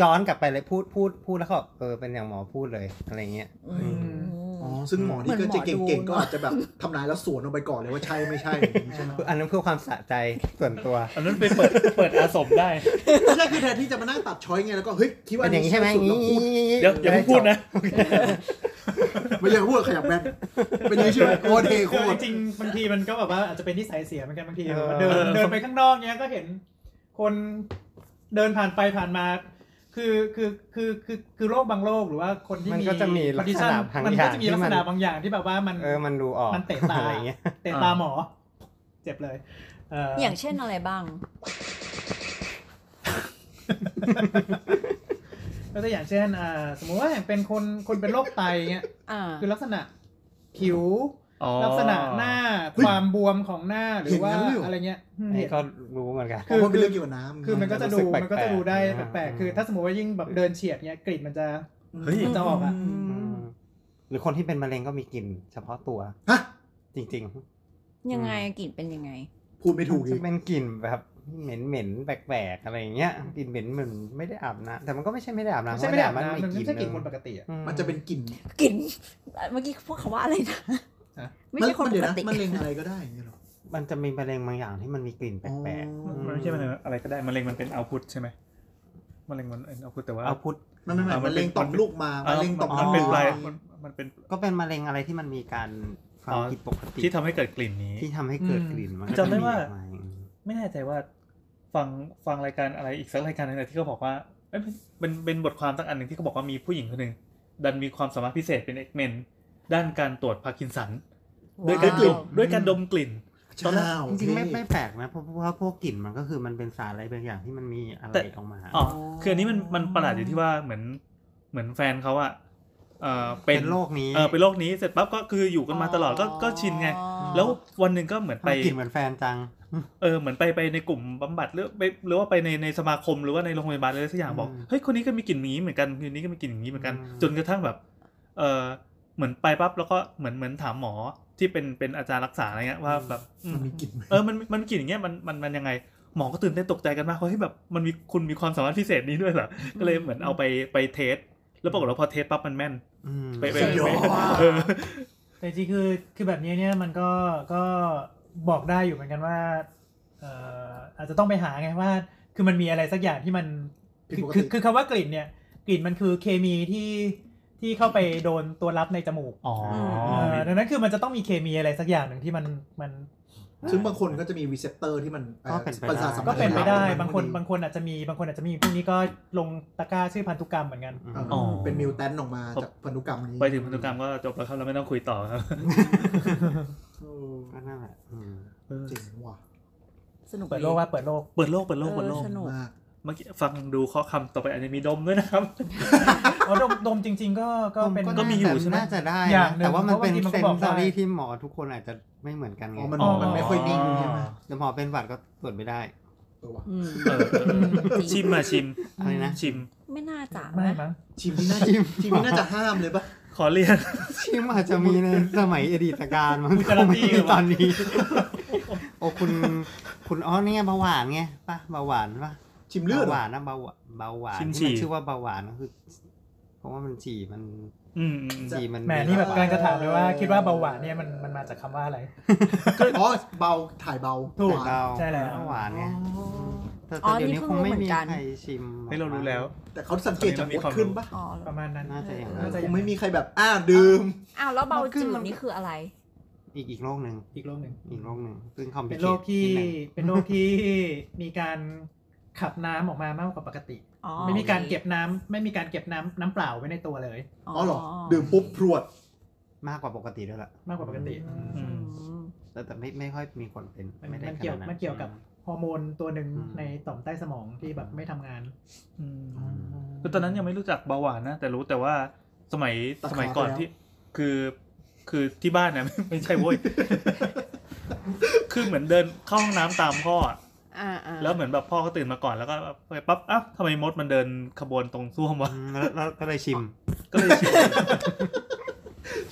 Speaker 3: ย้อนกลับไปเลยพูดพูดพูดแล้วก็เออเป็นอย่างหมอพูดเลยอะไรเงี้ย
Speaker 2: อืม
Speaker 5: อ๋อซึ่งหมอที่ก็จะเก่งๆ ก็อาจจะแบบทำนายแล้วสวนออกไปก่อนเลยว่าใช่ไม่ใช่ไม่ใช่
Speaker 3: อันนั้นเพื่อความสะใจส่วนตัว
Speaker 6: อันนั้นไปเปิด เปิดอาสมได้
Speaker 5: ไม่ใช่คือแทนที่จะมานั่งตัดช้อยไงแล้วก็เฮ้ยคิดว่า
Speaker 3: เป็นอย่างนี้ใช่ไหมอย่าง
Speaker 5: นี้
Speaker 3: นี้
Speaker 6: เดี๋ยวอย่าเพิ่งพูดนะ
Speaker 5: ไม่อยากพูดขยับแบนเป็นอย่างนี้ใช่ไหมโอเทโค
Speaker 4: คือ
Speaker 5: ตร
Speaker 4: จริงๆบางทีมันก็แบบว่าอาจจะเป็นนิสัยเสียเหมือนกันบางที
Speaker 3: เออ
Speaker 4: เดินเดินไปข้างนอกเนี้ยก็เห็นคนเดินผ่านไปผ่านมา คือคือคือคือคือโรคบางโรคหรือว่าคนที่
Speaker 3: มัน
Speaker 4: มี
Speaker 3: ก็จะมีลักษณะ
Speaker 4: condition
Speaker 3: บาง
Speaker 4: มัน
Speaker 3: อ
Speaker 4: ก็
Speaker 3: ย่าง
Speaker 4: จะมี
Speaker 3: ที่
Speaker 4: ลัก
Speaker 3: มั
Speaker 4: ษ
Speaker 3: น
Speaker 4: ณะบางอย่างที่แบบว่ามัน
Speaker 3: เออมันดูออก
Speaker 4: มันเตะตา
Speaker 3: อะไรเงี้ย
Speaker 4: เตะตาหมอ เจ็บเลยเ
Speaker 2: อย่างเช่นอะไรบ้าง
Speaker 4: ยกตัวอย่างเช่นอ่าสมมุติว่าอย่างเป็นคนคนเป็นโรคไตเงี้ย
Speaker 2: อ่า
Speaker 4: คือลักษณะผิว
Speaker 6: อ๋อ
Speaker 4: ลักษณะหน้า
Speaker 5: เฮ้ย
Speaker 4: ความบวมของหน้าหรือว่า
Speaker 5: เห็นงั้นเลยเหรออ
Speaker 4: อะไรเงี้ยอืม
Speaker 3: อัน
Speaker 4: เห็
Speaker 3: นี่
Speaker 4: น
Speaker 3: ก็รู้เหมือนกัน
Speaker 5: คือมันเป็นเรื่องเกี่ยวกับน้ำ
Speaker 4: คือมันก็จะดู
Speaker 3: รู้สึกแปลกๆ
Speaker 4: มันก็จะดูได้
Speaker 3: อ่า
Speaker 4: แปลกๆคือ ถ้าสมมติว่ายิ่งแบบเดินเฉียดเนี้ยกลิ่นมันจะ
Speaker 6: เฮ้ย
Speaker 4: จะออกอะ
Speaker 3: มหรือคนที่เป็นมะเร็งก็มีกลิ่นเฉพาะตัว
Speaker 5: ฮะ
Speaker 3: จริง ๆ
Speaker 2: ยังไงกลิ่นเป็นยังไง
Speaker 5: พูดไม่ถูกอี
Speaker 3: จะ
Speaker 5: ก
Speaker 3: เป็นกลิ่นแบบเหม็นเหม็นๆแปลกๆอะไรอย่างเงี้ยกลิ่นเหม็นเหมือนไม่ได้อาบน้ำแต่มันก็ไม่ใช่ไม่ได้อาบ
Speaker 4: ไม่
Speaker 3: น้ำ
Speaker 4: ใช่ไม่ได้อาบ
Speaker 3: เพ
Speaker 4: น้ำ
Speaker 3: ระ
Speaker 4: มันไม่ใช่กลิ่น
Speaker 3: ห
Speaker 4: ค
Speaker 3: ง
Speaker 4: นปกติอะ
Speaker 3: อื
Speaker 5: มันจะเป็นกลิ่น
Speaker 2: กลิ่น เมื่อกี้พูดคำว่าอะไรนะ
Speaker 4: ฮะ
Speaker 2: ไม่ใช่คนป
Speaker 5: เดี๋ยว
Speaker 2: ก
Speaker 5: นะ
Speaker 2: ติ
Speaker 5: มันเลงอะไรก็ได้อย่างเงี้ยเหรอ
Speaker 3: มันจะมีมะเร็งบางอย่างที่มันมีกลิ่นแปลก
Speaker 5: อ๋อ
Speaker 3: ๆ
Speaker 6: มันไม่ใช่มันอะไรก็ได้มะเร็งมันเป็นเอาพุตใช่ไหมมะเร็งมันเอาพุตแต่ว่า
Speaker 3: เอาพุทธ
Speaker 5: มันไม่ไม่
Speaker 6: อ่ามั
Speaker 5: มัน น
Speaker 6: เป็
Speaker 5: เล
Speaker 6: น
Speaker 5: งต่อม
Speaker 6: มันเป็น
Speaker 5: ลูกมามันเลงต่อม
Speaker 6: มันเป็น
Speaker 5: ลูก
Speaker 6: ป
Speaker 5: ห
Speaker 6: ลาย
Speaker 5: ม
Speaker 6: มันมันเป็น
Speaker 3: ก็เป็นมะเร็งอะไรที่มันมีการความ
Speaker 6: อ๋อ
Speaker 3: ผิดปกติ
Speaker 6: ที่ทำให้เกิดกลิ่นนี้
Speaker 3: ที่ทำให้เกิดกลิ่นมันก็
Speaker 6: จำได้ว่า
Speaker 3: จะมีออกม
Speaker 6: ไม่แน่ใจว่าฟังฟังรายการอะไรอีกสักรายการหนึงนะที่เขาบอกว่าเอ้ยเป็นเป็นบทความตั้งอันหนึ่งที่เขาบอกว่ามีผู้หญิงคนหนึ่งดันมีความสามารถพิเศษเป็นเอกเมนด้านการตรวจพาร์กินสันด้วยการดม
Speaker 2: ว้าว
Speaker 6: ด้วยการดมกลิ่น ตอนแรก
Speaker 5: เช้า
Speaker 3: จริงๆไม่
Speaker 5: โอเค
Speaker 3: ไม่แปลกนะเพราะเพราะว่าพวกกลิ่นมันก็คือมันเป็นสารอะไรบางอย่างที่มันมีอะไร
Speaker 6: แต่
Speaker 3: ออกมา
Speaker 6: อ๋อคืออันนี้มันมันประหลาดอยู่ที่ว่าเหมือนเหมือนแฟนเขาอะเออเป็น
Speaker 3: เป็นโรคนี้
Speaker 6: เออเป็นโรคนี้เสร็จปั๊บก็คืออยู่กันมาตลอดก็ก็ชินไง
Speaker 2: อ๋อ
Speaker 6: แล้ววันหนึ่งก็เหมือน
Speaker 3: ไป
Speaker 6: ไป
Speaker 3: กลิ่นเหมือนแฟนจัง
Speaker 6: เออเหมือนไปไปในกลุ่มบำบัดหรือไปหรือว่าไปในในสมาคมหรือว่าในโรงพยาบาลอะไรสักอย่างบอก
Speaker 3: อืม
Speaker 6: เฮ้ยคนนี้ก็มีกลิ่นอย่างนี้เหมือนกันคนนี้ก็มีกลิ่นอย่างนี้เหมือนกัน
Speaker 3: อืม
Speaker 6: จนกระทั่งแบบเออ เหมือนไปปั๊บแล้วก็เหมือนเหมือนถามหมอที่เป็นเป็นอาจารย์รักษาอะไรเงี้ยว่าแบบอืม
Speaker 5: มันมีกลิ่นไหม
Speaker 6: เออ มัน มันกลิ่นอย่างเงี้ย มัน มัน มันยังไง หมอก็ตื่นเต้นตกใจกันมากว่าเฮ้ยแบบ มันมี คุณมีความสามารถพิเศษนี้ด้วยเหรอ ก็เลยเหมือนเอาไป ไปเทส แล้วปรากฏว่าพอเทสปั๊บมันแม่น
Speaker 3: อืม
Speaker 6: ไปไป
Speaker 5: สยองว่ะ
Speaker 6: เออ
Speaker 4: แต่จริงๆคือคือแบบนี้เนี่ยมันก็ก็บอกได้อยู่เหมือนกันว่าเอ่ออาจจะต้องไปหาไงว่า คือมันมีอะไรสักอย่างที่มัน
Speaker 5: ผิดปก
Speaker 4: คื
Speaker 5: ติ
Speaker 4: อคือคำว่ากลิ่นเนี่ยกลิ่นมันคือเคมีที่ที่เข้าไปโดนตัวรับในจมูก
Speaker 6: อ๋อ
Speaker 4: เอ่อดังนั้นคือมันจะต้องมีเคมีอะไรสักอย่างหนึ่งที่มันมัน
Speaker 5: ซึ่งบางคนก็จะมีรีเซพเตอร์ที่มัน
Speaker 3: ก็เป็นไปได้
Speaker 5: ระสาทสัมผัส
Speaker 4: ก็เป็นไปได้ บางคน
Speaker 5: มั
Speaker 4: บางคนอาจจะมีบางคนอาจจะไมมีพวกนี้ก็ลงตะกร้าชื่อพันธุกรรมเหมือนกัน
Speaker 3: อืม
Speaker 5: เออเป็นมิวแทนออกมาจากพันธุกรรมนี้
Speaker 6: ไปถึงพันธุกรรมก็จบแล้วครับ เราไม่ต้องคุยต่อครับ
Speaker 5: เออ
Speaker 3: ก็นั่นแหละอืม
Speaker 6: เออ
Speaker 5: เจ๋งว่ะ
Speaker 2: สนุก
Speaker 4: เปิดโลกว่าเปิดโลก
Speaker 6: เปิดโลก เปิดโลก
Speaker 2: เอ
Speaker 6: เปิด
Speaker 2: อ
Speaker 6: โลก
Speaker 2: สนุก
Speaker 5: มาก
Speaker 6: เมื่อกี้ฟังดูข้อคำต่อไปอาจจะมีดมด้วยนะครับ
Speaker 4: เอาดมดมจริง ๆ ก็ก็เป็น
Speaker 6: ก็มีอยู่ใช่ไหม
Speaker 3: น่าจะได้
Speaker 4: อย่า
Speaker 3: นะ
Speaker 4: งหนึ่ง
Speaker 3: แต่ว่ามันเป็น
Speaker 4: เพราะบางทีมันก็บอก
Speaker 3: เซนซ
Speaker 4: ได้
Speaker 3: อรี่ที่หมอทุกคนอาจจะไม่เหมือนกันไง
Speaker 5: อ๋อมันมันไม่ค่อยนิ่งใช่ไหม
Speaker 3: แต่หมอเป็นหวัดก็ตรวจไม่ได้
Speaker 5: เออว่ะ
Speaker 2: อืม
Speaker 6: เออเออเออชิมมาชิม
Speaker 3: อะไรนะ
Speaker 6: ชิม
Speaker 2: ไม่น่าจะ
Speaker 4: ไม่
Speaker 2: นะ
Speaker 4: มั้ง
Speaker 5: ทีมนี้น่าจะทีมนี้น่าจะห้ามเลยปะ
Speaker 6: ขอเรียน
Speaker 3: ชิมอาจจะมีในสมัยอดีตการมัน
Speaker 6: กูการันตี
Speaker 3: ไม่มี
Speaker 6: เหรอวะ
Speaker 3: ตอนนี้ โอ้คุณคุณอ๋อนี่ไงเบาหวานไงป่ะเบาหวานป่ะ
Speaker 5: ชิมเลือด
Speaker 3: เบาห
Speaker 5: เหรอ
Speaker 3: วานนะเบาหวานเบาหวาน
Speaker 6: ชิมฉี่
Speaker 3: ที่มันชื่อว่าเบาหวานก็คือ เพราะว่ามันฉี่มัน
Speaker 6: อืมอืมอืม
Speaker 3: ฉี่มัน
Speaker 4: แหมนี่แบบกำลังจะถามเลยว่าคิดว่าเบาหวานเนี่ยมันมันมาจากคำว่าอะไร
Speaker 5: อ๋อเบาถ่ายเบา
Speaker 4: ถูก
Speaker 5: หวาน
Speaker 3: เรา
Speaker 4: ใช่แล้ว
Speaker 3: เบาหวานไงแต่
Speaker 2: อ๋
Speaker 3: แต่
Speaker 2: อ
Speaker 3: เดี๋ยว
Speaker 2: นี่
Speaker 3: นี้
Speaker 2: เพิ่
Speaker 3: ค
Speaker 2: ง
Speaker 3: ง
Speaker 2: รู้
Speaker 3: ไม่
Speaker 2: เหมือ
Speaker 3: มี
Speaker 2: นกัน
Speaker 3: ใครชิม
Speaker 6: ให้เรารู้แล้ว
Speaker 5: แต่เขาสังเกตจากคนขึ้นปะ
Speaker 2: อ๋อเหร
Speaker 4: ป
Speaker 2: อ
Speaker 4: ระมาณนั้น
Speaker 3: น่าจะอย่าง
Speaker 4: น่า
Speaker 3: นั้น
Speaker 4: จะอ
Speaker 5: ค
Speaker 4: ย่าง
Speaker 5: ง
Speaker 4: นั้
Speaker 5: ไม่
Speaker 4: น
Speaker 5: มีใครแบบอ้าดื่ม
Speaker 2: อ้าวแล้วเบาจื
Speaker 3: มั
Speaker 2: ด
Speaker 3: น
Speaker 2: นี่คืออะไร
Speaker 3: อีกอีกโรคหนึ่ง
Speaker 4: อีกโรคหนึ่ง
Speaker 3: อีกโรคหนึ่งซึ่งคอม
Speaker 4: เป็นโรคที่เป็นโรคที่มีการขับน้ำออกมามากกว่าปกติ
Speaker 2: อ๋อ
Speaker 4: ไม่มีการเก็บน้ำไม่มีการเก็บน้ำน้ำเปล่าไว้ในตัวเลย
Speaker 2: อ๋
Speaker 5: อ๋อเหรอ ดื่มปุ๊บพรวด
Speaker 3: มากกว่าปกติด้วยล่ะ
Speaker 4: มากกว่าปกติ
Speaker 6: อืม
Speaker 2: อืม
Speaker 3: แต่แต่ไม่ไม่ค่อยมีคนเป็น
Speaker 4: มัน
Speaker 3: ไม่ได้
Speaker 4: มัน
Speaker 3: ข
Speaker 4: เกี่ย
Speaker 3: นาว ดนั้น
Speaker 4: มันเกี่ยวกับฮอร์โมนตัวหนึ่ง
Speaker 3: อืม
Speaker 4: ในต่อมใต้สมองที่แบบไม่ทำงาน
Speaker 6: อืม
Speaker 3: อืม
Speaker 6: คือตอนนั้นยังไม่รู้จักเบาหวานนะ แต่รู้แต่ว่าสมัย
Speaker 5: ตะขาบ
Speaker 6: สมัยก่อน
Speaker 5: แล้ว
Speaker 6: ที่ คือคือที่บ้านเนี่ย ไม่ใช่โว้ย คือเหมือนเดินเข้าห้องน้ำตามพ่ออะ
Speaker 2: อ่าอ่า
Speaker 6: แล้วเหมือนแบบพ่อก็ตื่นมาก่อนแล้วก็ไปปั๊บอ้าวทำไมมดมันเดินขบวนตรงซ่วมวะ
Speaker 3: อืมแล้วแล้วก็เลยชิม
Speaker 6: ก็เลยชิม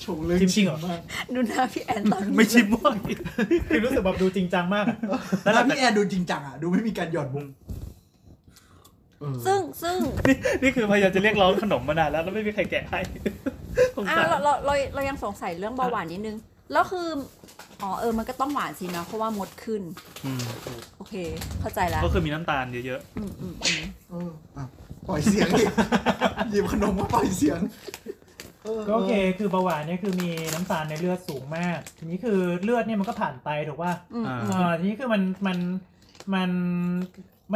Speaker 5: ชงเลย
Speaker 6: ชิมจริงเหรอ
Speaker 5: มาก
Speaker 2: ดูหน้าพี่แอนตอนนี้
Speaker 6: ไม่ชิมว้ย
Speaker 4: คือรู้สึกแบบดูจริงจัง มากอะ
Speaker 5: แล้วพี่แอนดูจริงจังอ่ะ ดูไม่มีการหย่อนมุมเออ
Speaker 2: ซึ่งซึ่ง
Speaker 6: นี่ นี่คือพยายามจะเรียกร้องขนมมานานแล้วแล้วไม่มีใครแกะให้ สง
Speaker 2: อ่า
Speaker 6: สาร
Speaker 2: เราเราเราเรายังสงสัยเรื่องเบาหวานนิดนึง แล้วคือ อ๋อเออมันก็ต้องหวานสินะ เพราะว่ามดขึ้น
Speaker 6: อืม
Speaker 2: โอเค เข้าใจแล้ว
Speaker 6: ก็คือมีน้ำตาลเยอะ
Speaker 2: อืมอืมอืม
Speaker 5: เอออ่ะปล่อยเสียง ดิหยิบขนมมาปล่อยเสียง
Speaker 4: ก็โอเค คือเบาหวานเนี่ยคือมีน้ำตาลในเลือดสูงมาก ทีนี้คือเลือดเนี่ยมันก็ผ่านไตถูกป่ะ
Speaker 2: อืมอืม
Speaker 4: เออทีนี้คือมันมันมัน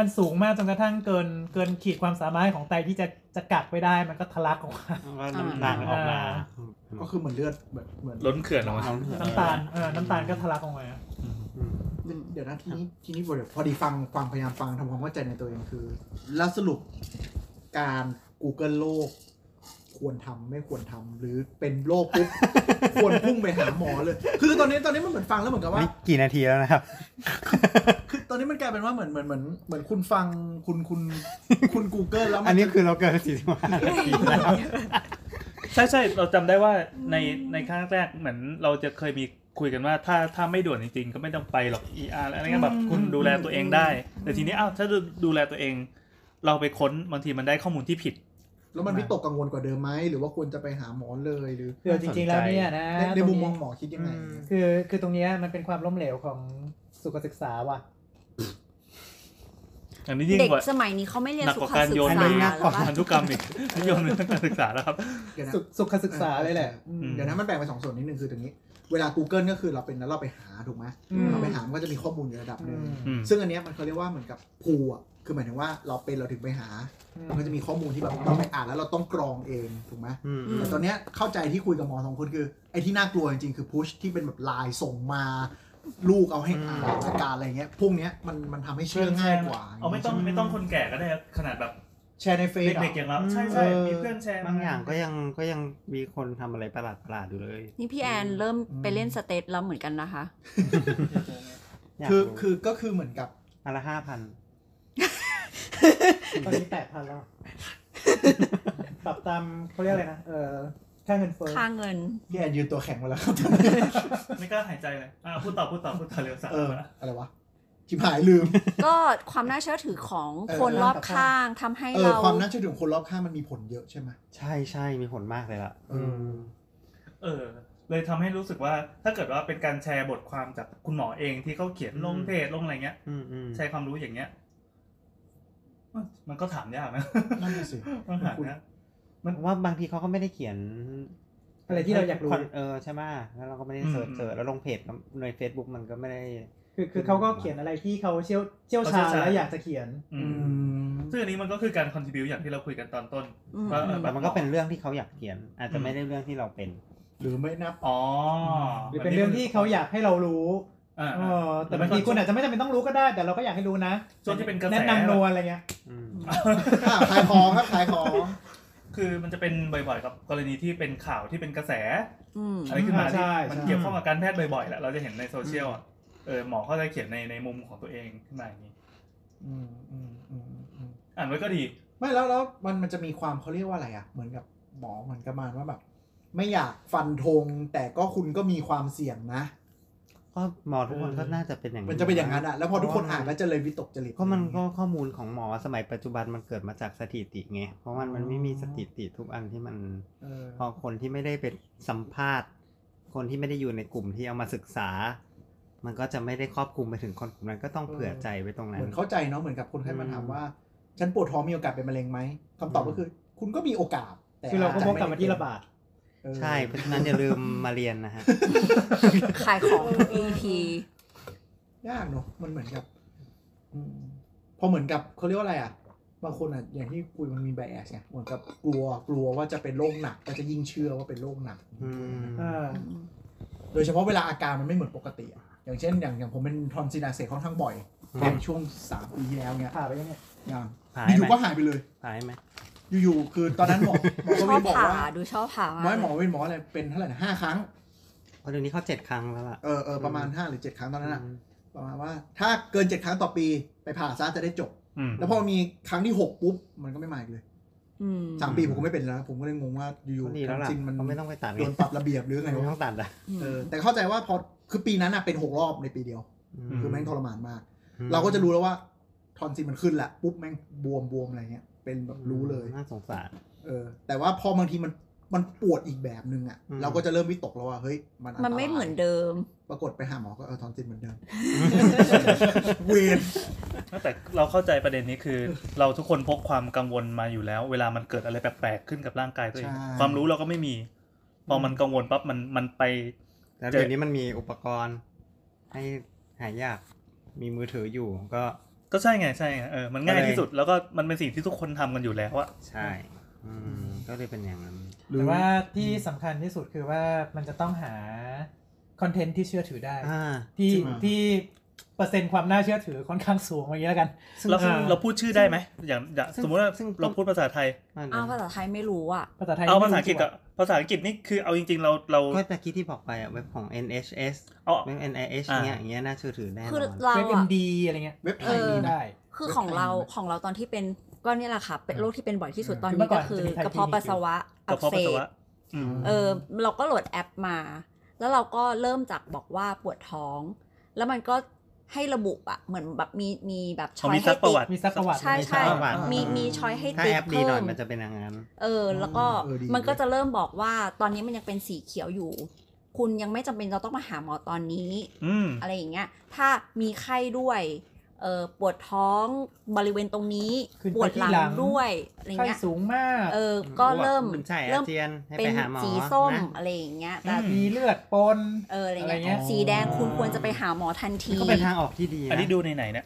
Speaker 4: มันสูงมากจนกระทั่งเกินเกินขีดความสามารถของไตที่จะจะกักไว้ได้ มันก็ทะลักออกมา
Speaker 3: แล้วก็น้ำตาลออกมา
Speaker 5: ก็คือเหมือนเลือดเหมือนเหมือน
Speaker 6: ๆล้นเขื่อนออกมา
Speaker 4: น้ำตาล เออ น้ำตาลก็ทะลักออกมา
Speaker 2: อืม
Speaker 5: เดี๋ยวนะทีนี้ทีนี้พอดีฟังฟังพยายามฟังทำความเข้าใจในตัวเองคือ แล้วสรุปการ Google โลก ควรทำไม่ควรทำหรือเป็นโรคปุ๊บ ควรพุ่งไปหาหมอเลย คือตอนนี้ตอนนี้มันเหมือนฟังแล้วเหมือนกับว่า
Speaker 3: นี่กี่นาทีแล้วนะครับ
Speaker 5: คือตอนนี้มันกลายเป็นว่าเหมือนเหมือนเหมือนเหมือนคุณฟังคุณคุณคุณ Google แล้วมั
Speaker 3: อันนี้
Speaker 5: จะ
Speaker 3: คือเราเกินสี่สิบห้านาทีแล้ว
Speaker 6: ใช่ใช่เราจำได้ว่าในในครั้งแรกเหมือนเราจะเคยมีคุยกันว่า ถ้าถ้าไม่ด่วนจริงๆ ก็ไม่ต้องไปหรอก ER อะไรเงี้ยแบบคุณดูแลตัวเองได้ แต่ทีนี้อ้าวถ้าดูแลตัวเอง เราไปค้นบางทีมันได้ข้อมูลที่ผิด
Speaker 5: แล้วมันวิตกกังวลกว่าเดิมไหมหรือว่าควรจะไปหาหมอเลยหรือ
Speaker 4: คือจริงๆแล้วเนี่ยนะ
Speaker 5: ในในมุมมองห
Speaker 4: ต
Speaker 5: ม
Speaker 4: ร
Speaker 5: อคิดยังไง
Speaker 3: อืม
Speaker 4: นี้คือคือตรงเนี้ยมันเป็นความล้มเหลวของสุขศึกษาว่ะ
Speaker 6: อันนี้ยิ่ง
Speaker 2: เด็ก
Speaker 6: กว่า
Speaker 2: สมัยนี้เขาไม่เรียน
Speaker 6: หนัก
Speaker 2: สุ
Speaker 6: กว่า
Speaker 2: ข
Speaker 6: การ
Speaker 2: ศึก
Speaker 6: โยน
Speaker 2: ษา
Speaker 3: เลย
Speaker 2: แล้
Speaker 3: นะ
Speaker 2: วป่ะ
Speaker 6: พันธุกรรมอีก นิยมในทางการศึกษาแล้วครับ
Speaker 5: เดี๋ยวนะ
Speaker 4: สุขสุขศึกษาเลยแหละ อืม
Speaker 5: เดี๋ยวนะมันแบ่งเป็นสองส่วนนิดนึงคือตรงนี้ เวลา Google ก็คือเราเป็นแล้วเราไปหาถูกไหม
Speaker 4: อืม
Speaker 5: เราไปหามันก็จะมีข้อมูลอยู่ระดับหนึ่ง
Speaker 6: อืม
Speaker 5: ซึ่งอันเนี้ยมันเขาเรียกว่าเหมือนกับพูอ่ะคือหมายถึงว่าเราเป็นเราถึงไปหา มันก็จะมีข้อมูลที่แบบเราไปอ่านแล้วเราต้องกรองเองถูกไหม
Speaker 3: อืม
Speaker 5: แต่ตอนเนี้ยเข้าใจที่คุยกับหมอสองคนคือ ไอ้ที่น่ากลัวจริงๆ คือพุชที่เป็นแบบไลายส่งมา ลูกเอาให้อ่านอาการอะไรเงี้ย พวกเนี้ยมันมันทำให้เชื่อง่ายกว่า
Speaker 6: เอาไม่ต้องไม่ต้องคนแก่ก็ได้ครับขนาดแบบ
Speaker 5: แชร์ในเฟซ
Speaker 6: เด็กๆอย่างเราใช่ใช่มีเพื่อนแชร์
Speaker 3: บางอย่างก็ยังก็ยังมีคนทำอะไรประหลาดประหลาดๆอยู่เลย
Speaker 2: นี่พี่แอนเริ่มไปเล่นสเตทแล้วเหมือนกันนะคะ
Speaker 3: ยาก
Speaker 5: คือ
Speaker 3: รู้
Speaker 5: คือก็คือเหมือนกับ
Speaker 3: อนละห้าพัน
Speaker 4: ตอนนี้แปดพันแล้ว ปรับตามเขาเรียกอะไรนะ เออ
Speaker 5: ค่าเงินเฟ้อ
Speaker 2: ค่าเงิน
Speaker 5: แย่ยืนตัวแข็งมา แล้วครับ
Speaker 6: ไม่กล้าหายใจเลยอ่ะพูดต่อพูดต่อพูดต่อเร็วสาม
Speaker 5: เออ
Speaker 6: ละ
Speaker 5: อะไรวะชิบหายลืม
Speaker 2: ก็ความน่าเชื่อถือของ
Speaker 5: เออ
Speaker 2: คนรอบ
Speaker 5: รอบข้า
Speaker 2: ข้าง งทำให้
Speaker 5: เออ
Speaker 2: เรา
Speaker 5: ความน่าเชื่อถือของคนรอบข้างมันมีผลเยอะใช่ไหม
Speaker 3: ใช่ใช่มีผลมากเลยล่ะ
Speaker 5: อืม
Speaker 6: เออ เลยทำให้รู้สึกว่าถ้าเกิดว่าเป็นการแชร์บทความจากคุณหมอเองที่เขาเขียนลง
Speaker 3: อืม
Speaker 6: เพจลงอะไรเงี้ย
Speaker 3: อืมอืม
Speaker 6: ใช้ความรู้อย่างเงี้ย มันก็ถามยากนะ
Speaker 5: นั่นน่ะสิ
Speaker 6: มันถามยาก
Speaker 3: ว่าบางทีเขาก็ไม่ได้เขียน
Speaker 4: อะไรที่เราอยากรู้
Speaker 3: คเออใช่ไหมแล้วเราก็ไม่ได้เสิร์ช
Speaker 6: อืม
Speaker 3: เสิร์ชแล้วลงเพจใน Facebook มันก็ไม่ได้
Speaker 4: คือคือเขาก็เขียนอะไรที่เขาเชี่ยวเชี่ยวชาญและอยากจะเขียน
Speaker 6: อืมซึ่งอันนี้มันก็คือการคอนทิบิวอย่างที่เราคุยกันตอนต้น
Speaker 2: อืม
Speaker 6: ว่าเออ
Speaker 3: แต่มันก็เป็นเรื่องที่เขาอยากเขียน อาจจะ
Speaker 6: อืม
Speaker 3: ไม่ได้เรื่องที่เราเป็น
Speaker 5: ห รือไม่นับ
Speaker 6: อ๋อ
Speaker 4: หรือเป็นเรื่องที่เขาอยากให้เรารู้
Speaker 6: อ่า
Speaker 4: เอ
Speaker 6: อ่า
Speaker 4: อแต่บางทีคุณอาจจะไม่จำเป็นต้องรู้ก็ได้ แต่เราก็อยากให้รู้นะ
Speaker 6: ช่วงที่เป็นกระแส
Speaker 4: แนะนำโนนอะไรเงี้ย
Speaker 3: อืม
Speaker 5: อ่ะขายของครับขายของ
Speaker 6: คือมันจะเป็นบ่อยๆกับกรณีที่เป็นข่าวที่เป็นกระแส
Speaker 2: อืม
Speaker 6: อะไรขึ้นมา
Speaker 4: ใช่
Speaker 6: ที่
Speaker 4: ใช่
Speaker 6: มันเกี่ยวข้องกับการแพทย์บ่อยๆแหละเราจะเห็นในโซเชียลอ่ะเออหมอเขาจะเขียนในในมุมของตัวเองขึ้นมาอย่างนี้
Speaker 5: อืมอืมอืมอืม
Speaker 6: อ่านไว้ก็ดี
Speaker 5: ไม่แล้วแล้วมันมันจะมีความเขาเรียกว่าอะไรอ่ะ เหมือนกับหมอเหมือนกับมาว่าแบบ ไม่อยากฟันธงแต่ก็คุณก็มีความเสี่ยงนะ
Speaker 3: ก็หมอทุกคนก็น่าจะเป็นอย่าง
Speaker 5: มันจะเป็นอย่างนั้นอ่ะ แล้วพอทุกคนอ่านแล้วจะเลยวิตกจริต
Speaker 3: ก็มันก็ข้อมูลของหมอสมัยปัจจุบันมันเกิดมาจากสถิติไง เพราะมันมันไม่มีสถิติทุกอันที่มัน
Speaker 5: เออ
Speaker 3: พอคนที่ไม่ได้เป็นสัมภาษณ์ คนที่ไม่ได้อยู่ในกลุ่มที่เอามาศึกษา มันก็จะไม่ได้ครอบคลุมไปถึงคนกลุ่มนั้นก็ต้องเผื่อใจไว้ตรงนั้
Speaker 5: เห
Speaker 3: น
Speaker 5: มือนเข้าใจเนาะเหมือนกับคนไข้มาถาม
Speaker 3: อืม
Speaker 5: ว่า ฉันปวดท้องมีโอกาสเป็นมะเร็งไหมคำตอบ
Speaker 3: อืม
Speaker 5: ก็คือ คุณก็มีโอกาส แต่
Speaker 4: คือเราก็
Speaker 5: อ
Speaker 4: พ
Speaker 5: จจะ
Speaker 4: บกลับมาที่ระบาด
Speaker 5: เออ
Speaker 3: ใช่เพราะฉะนั้นอย่าลืมมาเรียนนะ ฮะ
Speaker 2: ขายของทุก EP
Speaker 5: ยากเนาะมันเหมือนกับอืมพอเหมือนกับเขาเรียกว่าอะไรอ่ะบางคนอ่ะอย่างที่คุยมันมีไบแอสไงเหมือนกับกลัวกลัวว่าจะเป็นโรคหนักก็จะยิ่งเชื่อว่าเป็นโรคหนัก
Speaker 3: อืม
Speaker 5: โดยเฉพาะเวลาอาการมันไม่เหมือนปกติอะอย่างเช่น อย่างอย่างผมเป็นทอนซิลอักเสบค่อนข้างบ่อย
Speaker 3: อืม
Speaker 5: เป็นช่วงสามปีที่แล้วเนี่ย
Speaker 4: ผ่าไปยังไง
Speaker 5: อย่าง
Speaker 3: ผ่า
Speaker 5: อ
Speaker 3: ให้ไห
Speaker 5: ยู่
Speaker 3: ม
Speaker 5: ๆก็หายไปเลย
Speaker 3: ผ่าให้ไหม
Speaker 5: อยู่ๆคือตอนนั้นหมอหมอ
Speaker 2: ชอ
Speaker 5: ก็วิ
Speaker 2: บ
Speaker 5: นบอก
Speaker 2: ผ่า
Speaker 5: ว่า
Speaker 2: ดูชอบผ่ามาก
Speaker 5: หมอให้หมอเป็นหมออะไรเป็นเท่าไหร่นะห้าครั้ง
Speaker 3: เพราะเดี๋ยวนี้เขาเจ็ดครั้งแล้วล่ะ
Speaker 5: เออเออประมาณ
Speaker 3: อืม
Speaker 5: ห้าหรือเจ็ดครั้งตอนนั้นอะ
Speaker 3: อืม
Speaker 5: ประมาณว่า ถ้าเกินเจ็ดครั้งต่อปีไปผ่าซะจะได้จบ
Speaker 6: อืม
Speaker 5: แล้วพอมีครั้งที่หกปุ๊บ มันก็ไม่มาอีกเลย
Speaker 2: อืม
Speaker 5: สามปีผมก็ไม่เป็นแล้ว ผมก็เลยงงว่าอยู่
Speaker 3: ก็ดีแล้วล่ะ
Speaker 5: จริงมัน
Speaker 3: เขาไม่ต้องไปตัด
Speaker 5: โดนปรับระเบียบหรือไง
Speaker 3: ไม่ต้
Speaker 5: วะ
Speaker 3: องตัดอ่ะ
Speaker 5: เออแต่เข้าใจว่าพอคือปีนั้นอะเป็นหกรอบในปีเดียว คือแม่งทรมานมาก เราก็จะรู้แล้วว่าทอนซิลมันขึ้นแหละปุ๊บแม่งบวมบวมอะไรเงี้ยเป็นแบบรู้เลย
Speaker 3: น่าสงสาร
Speaker 5: เออ แต่ว่าพอบางทีมันมันปวดอีกแบบนึงอ่ะ
Speaker 3: อืม
Speaker 5: เราก็จะเริ่มวิตกแล้วว่าเฮ้ยมัน
Speaker 2: มันไม่
Speaker 5: ตราย
Speaker 2: เหมือนเดิม
Speaker 5: ปรากฏไปหาหมอก็เออทอนซิลเหมื อนเดิม เวร
Speaker 6: แต่เราเข้าใจประเด็นนี้คือ เราทุกคนพกความกังวลมาอยู่แล้ว เวลามันเกิดอะไรแปลกๆขึ้นกับร่างกายตัวเอง
Speaker 5: ใช่
Speaker 6: ความรู้เราก็ไม่มี พอมันกังวลปั๊บมันมันไป
Speaker 3: แล้วเดี๋ยวนี้มันมีอุปกรณ์ ให้หายาก มีมือถืออยู่ก็
Speaker 6: ก็ใช่ไงใช่ไงเออมันง่า
Speaker 3: ก็
Speaker 6: ย
Speaker 3: เลย
Speaker 6: ที่สุดแล้วก็มันเป็นสิ่งที่ทุกคนทำกันอยู่แล้วอะ
Speaker 3: ใช่ อืมก็เลยเป็นอย่างนั้น
Speaker 5: หรือ
Speaker 4: แต่ว่าที่สำคัญที่สุดคือว่ามันจะต้องหาคอนเทนต์ที่เชื่อถือได้
Speaker 3: อ่า
Speaker 4: ที่
Speaker 5: จริงเหรอ
Speaker 4: ที่เปอร์เซ็นต์ความน่าเชื่อถือค่อนข้างสูงอย่างนี้แล้วกัน
Speaker 3: ซึ่ง
Speaker 6: เรา
Speaker 4: อ่า
Speaker 6: เราพูดชื่อได้ไหมอย่างอย่าง
Speaker 3: ซึ่ง
Speaker 6: สมมติว่า
Speaker 3: ซึ่ง
Speaker 6: เราพูดภาษาไทย
Speaker 2: อ้าวภาษาไทยไม่รู้อ่ะ
Speaker 4: ภาษาไทย
Speaker 6: เอา
Speaker 4: ไม่
Speaker 6: ภาษาอังกฤษกับภาษาอังกฤษนี่คือเอาจริงๆเราเรา
Speaker 3: ก็ตะกี้ที่บอกไปอะเว็บของ NHS
Speaker 6: เอา
Speaker 3: เว็บ NIH
Speaker 6: อ่า
Speaker 3: เนี้ยอย่างเงี้ยน่าเชื่อถือแน่น
Speaker 2: คือ
Speaker 3: อน
Speaker 2: เรา
Speaker 4: เว็บเอ็
Speaker 2: อ่ะ
Speaker 4: มดีอะไรเงี้ย
Speaker 5: เว็บไท
Speaker 2: เอย อ
Speaker 5: มีนะ
Speaker 4: ได้
Speaker 2: คือของเราของเราตอนที่เป็นก็เนี่ยแหละค่ะเป็นโรคที่เป็นบ่อยที่สุดตอน
Speaker 4: เมื่
Speaker 2: นี้
Speaker 4: อก่อน
Speaker 2: ก็คือ
Speaker 4: จะมีไทย
Speaker 2: กระ
Speaker 4: ค
Speaker 2: เพาะ
Speaker 4: ลินิก
Speaker 2: ปัสสาวะ
Speaker 6: ก
Speaker 2: อั
Speaker 6: ระ
Speaker 2: ก
Speaker 6: เพาะ
Speaker 2: เส
Speaker 6: ปัสสา
Speaker 2: บ
Speaker 6: วะอืม
Speaker 2: เออเราก็โหลดแอปมา แล้วเราก็เริ่มจากบอกว่าปวดท้อง แล้วมันก็ให้ระบุอ่ะเหมือนแบบมีมีแบบช้
Speaker 6: อ๋
Speaker 2: อ
Speaker 6: อย มีซั
Speaker 2: ให้
Speaker 6: กประ
Speaker 2: ติ๊
Speaker 6: วัติ
Speaker 2: ก
Speaker 4: มีซักประวัติ
Speaker 2: ใช่
Speaker 4: ไหม
Speaker 2: ใช่
Speaker 3: มีซักประวัติ
Speaker 2: มีมีช้อยให้
Speaker 3: ถ้า
Speaker 2: ติ๊ก
Speaker 3: แอปดี
Speaker 2: เพิ่
Speaker 3: หน่อย
Speaker 2: ม
Speaker 3: มันจะเป็นอย่างนั้น
Speaker 2: เออแล้วก็
Speaker 5: เออดี
Speaker 2: มันก็จะเริ่มบอกว่าตอนนี้มันยังเป็นสีเขียวอยู่ คุณยังไม่จำเป็นเราต้องมาหาหมอตอนนี้
Speaker 6: อืม
Speaker 2: อะไรอย่างเงี้ย ถ้ามีไข้ด้วยเออปวดท้องบริเวณตรงนี้
Speaker 4: ขึ้นไป
Speaker 2: ปวดห
Speaker 4: ที่
Speaker 2: ลั
Speaker 4: หลั
Speaker 2: ง
Speaker 4: ง
Speaker 2: ด้วยอะไร
Speaker 4: ไข้
Speaker 2: เงี้ย
Speaker 4: สูงมาก
Speaker 2: เออก็เริ่ม
Speaker 3: มันใช่อา
Speaker 2: เริ่ม
Speaker 3: เจียนให้
Speaker 2: เป็
Speaker 3: ไป
Speaker 2: น
Speaker 3: หาหมอ
Speaker 2: สีส้ม
Speaker 3: นะ
Speaker 2: อะไรอย่างเงี้ยแต่
Speaker 6: อืม
Speaker 4: มีเลือดปน
Speaker 2: เอออะไร
Speaker 4: อะไรเงี้
Speaker 2: เงี้
Speaker 4: ย
Speaker 2: ยสีแดงคุณควรจะไปหาหมอทันที
Speaker 3: ก็เป็นทางออกที่ดีนะ
Speaker 6: อันนี้ดูในไหนเนี่ย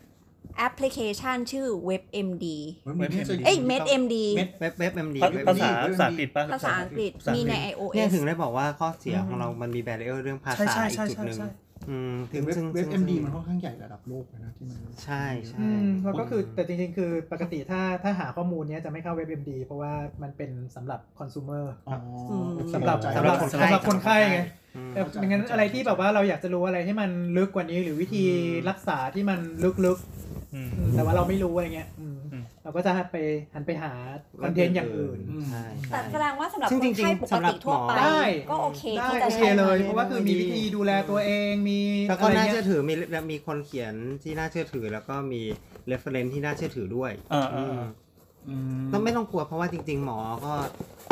Speaker 2: แอปพลิเคชันชื่อ WebMD
Speaker 5: มันมีนี่จะ
Speaker 2: เอ้ย MedMD
Speaker 3: เว็บเว็บเอ็มดี
Speaker 6: ภา
Speaker 5: เว็บ
Speaker 6: ภาษาภาษาอังกฤษปะ
Speaker 2: ภาษาอังกฤษมีใน iOS
Speaker 3: เนี่ยถึงได้บอกว่าข้อเสียของ
Speaker 6: อืม
Speaker 3: เรามันมีแบเรียเรื่องภา
Speaker 6: ใช่
Speaker 3: ษา
Speaker 6: ใช่
Speaker 3: อีก
Speaker 6: ใช่
Speaker 3: จุดห
Speaker 6: ใช่
Speaker 3: นึ่ง
Speaker 6: ใช่
Speaker 3: อืม
Speaker 5: ถึงเว็บเว็บเอ็มดีมันค่อนข้างใหญ่ระดับโลกเลยนะที่มัน
Speaker 3: ใช่ใช่
Speaker 4: อืมแล้วก็คือแต่จริงๆ คือปกติถ้าถ้าหาข้อมูลเนี้ยจะไม่เข้าเว็บเอ็มดีเพราะว่ามันเป็นสำหรับคอน sumer
Speaker 5: อ๋อ
Speaker 4: สำหรับ
Speaker 5: เข้าใจ
Speaker 4: สำหรับ
Speaker 3: คนไข้
Speaker 4: สำหรับคนไข้ไง
Speaker 3: อืม
Speaker 4: แต่ไม่งั้นอะไรที่แบบว่าเราอยากจะรู้อะไรให้มันลึกกว่านี้ หรือวิธีรักษาที่มันลึก
Speaker 6: อืม
Speaker 4: แต่ว่าเราไม่รู้อะไรเงี้ยอืม
Speaker 6: อืม
Speaker 4: เราก็จะไปหันไปหาคอนเทนต์อย่างอื่น
Speaker 3: ใช่
Speaker 2: แต่
Speaker 3: ใช่
Speaker 2: แสดงว่าสำหรับ
Speaker 3: ซึ่ง
Speaker 2: คน
Speaker 3: จริง
Speaker 2: ไข้
Speaker 3: ๆ
Speaker 2: ปก
Speaker 3: สำหรับ
Speaker 2: ติทั่วไป
Speaker 3: หมอ
Speaker 4: ได้
Speaker 2: ก็โอเค
Speaker 4: ได้
Speaker 2: ที่
Speaker 4: โอ
Speaker 2: จะ
Speaker 4: เค
Speaker 2: ใช้
Speaker 4: เลย
Speaker 3: ได้
Speaker 4: เพราะว่าคือ
Speaker 3: ได้
Speaker 4: มีวิธีดูแลตัวเองมี
Speaker 3: แล้วก็
Speaker 4: อะไร
Speaker 3: น่า
Speaker 4: เงี้
Speaker 3: เชื่อย ถือมีมีคนเขียนที่น่าเชื่อถือ แล้วก็มี reference ที่น่าเชื่อถือด้วย
Speaker 6: เออเออเออ
Speaker 3: มต้องไม่ต้องกลัวเพราะว่าจริง ๆ หมอก็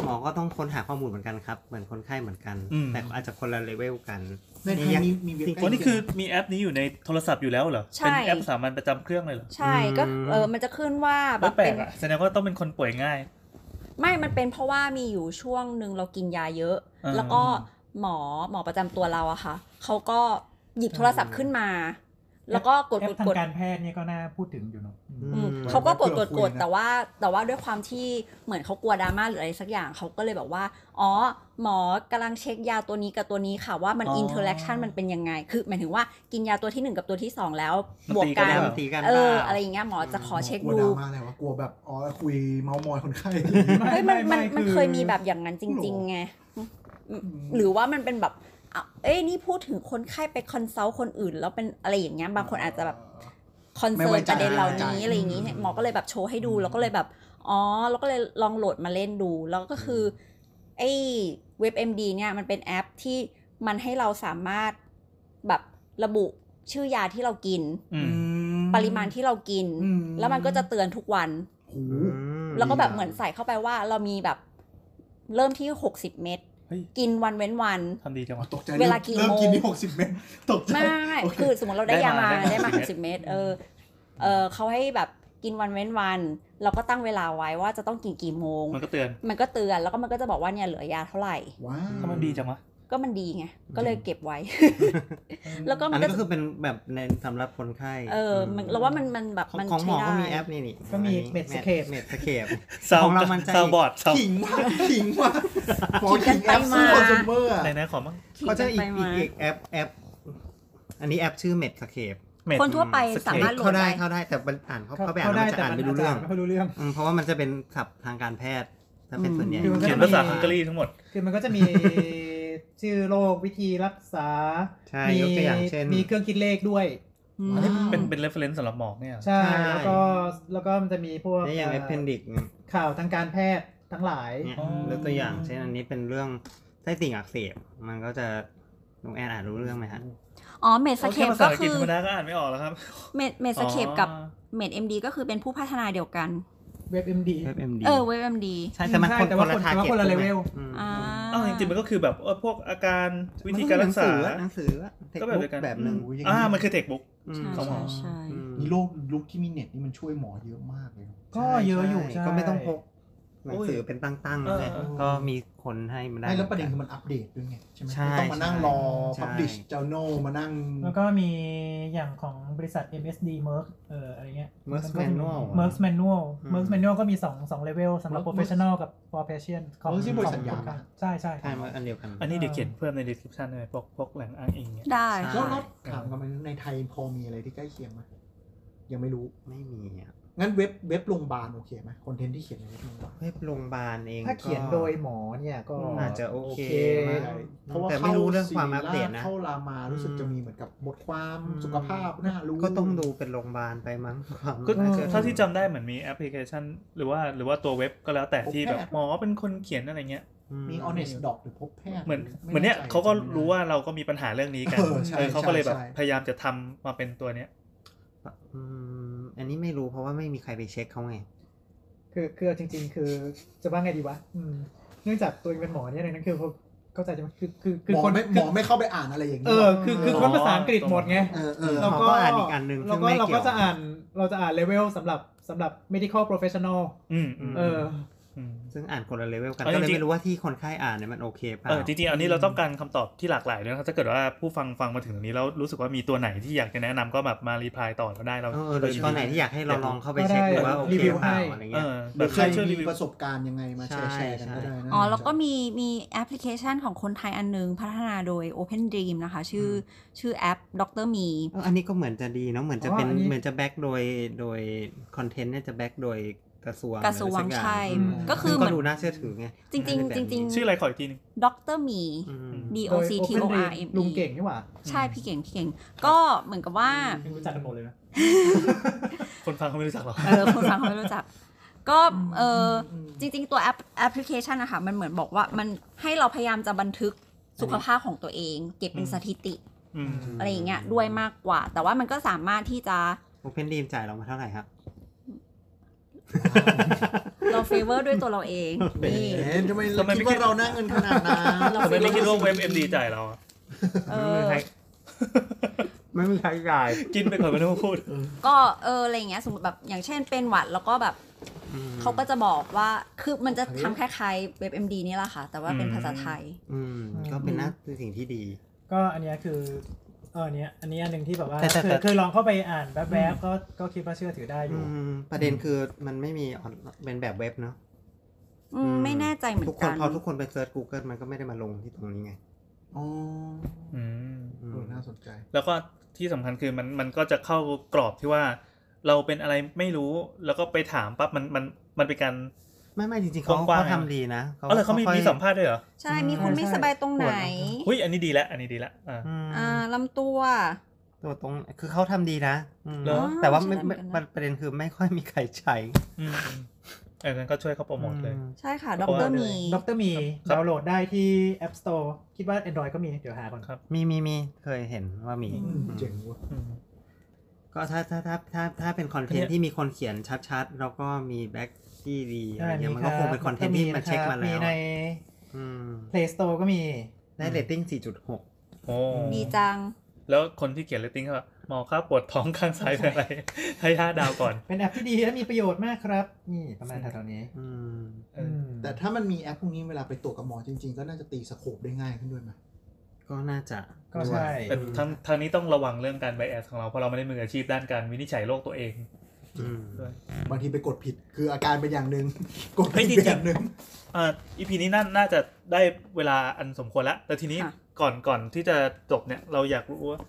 Speaker 3: หมอก็ต้องค้นหาข้อมูลเหมือนกันครับ เหมือนคนไข้เหมือนกัน
Speaker 6: อืม
Speaker 3: แต่อาจจะคนละเลเวลกัน
Speaker 5: ในไทยมีมีเว็บ
Speaker 3: จริง
Speaker 6: โอ้นี่คือมีแอปนี้อยู่ในโทรศัพท์อยู่แล้วเหรอ เป็นแอปสามัญประจำเครื่องเลยเหรอ
Speaker 2: ใช่ก็เออมันจะขึ้นว่าแบ
Speaker 6: ไม่
Speaker 2: บ
Speaker 6: แปล
Speaker 2: เป็
Speaker 6: ก
Speaker 2: น
Speaker 6: อ่ะแสดงว่าต้องเป็นคนป่วยง่าย
Speaker 2: ไม่มันเป็นเพราะว่ามีอยู่ช่วงหนึ่งเรากินยาเยอะ
Speaker 6: อ่า
Speaker 2: แล้วก็หมอหมอประจำตัวเราอะค่ะ เขาก็หยิบโทรศัพท์ขึ้นมา แล้วก็กด
Speaker 4: แอป
Speaker 2: กด
Speaker 4: ทาก ง
Speaker 2: ด
Speaker 4: การแพทย์เนี่ยก็น่าพูดถึงอยู่เนาะอืม
Speaker 2: อืม
Speaker 3: อืม
Speaker 2: เขาก็กดกดกดแต่ว่าแต่ว่าด้วยความที่เหมือนเขากลัวดราม่าหรืออะไรสักอย่างเขาก็เลยแบบว่า อ๋อ หมอกำลังเช็คยาตัวนี้กับตัวนี้ค่ะว่ามัน
Speaker 6: อ๋ออิ
Speaker 2: อินเทอร์แอคชั่นมันเป็นยังไง คือหมายถึงว่ากินยาตัวที่หนึ่งกับตัวที่สองแล้ว
Speaker 6: มัน
Speaker 2: บวก
Speaker 6: ตี
Speaker 2: กัน
Speaker 6: ได้เหร
Speaker 3: มันตีกัน
Speaker 2: เออ
Speaker 3: ปล่า
Speaker 2: อะไรอย่างเงี้ยหมอจะขอเช็ค
Speaker 5: กลัว
Speaker 2: ดู
Speaker 5: ดราม่าอะไรวะกลัวแบบอ๋อคุยเมามอยคนไข้
Speaker 2: เฮ้ยมัน
Speaker 4: ไม่
Speaker 2: มัน
Speaker 4: ไม่
Speaker 2: มัน
Speaker 4: คือ
Speaker 2: เคยมีแบบอย่างนั้นจริง ๆ ไง
Speaker 5: ม
Speaker 2: หรือว่ามันเป็นแบบอ่ะเอ้ยนี่พูดถึงคนไข้ไปคอนซัลท์คนอื่น แล้วเป็นอะไรอย่างเงี้ยบางคนอาจจะแบบคอน
Speaker 5: ไม่
Speaker 2: เซิ
Speaker 5: ไว้
Speaker 2: ร์น
Speaker 5: ใจ
Speaker 2: ประเด็นเหล่า
Speaker 5: ไม่ไว้
Speaker 2: นี้
Speaker 5: ใจ
Speaker 2: อะไรอย่างงี้เนี่ยหมอก็เลยแบบโชว์ให้ดูแล้วก็เลยแบบ อ๋อ แล้วก็เลยลองโหลดมาเล่นดู แล้วก็คือไอ้เว็บ MD เนี่ยมันเป็นแอปที่มันให้เราสามารถแบบระบุชื่อยาที่เรากิน
Speaker 6: อื
Speaker 5: อื
Speaker 6: ม
Speaker 5: ม
Speaker 2: ปริมาณที่เรากิน
Speaker 5: อืม
Speaker 2: แล้วมันก็จะเตือนทุกวัน
Speaker 5: โห
Speaker 3: อืม
Speaker 2: แล้วก็แบบ
Speaker 5: ดีอะ
Speaker 2: เหมือนใส่เข้าไปว่าเรามีแบบเริ่มที่ 60 เม็ด
Speaker 6: เฮ้ย
Speaker 2: กินวันเว้นวัน
Speaker 6: ทำดีจังวะ
Speaker 5: ตกใจ
Speaker 2: เวลากี่
Speaker 5: เริ่ม
Speaker 2: โมง
Speaker 5: กินที่หกสิบเมตรตกใจ
Speaker 2: ไม่ไม่ไม่
Speaker 5: โอเค
Speaker 2: คือสมมติเราได้
Speaker 6: ได้
Speaker 2: ยามา
Speaker 6: มาได้
Speaker 2: ได้มา
Speaker 6: มา
Speaker 2: 60 เม็ดเออเออเขาให้แบบกินวันเว้นวัน เราก็ตั้งเวลาไว้ว่าจะต้องกินกี่โมง
Speaker 6: มันก็เตือน
Speaker 2: มันก็เตือนแล้วก็มันก็จะบอกว่าเนี่ยเหลือยาเท่าไหร่
Speaker 5: ว้าว
Speaker 6: ถ้ามันดีจังวะ
Speaker 2: ก็มันดีไง ก็เลยเก็บไว้ แล้วก็
Speaker 3: อั
Speaker 2: มัน น
Speaker 3: นี้
Speaker 2: ก็
Speaker 3: นก็คือเป็นแบบในสำหรับคนไข้
Speaker 2: เออมันเราว่ามันมันแบบ
Speaker 3: ของ
Speaker 2: มัน
Speaker 3: ของหม
Speaker 2: ใช้
Speaker 3: อก็
Speaker 2: ได้
Speaker 3: มีแอปนี่นี่
Speaker 4: ก็มี Medscape
Speaker 3: เมดสเคป
Speaker 6: ซาว
Speaker 3: ของเรามันจะ
Speaker 6: ซาวบอร์ดซาว
Speaker 5: ขิงว่ะขิงว่ะหมอขิงแอปสู้คอนซูเมอร์อะ
Speaker 6: ไหนๆขอมั่ง
Speaker 2: ขี่
Speaker 3: ก็จะ
Speaker 2: กันไป
Speaker 3: อีกอี
Speaker 2: มาก
Speaker 3: อีกแอปแอป อันนี้แอปชื่อเมดสเคป
Speaker 6: เมด
Speaker 2: คนทั่วไป
Speaker 6: สเกล
Speaker 2: สามารถโหล
Speaker 3: เข้า
Speaker 2: ด
Speaker 3: ได้
Speaker 2: ได้
Speaker 3: เข้าได้แต่มันอ่านเขาเข้าไปอ่าน
Speaker 4: เขา
Speaker 3: แล้ว
Speaker 4: ได้
Speaker 3: มันจะ
Speaker 4: แต่
Speaker 3: อ่าน
Speaker 4: มัน
Speaker 3: ไม่
Speaker 4: อา
Speaker 3: รู้
Speaker 4: จจะ
Speaker 3: เรื่อง
Speaker 4: ไม่ค่อยรู้เรื่อง
Speaker 3: อืมเพราะว่ามันจะเป็นศัพท์ทางการแพทย์ถ้าเป็นส่วนใหญ่
Speaker 4: อืม
Speaker 6: เขียนภาษาฮังการีทั้งหมด
Speaker 4: คือ มันก็จะมี ชื่อโรควิธีรักษา
Speaker 3: ใช่
Speaker 4: มี
Speaker 3: ยกตัวอย่างเช่น
Speaker 4: มีเครื่องคิดเลขด้วย
Speaker 2: อืม
Speaker 6: เป็นเป็นเรฟเฟรนซ์สำหรับหมอเนี่ย
Speaker 4: ใช่
Speaker 3: ใช่
Speaker 4: แล้วก็แล้วก็มันจะมีพวก
Speaker 3: ในอย่างเอ
Speaker 4: เอ่อ
Speaker 3: เพนดิกเนี่ย
Speaker 4: ข่าวทางการแพทย์ทั้งหลาย
Speaker 6: อ๋อ
Speaker 3: ยกตัวอย่างเช่นอันนี้เป็นเรื่องไส้ติ่งอักเสบมันก็จะน้องแอนอ่านรู้เรื่องไหมฮะ
Speaker 2: อ๋อเมดส
Speaker 6: โอ
Speaker 2: เค
Speaker 6: เค
Speaker 2: ป
Speaker 6: ภาษา
Speaker 2: ก็
Speaker 6: อังกฤ
Speaker 2: คือ
Speaker 6: ษธรรมดาก็อ่านไม่ออกแล้วครับ
Speaker 2: เมดเมดสเคปกับเมดเอ็มดีก็คือเป็นผู้พัฒนาเดียวกัน
Speaker 4: เว็บเอ็มดี
Speaker 3: FMD
Speaker 2: เออเว็บเอ็มดี
Speaker 3: ใช่แต่มัน
Speaker 4: ใช่
Speaker 3: คน
Speaker 4: แต่
Speaker 3: ค
Speaker 4: ว่าน
Speaker 3: ละ
Speaker 4: คน
Speaker 3: ทาร์
Speaker 4: แต่ว่า
Speaker 3: เก็ต
Speaker 4: คนละ level
Speaker 2: อ่า
Speaker 6: อ้าวจริงๆมันก็คือแบบเออพวกอาการวิธีการรักษา
Speaker 3: หนังสือก็
Speaker 6: ก็แบ
Speaker 3: แบบ บ
Speaker 6: เดียวกัน
Speaker 3: แบบหนึ่ง
Speaker 5: โยย่ง
Speaker 6: อ่ามันคือเทคบุ๊ก
Speaker 3: อืม
Speaker 2: ใช่
Speaker 6: ของหม
Speaker 2: ใช่
Speaker 6: อ
Speaker 2: ใช่
Speaker 3: อืม
Speaker 5: นี่โลกลุกที่มีเน็ตนี่มันช่วยหมอเยอะมากเลยเนอะ
Speaker 4: ก็เยอะอยู่ใช่
Speaker 3: ก็ไม่ต้องพกหนังสือเป็นตั้งๆ
Speaker 6: เอ
Speaker 3: นั่
Speaker 6: อ
Speaker 3: นแหละก็มีคนให้มันได้
Speaker 5: ไม่แล้วประเด็นคือมันอัปเดตด้วยไงใช่ไหม
Speaker 3: ใช่
Speaker 5: ไม่ต้องมานั่งรอ
Speaker 3: ใช่
Speaker 5: publish journal มานั่ง
Speaker 4: แล้วก็มีอย่างของบริษัท MSD Merck เอออะไรเงี้ย
Speaker 3: Merck
Speaker 4: ก็จะมี
Speaker 3: Manual อะ
Speaker 4: Merck Manual
Speaker 3: อืม
Speaker 4: Merck Manual ก็มี2 2เลเวลสำหรับ
Speaker 5: Merck-
Speaker 4: professional กับ for patient ของ
Speaker 5: เออที่บริษัท
Speaker 4: ของ
Speaker 5: ยา
Speaker 4: คนไข้ใช่ใช่
Speaker 3: ใช่มันอันเดียวกัน
Speaker 6: อันนี้เดี๋ยวเขียนเพิ่มใน description เลยพวกพวกแหล่งอ้างอิงเนี่ย
Speaker 2: ได้
Speaker 5: แล้วแล้วถามกันไหมในไทยพอมีอะไรที่ใกล้เคียงไหมยังไม่รู้
Speaker 3: ไม่มีอะ
Speaker 5: งั้นเว็บเว็บโรงพยาบาลโอเคไหมคอนเทนต์ที่เขียนในเว็บโรงพยาบาล
Speaker 3: เว็บโรงพยาบาลเอง
Speaker 4: ถ้าเขียน
Speaker 3: ก็
Speaker 4: โดยหมอเนี่ยก็
Speaker 3: อาจจะโอเค
Speaker 5: โอ
Speaker 3: มาก
Speaker 5: เค
Speaker 3: เพราะว่าแต่ไม่รู้เรื่องความอัปเดตนะ
Speaker 5: เข้ารามารู้สึกจะมีเหมือนกับบทความสุขภาพน่ารู้
Speaker 3: ก็ต้องดูเป็นโรงพยาบาลไปมั้งความ
Speaker 6: ก็
Speaker 3: น่ชื่อ
Speaker 6: เท่าที่จำได้เหมือนมีแอปพลิเคชัน หรือว่าหรือว่าตัวเว็บก็แล้วแต่ที่แบบหมอเป็นคนเขียนอะไรเงี้ย
Speaker 5: มี honest doc หรือพบแพทย์
Speaker 6: เหมือน
Speaker 5: ไ
Speaker 6: เหมือนเนี้ย
Speaker 5: ใจ
Speaker 6: เขาก็
Speaker 5: จำไม่ได้
Speaker 6: รู้ว่าเราก็มีปัญหาเรื่องนี้กัน
Speaker 5: เออใช่
Speaker 6: เออเขาก็เลยแบบ
Speaker 5: ใช่ใช่
Speaker 6: พยายามจะทำมาเป็นตัวเนี้ย
Speaker 3: อืมอันนี้ไม่รู้เพราะว่าไม่มีใครไปเช็คเขาไง
Speaker 4: คือคือเอาจริง ๆ คือจะว่าไงดีวะอืมเนื่องจากตัวเองเป็นหมอเนี่ยดังนั้นคือผมเข้าใจใช่ไหมคือคือคือ
Speaker 5: หมอ
Speaker 4: คน
Speaker 5: ไม่หมอไม่เข้าไปอ่านอะไรอย่าง
Speaker 4: เอ
Speaker 5: นี้
Speaker 4: อ
Speaker 5: หรก
Speaker 4: คือคือ
Speaker 6: หมอ
Speaker 4: คนภาษาอังกฤษหมดไง
Speaker 5: เออเออ
Speaker 3: หมอก็อ่านอีกอันหนึ่งซึ่
Speaker 4: เรา
Speaker 3: ง
Speaker 4: ก็
Speaker 3: ไม่
Speaker 4: เรา
Speaker 3: เกี่ยว
Speaker 4: ก็จะอ่านเราจะอ่านเลเวลสำหรับสำหรับ medical professional
Speaker 6: อืมอืม
Speaker 4: เออ
Speaker 6: ม
Speaker 3: ซึ่งอ่านคนละเลเวลกัน
Speaker 6: เอา
Speaker 3: ก็เล
Speaker 6: จริ
Speaker 3: ย
Speaker 6: งๆ
Speaker 3: ไม่รู้ว่าที่คนไข้อ่านเนี่ยมันโอเคเปล่า
Speaker 6: เออจริงๆอันนี้เราต้องการคำตอบที่หลากหลายด้วยนะครับถ้าเกิดว่าผู้ฟังฟังมาถึงตรงนี้แล้วรู้สึกว่ามีตัวไหนที่อยากจะแนะนำก็แบบมารีพลายต่อเราได้เรา
Speaker 3: เออหรือตอนไหนที่อยากให้เราลองเข้าไป
Speaker 4: ก็ได้
Speaker 3: เช็คดูว่าโอ
Speaker 4: รี
Speaker 3: เค
Speaker 4: วิว
Speaker 3: เปล่า
Speaker 4: ให้
Speaker 3: อะไร
Speaker 6: เอ
Speaker 3: เงี้ย
Speaker 6: อ
Speaker 5: ห
Speaker 6: แบ
Speaker 5: รื
Speaker 6: บ
Speaker 5: อใค
Speaker 6: ช่
Speaker 5: ร
Speaker 6: วยช่วย
Speaker 5: มี
Speaker 6: รีวิว
Speaker 5: ประสบการณ์ยังไงมาแชร์
Speaker 3: ใช่
Speaker 5: แชร์กันก็ได้นะ
Speaker 2: อ๋อ แล้วก็มีมีแอปพลิเคชันของคนไทยอันหนึง พัฒนาโดย Open Dream นะคะ ชื่อ
Speaker 3: อื
Speaker 2: ชื่อแอปดรมี
Speaker 3: เอออันนี้ก็เหมือนจะดีเนาะเหมือนจะเป็น
Speaker 4: อ๋ออันนี้
Speaker 3: เหมือนจะแบ็กโดยโดยคอนเทนต์เนี่ยจะแบ็กโดยกระทรวง
Speaker 2: กระทรวง
Speaker 3: อไสัอย่า
Speaker 2: ใช่
Speaker 3: อืม
Speaker 2: ก็คือ
Speaker 3: ซึ่ง
Speaker 2: เหมื
Speaker 3: ก็
Speaker 2: อน
Speaker 3: ดูน่าเชื่อถือไง
Speaker 2: จริงๆ
Speaker 3: น่าเป็นแบบ
Speaker 2: จริง
Speaker 3: นี้
Speaker 6: ชื่ออะไรขออีกทีหนึง
Speaker 2: ดรมี
Speaker 3: อืม
Speaker 2: D O
Speaker 4: โดย
Speaker 2: C T
Speaker 4: Open
Speaker 2: O
Speaker 4: Dream
Speaker 2: R M E
Speaker 4: ลุงเก่งนี่หว่า
Speaker 2: ใช่พี่เก่งพี่เก่ง ก็เหมือนกับว่า
Speaker 4: ยังรู้จักกันหมดเลยนะ
Speaker 6: คนฟังเขาไม่รู้จักหรอก
Speaker 2: เออคนฟังเขาไม่รู้จัก ก็เอออ
Speaker 5: ม
Speaker 2: จริง ๆ ตัวแอปแอปพลิเคชันนะคะมันเหมือนบอกว่ามันให้เราพยายามจะบันทึกสุขภาพของตัวเอง เก็บเป็น
Speaker 6: อืม
Speaker 2: สถิติ
Speaker 6: อืม
Speaker 2: อะไรอย่างเงี้ยด้วยมากกว่า แต่ว่ามันก็สามารถที่จะ
Speaker 3: โอเพนดีมจ่ายเรามาเท่าไหร่ครับ
Speaker 2: เราเฟเวอร์ด้วยตัวเราเองนี่
Speaker 5: เห็นทำไมเราคิดว่าเราหน้าเงินขนาดนั้น
Speaker 6: ทำไมไม่คิดว่าเว็บเอ็มดีจ่ายเราอะ
Speaker 2: เออ
Speaker 3: ไม่มีใครจ่าย
Speaker 6: กินไปก่อนไม่ต้องพูด
Speaker 2: ก็เอออะไรอย่างเงี้ยสมมติแบบอย่างเช่นเป็นหวัดแล้วก็แบบ
Speaker 3: อืม
Speaker 2: เขาก็จะบอกว่าคือมันจะทำคล้ายๆเว็บ MD นี่แหละค่ะ แต่ว่าเป็นภาษาไทย
Speaker 3: อืมก็เป็นน่าเป็นสิ่งที่ดี
Speaker 4: ก็อันเนี้ยคือเอออันเนี้ยอันนี้อันหนึ่งที่แบบว่า
Speaker 3: แต่แต่
Speaker 4: เค
Speaker 3: แต่
Speaker 4: ยเคยลองเข้าไปอ่านแวบๆก็ก็คิดว่าเชื่อถือได้อ
Speaker 3: อื
Speaker 4: ยู่
Speaker 3: มประเด็นคือมันไม่มีออนเป็นแบบเว็บเนาะ
Speaker 2: อืมไม่แน่ใจเหมือ
Speaker 3: ทุ
Speaker 2: น
Speaker 3: กค
Speaker 2: กัน น
Speaker 3: พอทุกคนไปเซิร์ช Google มันก็ไม่ได้มาลงที่ตรงนี้ไง
Speaker 5: อ๋อ
Speaker 6: อืม
Speaker 3: อืม
Speaker 5: เออน่าสนใจ
Speaker 6: แล้วก็ที่สำคัญคือมันมันก็จะเข้ากรอบที่ว่า เราเป็นอะไรไม่รู้แล้วก็ไปถามปั๊บมันมันมันเป็นการ
Speaker 3: ไม่ไม่จริงๆเขา
Speaker 6: กว้างๆ
Speaker 3: เขาทำดีนะ
Speaker 6: เออเขามี
Speaker 3: ค่อย
Speaker 6: มีสัมภาษณ์ด้วยเหรอ
Speaker 2: ใช่มีคนไม่สบายตรงไหน
Speaker 6: หุ้ยอันนี้ดีละอันนี้ดีละอ่า
Speaker 3: อืม
Speaker 2: อ่าลำตัว
Speaker 3: ตัวตรงคือเขาทำดีนะอืม
Speaker 6: เหรอ
Speaker 3: แต่ว่าไม่ไม่
Speaker 2: ใช่เหมือนกันนะ
Speaker 3: ประเด็นคือไม่ค่อยมีใครใช้
Speaker 6: อืมเอองั้นก็ช่วยเขาโปรโมทเลย
Speaker 3: อืม
Speaker 2: ใช่ค่ะ
Speaker 6: เพ
Speaker 2: ดอ
Speaker 6: ราะ
Speaker 2: กเตอ
Speaker 6: ว่า
Speaker 2: ร์มี
Speaker 4: ดรมี
Speaker 6: ครับ
Speaker 4: ดาวน์โหลดได้ที่ App Store คิดว่า Android ก็มี เดี๋ยวหาก่อน
Speaker 6: ครับ
Speaker 3: มีมีมีเคยเห็นว่ามี
Speaker 5: เจ๋งว่ะ
Speaker 6: อืม
Speaker 3: ก็ถ้าถ้าถ้าถ้าถ้าเป็นคอนเทน
Speaker 6: เนี่
Speaker 3: ต์
Speaker 6: ย
Speaker 3: ที่มีคนเขียนชัดๆ แล้วก็มีแบ็กที่ดีอะไรเงี้ยมันก็
Speaker 4: รับ
Speaker 3: คงเป็นคอนเทนต์ที่มันเช็คมา
Speaker 4: มี
Speaker 3: แล้ว
Speaker 4: ใน
Speaker 3: อืม
Speaker 4: Play Store ก็มี
Speaker 3: ได้เรตติ้ง 4.6
Speaker 6: โอ้
Speaker 2: ดีจัง
Speaker 6: แล้วคนที่เขียนเรตติ้งเขาบอกหมอครับปวดท้องข้างซ้ายเป็นอะไร ให้ห้าดาวก่อน
Speaker 4: เป็นแอปที่ดีและมีประโยชน์มากครับ นี่ประมาณแถวๆนี้
Speaker 3: อืม
Speaker 6: เออ
Speaker 4: ม
Speaker 5: แต่ถ้ามันมีแอปพวกนี้เวลาไปตรวจกับหมอจริง ๆ ก็น่าจะตีสโคปได้ง่ายขึ้นด้วยไหม
Speaker 3: ก็น่าจะ
Speaker 4: ก็ใช่
Speaker 6: แต่ทางทางนี้ต้องระวังเรื่องการไบแอสของเราเพราะเราไม่ได้มืออาชีพด้านการวินิจฉัยโรคตัวเอง
Speaker 3: อืม
Speaker 6: ด้วย
Speaker 5: บางทีไปกดผิดคืออาการเป็นอย่างหนึ่ง กด
Speaker 6: เฮ้
Speaker 5: ผิ
Speaker 6: ย
Speaker 5: ด
Speaker 6: จริ
Speaker 5: เป็
Speaker 6: งๆ
Speaker 5: นอย่างหนึ่ง
Speaker 6: อ่าอีพีนี้น่าน่าจะได้เวลาอันสมควรแล้ว แต่ทีนี้
Speaker 2: ค่ะ
Speaker 6: ก่อนก่อนที่จะจบเนี่ยเราอยากรู้ว่า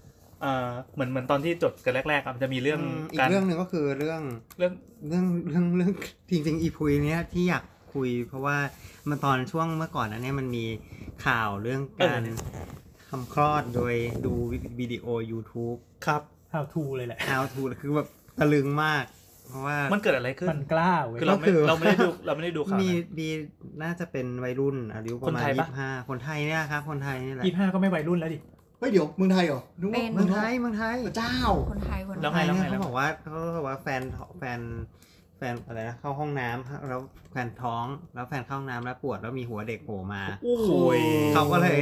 Speaker 6: อ่าเหมือนเหมือนตอนที่จดกันแรกๆอ่ะมันจะมีเรื่อง
Speaker 3: อืมอี
Speaker 6: กาก ร
Speaker 3: เรื่องหนึ่งก็คือเรื่อง
Speaker 6: เรื่อง
Speaker 3: เรื่องเรื่องเรื่องจริงๆอีพุยเนี้ยที่อยากคุย เพราะว่ามันตอนช่วงเมื่อก่อนอันเนี้ยมันมีข่าวเรื่องการทำคลอดโดยดูวิดีโอ YouTube
Speaker 6: ครับ
Speaker 4: ข่าวทูเลยแหละ
Speaker 3: How to คือแบบตะลึงมาก เพราะว่า
Speaker 6: มันเกิดอะไรขึ้น
Speaker 4: มันกล้าเว้ย
Speaker 6: คือเราไม่
Speaker 3: ก็คือ
Speaker 6: เราไม่ได้ดูเราไม่ได้ดูข่าว
Speaker 3: มี
Speaker 6: นั้น
Speaker 3: มีน่าจะเป็นวัยรุ่นอายุประมาณ
Speaker 6: คนไทย
Speaker 3: ยี่
Speaker 6: ปะ
Speaker 3: สิบห้าคนไทยเนี่ยครับ คนไทยนี่แหละ
Speaker 4: ยี่ห้าก็ไม่วัยรุ่นแล้วดิ
Speaker 5: เฮ้ยเดี๋ยวเมืองไทยเหรอนึกว่า
Speaker 2: เป็น
Speaker 5: เมื
Speaker 3: เมื
Speaker 5: อ
Speaker 3: อง ง
Speaker 5: ไท
Speaker 3: ไท
Speaker 5: ย
Speaker 3: ยเมืองไทย
Speaker 5: พระเจ้า
Speaker 2: คนไทยคน
Speaker 6: แล้
Speaker 2: ไท
Speaker 6: วย ไงแล้ว
Speaker 3: เนี่
Speaker 6: ไง
Speaker 3: ย
Speaker 6: แล้
Speaker 3: เขา
Speaker 6: ว
Speaker 3: บอกว่าเขาบอกว่าแฟนท้องแฟนแฟนอะไรนะเข้าห้องน้ำแล้วแฟนท้องแล้วแฟนเข้าห้องน้ำแล้วปวดแล้วมีหัวเด็กโผล่มา
Speaker 6: โอ้ย
Speaker 3: เขาก็เลย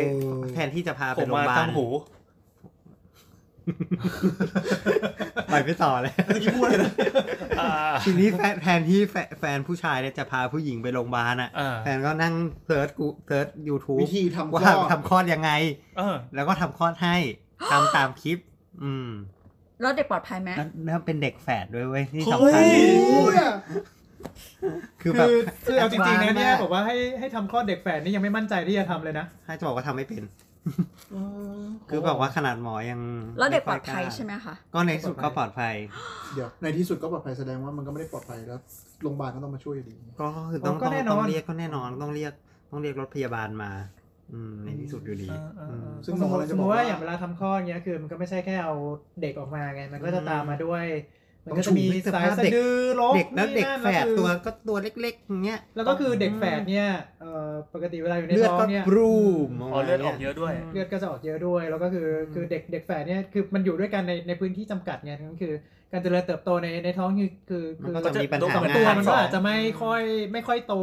Speaker 3: แทนที่จะพาไป
Speaker 6: ผม
Speaker 3: โรง
Speaker 6: มาย
Speaker 3: พาบาล
Speaker 6: ตั้ง หู
Speaker 3: ไปไม่ต่อเลย
Speaker 6: อ่า
Speaker 3: ทีนี้แฟนแทนที่แฟนแฟนผู้ชายเนี่ยจะพาผู้หญิงไปโรงพยาบาลอ่ะ
Speaker 6: อ่า
Speaker 3: แฟนก็นั่งเสิร์ชกูเสิร์ชยูทูบ
Speaker 5: วิธีทำ
Speaker 3: ว่า
Speaker 5: คลอด
Speaker 3: ทำคลอดยังไง
Speaker 6: เออ
Speaker 3: แล้วก็ทำคลอดให้ทำตามคลิป อืม
Speaker 2: แล้วเด็กปลอดภัยไหม
Speaker 3: แล้วแล้วเป็นเด็กแฝดด้วยเว้ยที่สำคัญ
Speaker 5: โอ้ยอะ
Speaker 3: คือแบ
Speaker 4: คื
Speaker 3: บ
Speaker 4: อคือเอาจริงๆนะเนี่ย
Speaker 3: แอดวาซ์
Speaker 4: บอกว่าให้ให้ทำคลอดเด็กแฝดนี่ยังไม่มั่นใจที่จะทำเลยนะ
Speaker 3: มากให้จะบอกว่าทำไม่เป็น
Speaker 5: เออ
Speaker 3: คือแบบว่าขนาดหมอยัง
Speaker 2: แล้วเด็กปลอด
Speaker 3: ม่ค่
Speaker 2: ภัย
Speaker 3: กา
Speaker 2: ใช่ไหมคะ
Speaker 3: ก็ในที่สุดก็ปลอดภัย
Speaker 5: เดี๋ยวในที่สุดก็ปลอดภัยแสดงว่ามันก็ไม่ได้ปลอดภัยแล้วโรงพยาบาลก็ต้องมาช่วยอยู่ดี
Speaker 3: ก็คือต้อง
Speaker 4: ก็
Speaker 3: ต้อง
Speaker 4: แน่น
Speaker 3: ต้
Speaker 4: อน
Speaker 3: องเรียกก็แน่นอนต้องเรียกต้องเรียกรถพยาบาลมา อืมในที่สุดอยู่ดี
Speaker 6: เออเออเออ
Speaker 5: ซึ่ง
Speaker 4: สมม
Speaker 5: หมอ
Speaker 4: ติ
Speaker 5: เลย
Speaker 4: ส
Speaker 5: จะ
Speaker 4: ม
Speaker 5: บ
Speaker 4: ม
Speaker 5: อ
Speaker 4: ติ
Speaker 5: กว่า
Speaker 4: ว่าอย่างเวลาทำคลอดเงี้ยคือมันก็ไม่ใช่แค่เอาเด็กออกมาไง มันก็จะตามมาด้วย มันก็จะมีสายสะดือลบ
Speaker 3: เด็กแล้วเด็ก
Speaker 4: นี่นั่น
Speaker 3: แฝด
Speaker 4: คือ
Speaker 3: ตัวก็ตัวเล็กๆอย่างเงี้ย
Speaker 4: แล้วก็คือเด็กแฝดเนี่ยเอ่อปกติเวลาอยู่ใน
Speaker 3: เลือด
Speaker 4: ท้อ
Speaker 3: ก็
Speaker 4: งเนี่ย
Speaker 3: บรูม
Speaker 6: อ๋อเลือดออกเยอะด้วย
Speaker 4: เลือดก็จะออกเยอะด้วย แล้วก็คือคือเด็กเด็กแฝดเนี่ยคือมันอยู่ด้วยกันในในพื้นที่จำกัดไงนั่นคือ การเจริญเติบโตในในท้องคือคือ
Speaker 3: มัน
Speaker 4: คือ
Speaker 3: ก็จะมีปัญ
Speaker 6: ตัว
Speaker 3: หา
Speaker 6: กับ
Speaker 4: ตัว
Speaker 3: ง่าย
Speaker 4: มัน
Speaker 6: ส
Speaker 4: ก็
Speaker 6: อง
Speaker 4: อาจจะไม่ค่อยไม่ค่อยโต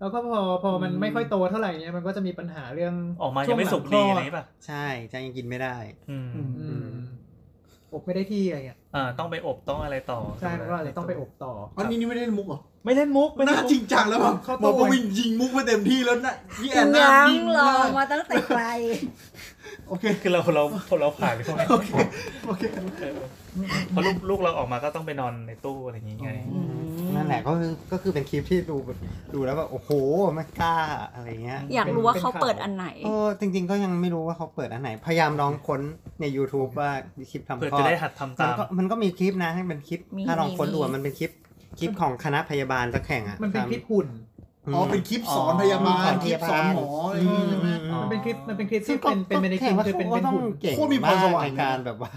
Speaker 4: แล้วก็พอพอมันไม่ค่อยโตเท่าไหร่เนี่ยมันก็จะมีปัญหาเรื่อง
Speaker 6: ออกมายังไม่สุก
Speaker 4: ช่
Speaker 6: ดี
Speaker 4: ว
Speaker 6: อะ
Speaker 4: ห
Speaker 6: ไร
Speaker 4: ลังคล
Speaker 6: นี้ป่ะ
Speaker 3: ใช่จะยังกินไม่ได้
Speaker 6: อืม
Speaker 5: อืม
Speaker 4: อืมอบไม่ได้ที่อะไรเงี้ย
Speaker 6: อ่าต้องไปอบต้องอะไรต่อ
Speaker 4: ใช่มันก็อาจจะต้องไปอบต่อ
Speaker 5: อันนี้นี่ไม่ได้มุกเหรอ
Speaker 6: ไม่เล่นมุกไม่
Speaker 5: ห
Speaker 6: เล่
Speaker 5: น้าน
Speaker 6: มุก
Speaker 5: จริงจังแล้วแบบ
Speaker 4: เข้า
Speaker 5: ห
Speaker 4: ตู้
Speaker 5: มอประวินยิงมุกไปเต็มที่แล้วนะพี่แอนน่า
Speaker 2: ยัง
Speaker 5: ยิง
Speaker 2: รอ
Speaker 5: มา
Speaker 2: มาตั้งแต่ไกล
Speaker 5: โอเค
Speaker 6: คือเราเราเราผ่านไปพวกนั้น
Speaker 5: โอเคโอเค
Speaker 6: เออเพราะลูกลูกเราออกมาก็ต้องไปนอนในตู้อะไรอย่างงี้ไง
Speaker 5: อ๋อ
Speaker 3: นั่นแหละก็คือก็คือเป็นคลิปที่ดูแบบดูแล้วแบบโอ้โหไม่กล้าอะไรเงี้ย
Speaker 2: อยากรู้ว่าเขาเปิดอันไหน
Speaker 3: เออจริงๆก็ยังไม่รู้ว่าเขาเปิดอันไหน พยายามลองค้นใน YouTube ว่าคลิปทำ
Speaker 6: เพื่อ
Speaker 3: คลอ
Speaker 6: จะ
Speaker 3: ด
Speaker 6: ได้หัดทำ
Speaker 3: มัน
Speaker 6: ตาม
Speaker 3: ก็มันก็มีคลิปนะให้เป็นคลิป
Speaker 2: มี
Speaker 3: ถ้าลอง
Speaker 2: มี
Speaker 3: ค้นดูอะ
Speaker 2: มี
Speaker 3: มันเป็นคลิปคลิปของคณะพยาบาลจะแข่งอ่ะ
Speaker 4: มันเป็น
Speaker 3: ทำ
Speaker 4: คลิปหุ่น
Speaker 5: อ๋อเป็นคลิปสอนพยาบาลคลิปสอนหมออะไรอย่างงี้ใช่ไหม
Speaker 3: อื
Speaker 4: มันเป็นคลิปมันเป็นคลิป
Speaker 3: ซึ่
Speaker 4: ที่
Speaker 3: งก็
Speaker 4: เป็นเป็นเมนิคิ
Speaker 3: แสดงว่า
Speaker 4: คือเป็น
Speaker 3: เขาก็
Speaker 4: เป็น
Speaker 3: ต้อง
Speaker 4: หุ่น
Speaker 3: เก่ง
Speaker 5: โคตรมีพ
Speaker 3: มาร
Speaker 5: สวร
Speaker 3: ก
Speaker 5: รค์
Speaker 3: ในการแบบว่า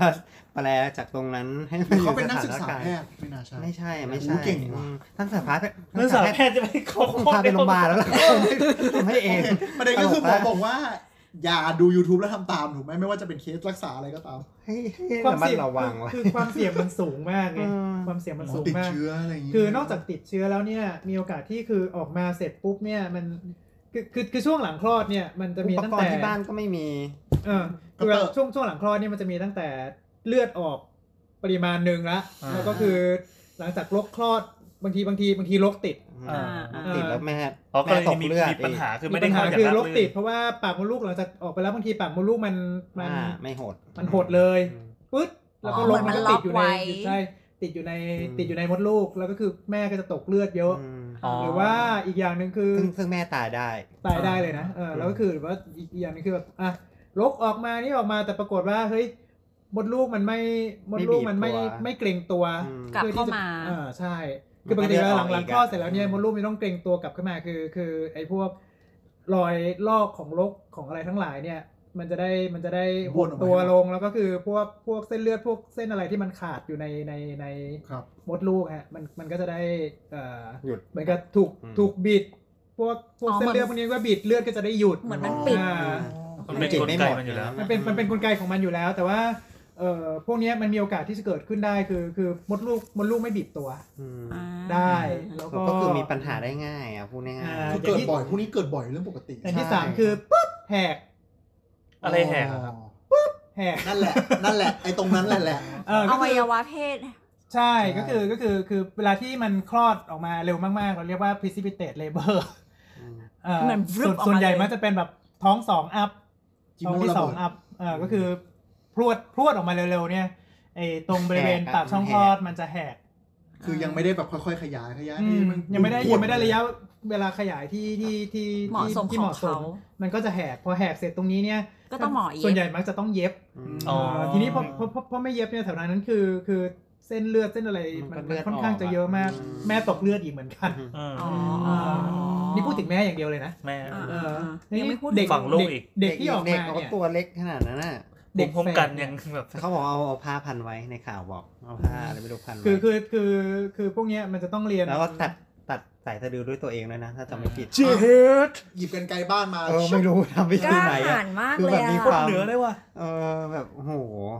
Speaker 3: แปลจากตรงนั้นให้มั
Speaker 5: แต่เขาเป็นนักศึกษา
Speaker 3: อยู่ใสถน
Speaker 5: แพ
Speaker 3: กร
Speaker 5: ท
Speaker 3: ณ์
Speaker 5: ย์ไม่น่าใช่
Speaker 3: ไม่ใช่ไม่
Speaker 5: โอ้
Speaker 3: ใช่
Speaker 5: โหเก่งว่ะ
Speaker 3: อืมทั้งสาขาแพทย์
Speaker 6: นักศึกษาแพทย์จะไปเขา
Speaker 3: คงพาไปโรงพยาบาลแล้วล่ะทำให้เอง
Speaker 5: โอเคประเด็นก็คือหมอบอกว่า อย่าดู YouTube แล้วทำตามถูกไหมไม่ว่าจะเป็นเคสรักษาอะไรก็ตาม
Speaker 3: ให้ให้
Speaker 4: ควา
Speaker 3: ระ
Speaker 4: ม
Speaker 3: มัด
Speaker 4: เสี่ยง
Speaker 3: ระวังไว้
Speaker 4: คือความเสี่ยงมันสูงมากไง
Speaker 3: อืม
Speaker 4: ความเสี่ยงมัน
Speaker 5: หมอ
Speaker 4: สูง
Speaker 5: ติด
Speaker 4: มาก
Speaker 5: เชื้ออะไรอย่างงี้
Speaker 4: คือนอกจากติดเชื้อแล้วเนี่ย มีโอกาสที่คือออกมาเสร็จปุ๊บเนี่ยมันคือคือคือช่วงหลังคลอดเนี่ยมันจะ
Speaker 3: อุ
Speaker 4: มี
Speaker 3: ป
Speaker 4: ตั้ง
Speaker 3: กร
Speaker 4: แต่
Speaker 3: ณ์ที่บ้านก็ไม่มี
Speaker 4: เออ
Speaker 5: ก็
Speaker 4: คือ
Speaker 5: เติบ
Speaker 4: ช่วงช่วงหลังคลอดเนี่ยมันจะมีตั้งแต่เลือดออกปริมาณหนึ่งละ
Speaker 6: อ่า
Speaker 4: แล้วก็คือหลังจากลกคลอดบางทีบางทีบางทีลกติด
Speaker 6: อ่า
Speaker 2: อ่า
Speaker 3: ติดแล้วแม่
Speaker 6: อ๋อก็
Speaker 3: แม่
Speaker 6: เลย
Speaker 3: ตก
Speaker 6: มี
Speaker 3: เลือด
Speaker 6: มีปัญหาคือไม่
Speaker 4: มี
Speaker 6: ได้
Speaker 4: ปัญ
Speaker 6: เข้า
Speaker 4: หา
Speaker 6: อย่าง
Speaker 4: คือ
Speaker 6: ราบ
Speaker 4: ลก
Speaker 6: รื่น
Speaker 4: ติดเพราะว่าปากมดลูกหลังจากออกไปแล้วบางทีปากมดลูกมันมัน
Speaker 3: อ่าไม่โหด
Speaker 4: มันหดเลยปึ๊ดแล้วก็
Speaker 3: อ๋อ
Speaker 4: ลง
Speaker 2: เหมือนมัน
Speaker 4: ก็
Speaker 2: ล็
Speaker 4: ติ
Speaker 2: อ
Speaker 4: ด
Speaker 2: ก
Speaker 4: อยู่
Speaker 2: ไว้
Speaker 4: ในใช่ติดอยู่ใน
Speaker 3: อืม
Speaker 4: ติดอยู่ในมดลูก แล้วก็คือแม่ก็จะตกเลือดเยอะ
Speaker 3: อืม
Speaker 2: อ๋อ
Speaker 4: หรือว่าอีกอย่างหนึ่งคือ
Speaker 3: ซึ่งซึ่งแม่ตายได้
Speaker 4: ตายได้เลยนะเออแล้วก็คือหรือว่าอีกอย่างหนึงคือแบบอ่ะลกออกมานี่ออกมาแต่ปรากฏว่าเฮ้ยมดลูกมันไม่มดลูกมันไม่
Speaker 3: ไม่บีบตัว
Speaker 4: ไม่เกรงตัว
Speaker 3: อืม
Speaker 2: กลับเข้ามา
Speaker 4: พื่อที่จะอ่าใช่
Speaker 3: มัน
Speaker 4: คือปกติเวลาหลังหลัง
Speaker 3: ก็เลื
Speaker 4: คลอด
Speaker 3: อดออกอีกอะ
Speaker 4: เสร็จแล้วเนี่ยมดลูกมันต้องเกรงตัวกลับเข้ามาคือคือไอ้พวกรอยลอกของลกของอะไรทั้งหลายเนี่ย มันจะได้มันจะได้หดตัวลงแล้วก็คือพวกพวกเส้นเลือดพวกเส้นอะไรที่มันขาดอยู่ในในใน
Speaker 5: ครับ
Speaker 4: มดลูกฮะมันมันก็จะได้เอ่อ
Speaker 3: หยุด
Speaker 4: เหมือนกับถูก
Speaker 3: อืม
Speaker 4: ถูกบิด พวกพวก
Speaker 2: อ๋อ
Speaker 4: เส้นเลือดพ
Speaker 2: เหมื
Speaker 4: ว
Speaker 2: อน
Speaker 4: กนี้ก็บิดเลือดก็จะได้หยุด
Speaker 2: เหมือนมันปิด
Speaker 4: อ่า
Speaker 6: มันเป็น
Speaker 3: จิต
Speaker 6: กลไก
Speaker 3: ไหด
Speaker 6: มันอยู่แล้ว
Speaker 4: มันเป็นมันเป็นกลไกของมันอยู่แล้ว แต่ว่าเอ่อพวกเนี้ยมันมีโอกาสที่จะเกิดขึ้นได้คือคือมดลูกมดลูกไม่บีบตัว
Speaker 3: อืม
Speaker 2: อ่า
Speaker 4: ได้แล้วก็
Speaker 3: ก็คือมีปัญหาได้ง่ายอ่ะพูดง่าย
Speaker 4: อ่า
Speaker 5: คือเกิดบ่อยพวกนี้เกิดบ่อยเรื่องปกติ
Speaker 4: อย่างที่สามคือปุ๊บแหก
Speaker 6: อะไรแหกอะครับ
Speaker 4: แหก
Speaker 5: นั่นแหละ นั่นแหละ ไอ้ตรงนั้นแหละแหละ
Speaker 4: เออ
Speaker 2: อ
Speaker 4: ก็
Speaker 2: วั
Speaker 4: คื
Speaker 2: ย
Speaker 4: อ
Speaker 2: วะเพศ
Speaker 4: ใช่ก็คือก็คือคือเวลาที่มันคลอดออกมาเร็วมากๆ เราเรียกว่า precipitate labor
Speaker 3: ๆอืม
Speaker 4: เอ่อ
Speaker 2: เหมือนฟรึ
Speaker 4: ส่ว
Speaker 2: บ
Speaker 4: น
Speaker 2: ออกมาเลย
Speaker 4: ส่วนใหญ่มันจะเป็นแบบท้องสองอัพ
Speaker 5: จิ
Speaker 4: ช่
Speaker 5: โม
Speaker 4: องที่
Speaker 5: ระ
Speaker 4: สอ
Speaker 5: เบิ
Speaker 4: ง
Speaker 5: ด
Speaker 4: อัพเอ่อก็คือพรวดพรวดออกมาเร็วๆเนี่ยไอ้ตรงบริเวณ
Speaker 3: แหกอะ
Speaker 4: ปากช่องค
Speaker 3: มันแหก
Speaker 4: ลอดมันจะแหก
Speaker 5: คือยังไม่ได้แบบค่อยๆ ขยายขยาย
Speaker 4: อื
Speaker 5: นี่
Speaker 4: ม
Speaker 5: น
Speaker 4: ยังไม่ได้
Speaker 5: ปว
Speaker 4: ยังไม่ได้ระยะเวลาขยายที่ที่ที่
Speaker 2: เหมาะสม
Speaker 4: ที่
Speaker 2: ข
Speaker 4: เห
Speaker 2: อง
Speaker 4: มาะส
Speaker 2: เขา
Speaker 4: มมันก็จะแหกพอแหกเสร็จตรงนี้เนี่ย
Speaker 2: ก็ต้องหมอเย็บ
Speaker 4: ส่วนใหญ่มักจะต้องเย็บ
Speaker 3: อืม
Speaker 6: อ๋อ
Speaker 4: เอ่อทีนี้พอพอพอพอไม่เย็บเนี่ยแถวนั้นนั้นคือคือเส้นเลือดเส้นอะไร
Speaker 3: มัน
Speaker 4: มั
Speaker 3: ก็
Speaker 4: น
Speaker 3: เลือด
Speaker 4: ค่อนข้างจะเยอะมาก
Speaker 3: ออก
Speaker 4: แม่ตกเลือดอีกเหมือนกัน
Speaker 6: อืม
Speaker 2: อ๋อ
Speaker 4: นี่พูดถึงแม่อย่างเดียวเลยนะ
Speaker 6: แม่
Speaker 2: อ่า
Speaker 4: เออ
Speaker 2: ยังไม่พูด
Speaker 4: เด็ก
Speaker 6: ฝั่งลูกอีก
Speaker 4: เด็กที่ออกมา
Speaker 3: เด็
Speaker 4: เนี่ย
Speaker 3: ตัวเล็กขนาดนั้นน่ะ
Speaker 4: เด็
Speaker 6: เด็
Speaker 4: ก
Speaker 6: ก
Speaker 4: แฝด
Speaker 6: พมกันยังแบบ
Speaker 3: แต่เขาบอกเอาเอาผ้าพันไว้ในข่าวบอกเอาผ้าอะไรไม่รู้พันไว้
Speaker 4: คือคือคือคือพวกเนี้ยมันจะต้องเรียน
Speaker 3: แล้วก็ตัดตัดสายสะดือด้วยตัวเองด้วยนะ ถ้าจำไม่ผิด
Speaker 6: เจ็บ
Speaker 5: หยิบกันไกลบ้านมา
Speaker 3: เออไม่รู้ทำวิ
Speaker 2: ก
Speaker 3: ธี
Speaker 2: ล้า
Speaker 3: ไหน
Speaker 2: หา
Speaker 3: อ่ะ
Speaker 2: ญมาก
Speaker 3: คือ
Speaker 2: เล
Speaker 3: แบ
Speaker 2: ย
Speaker 3: บ
Speaker 2: อะ
Speaker 3: มีความ
Speaker 6: เหนือเลยว่ะ
Speaker 3: เออแบบโอ้โห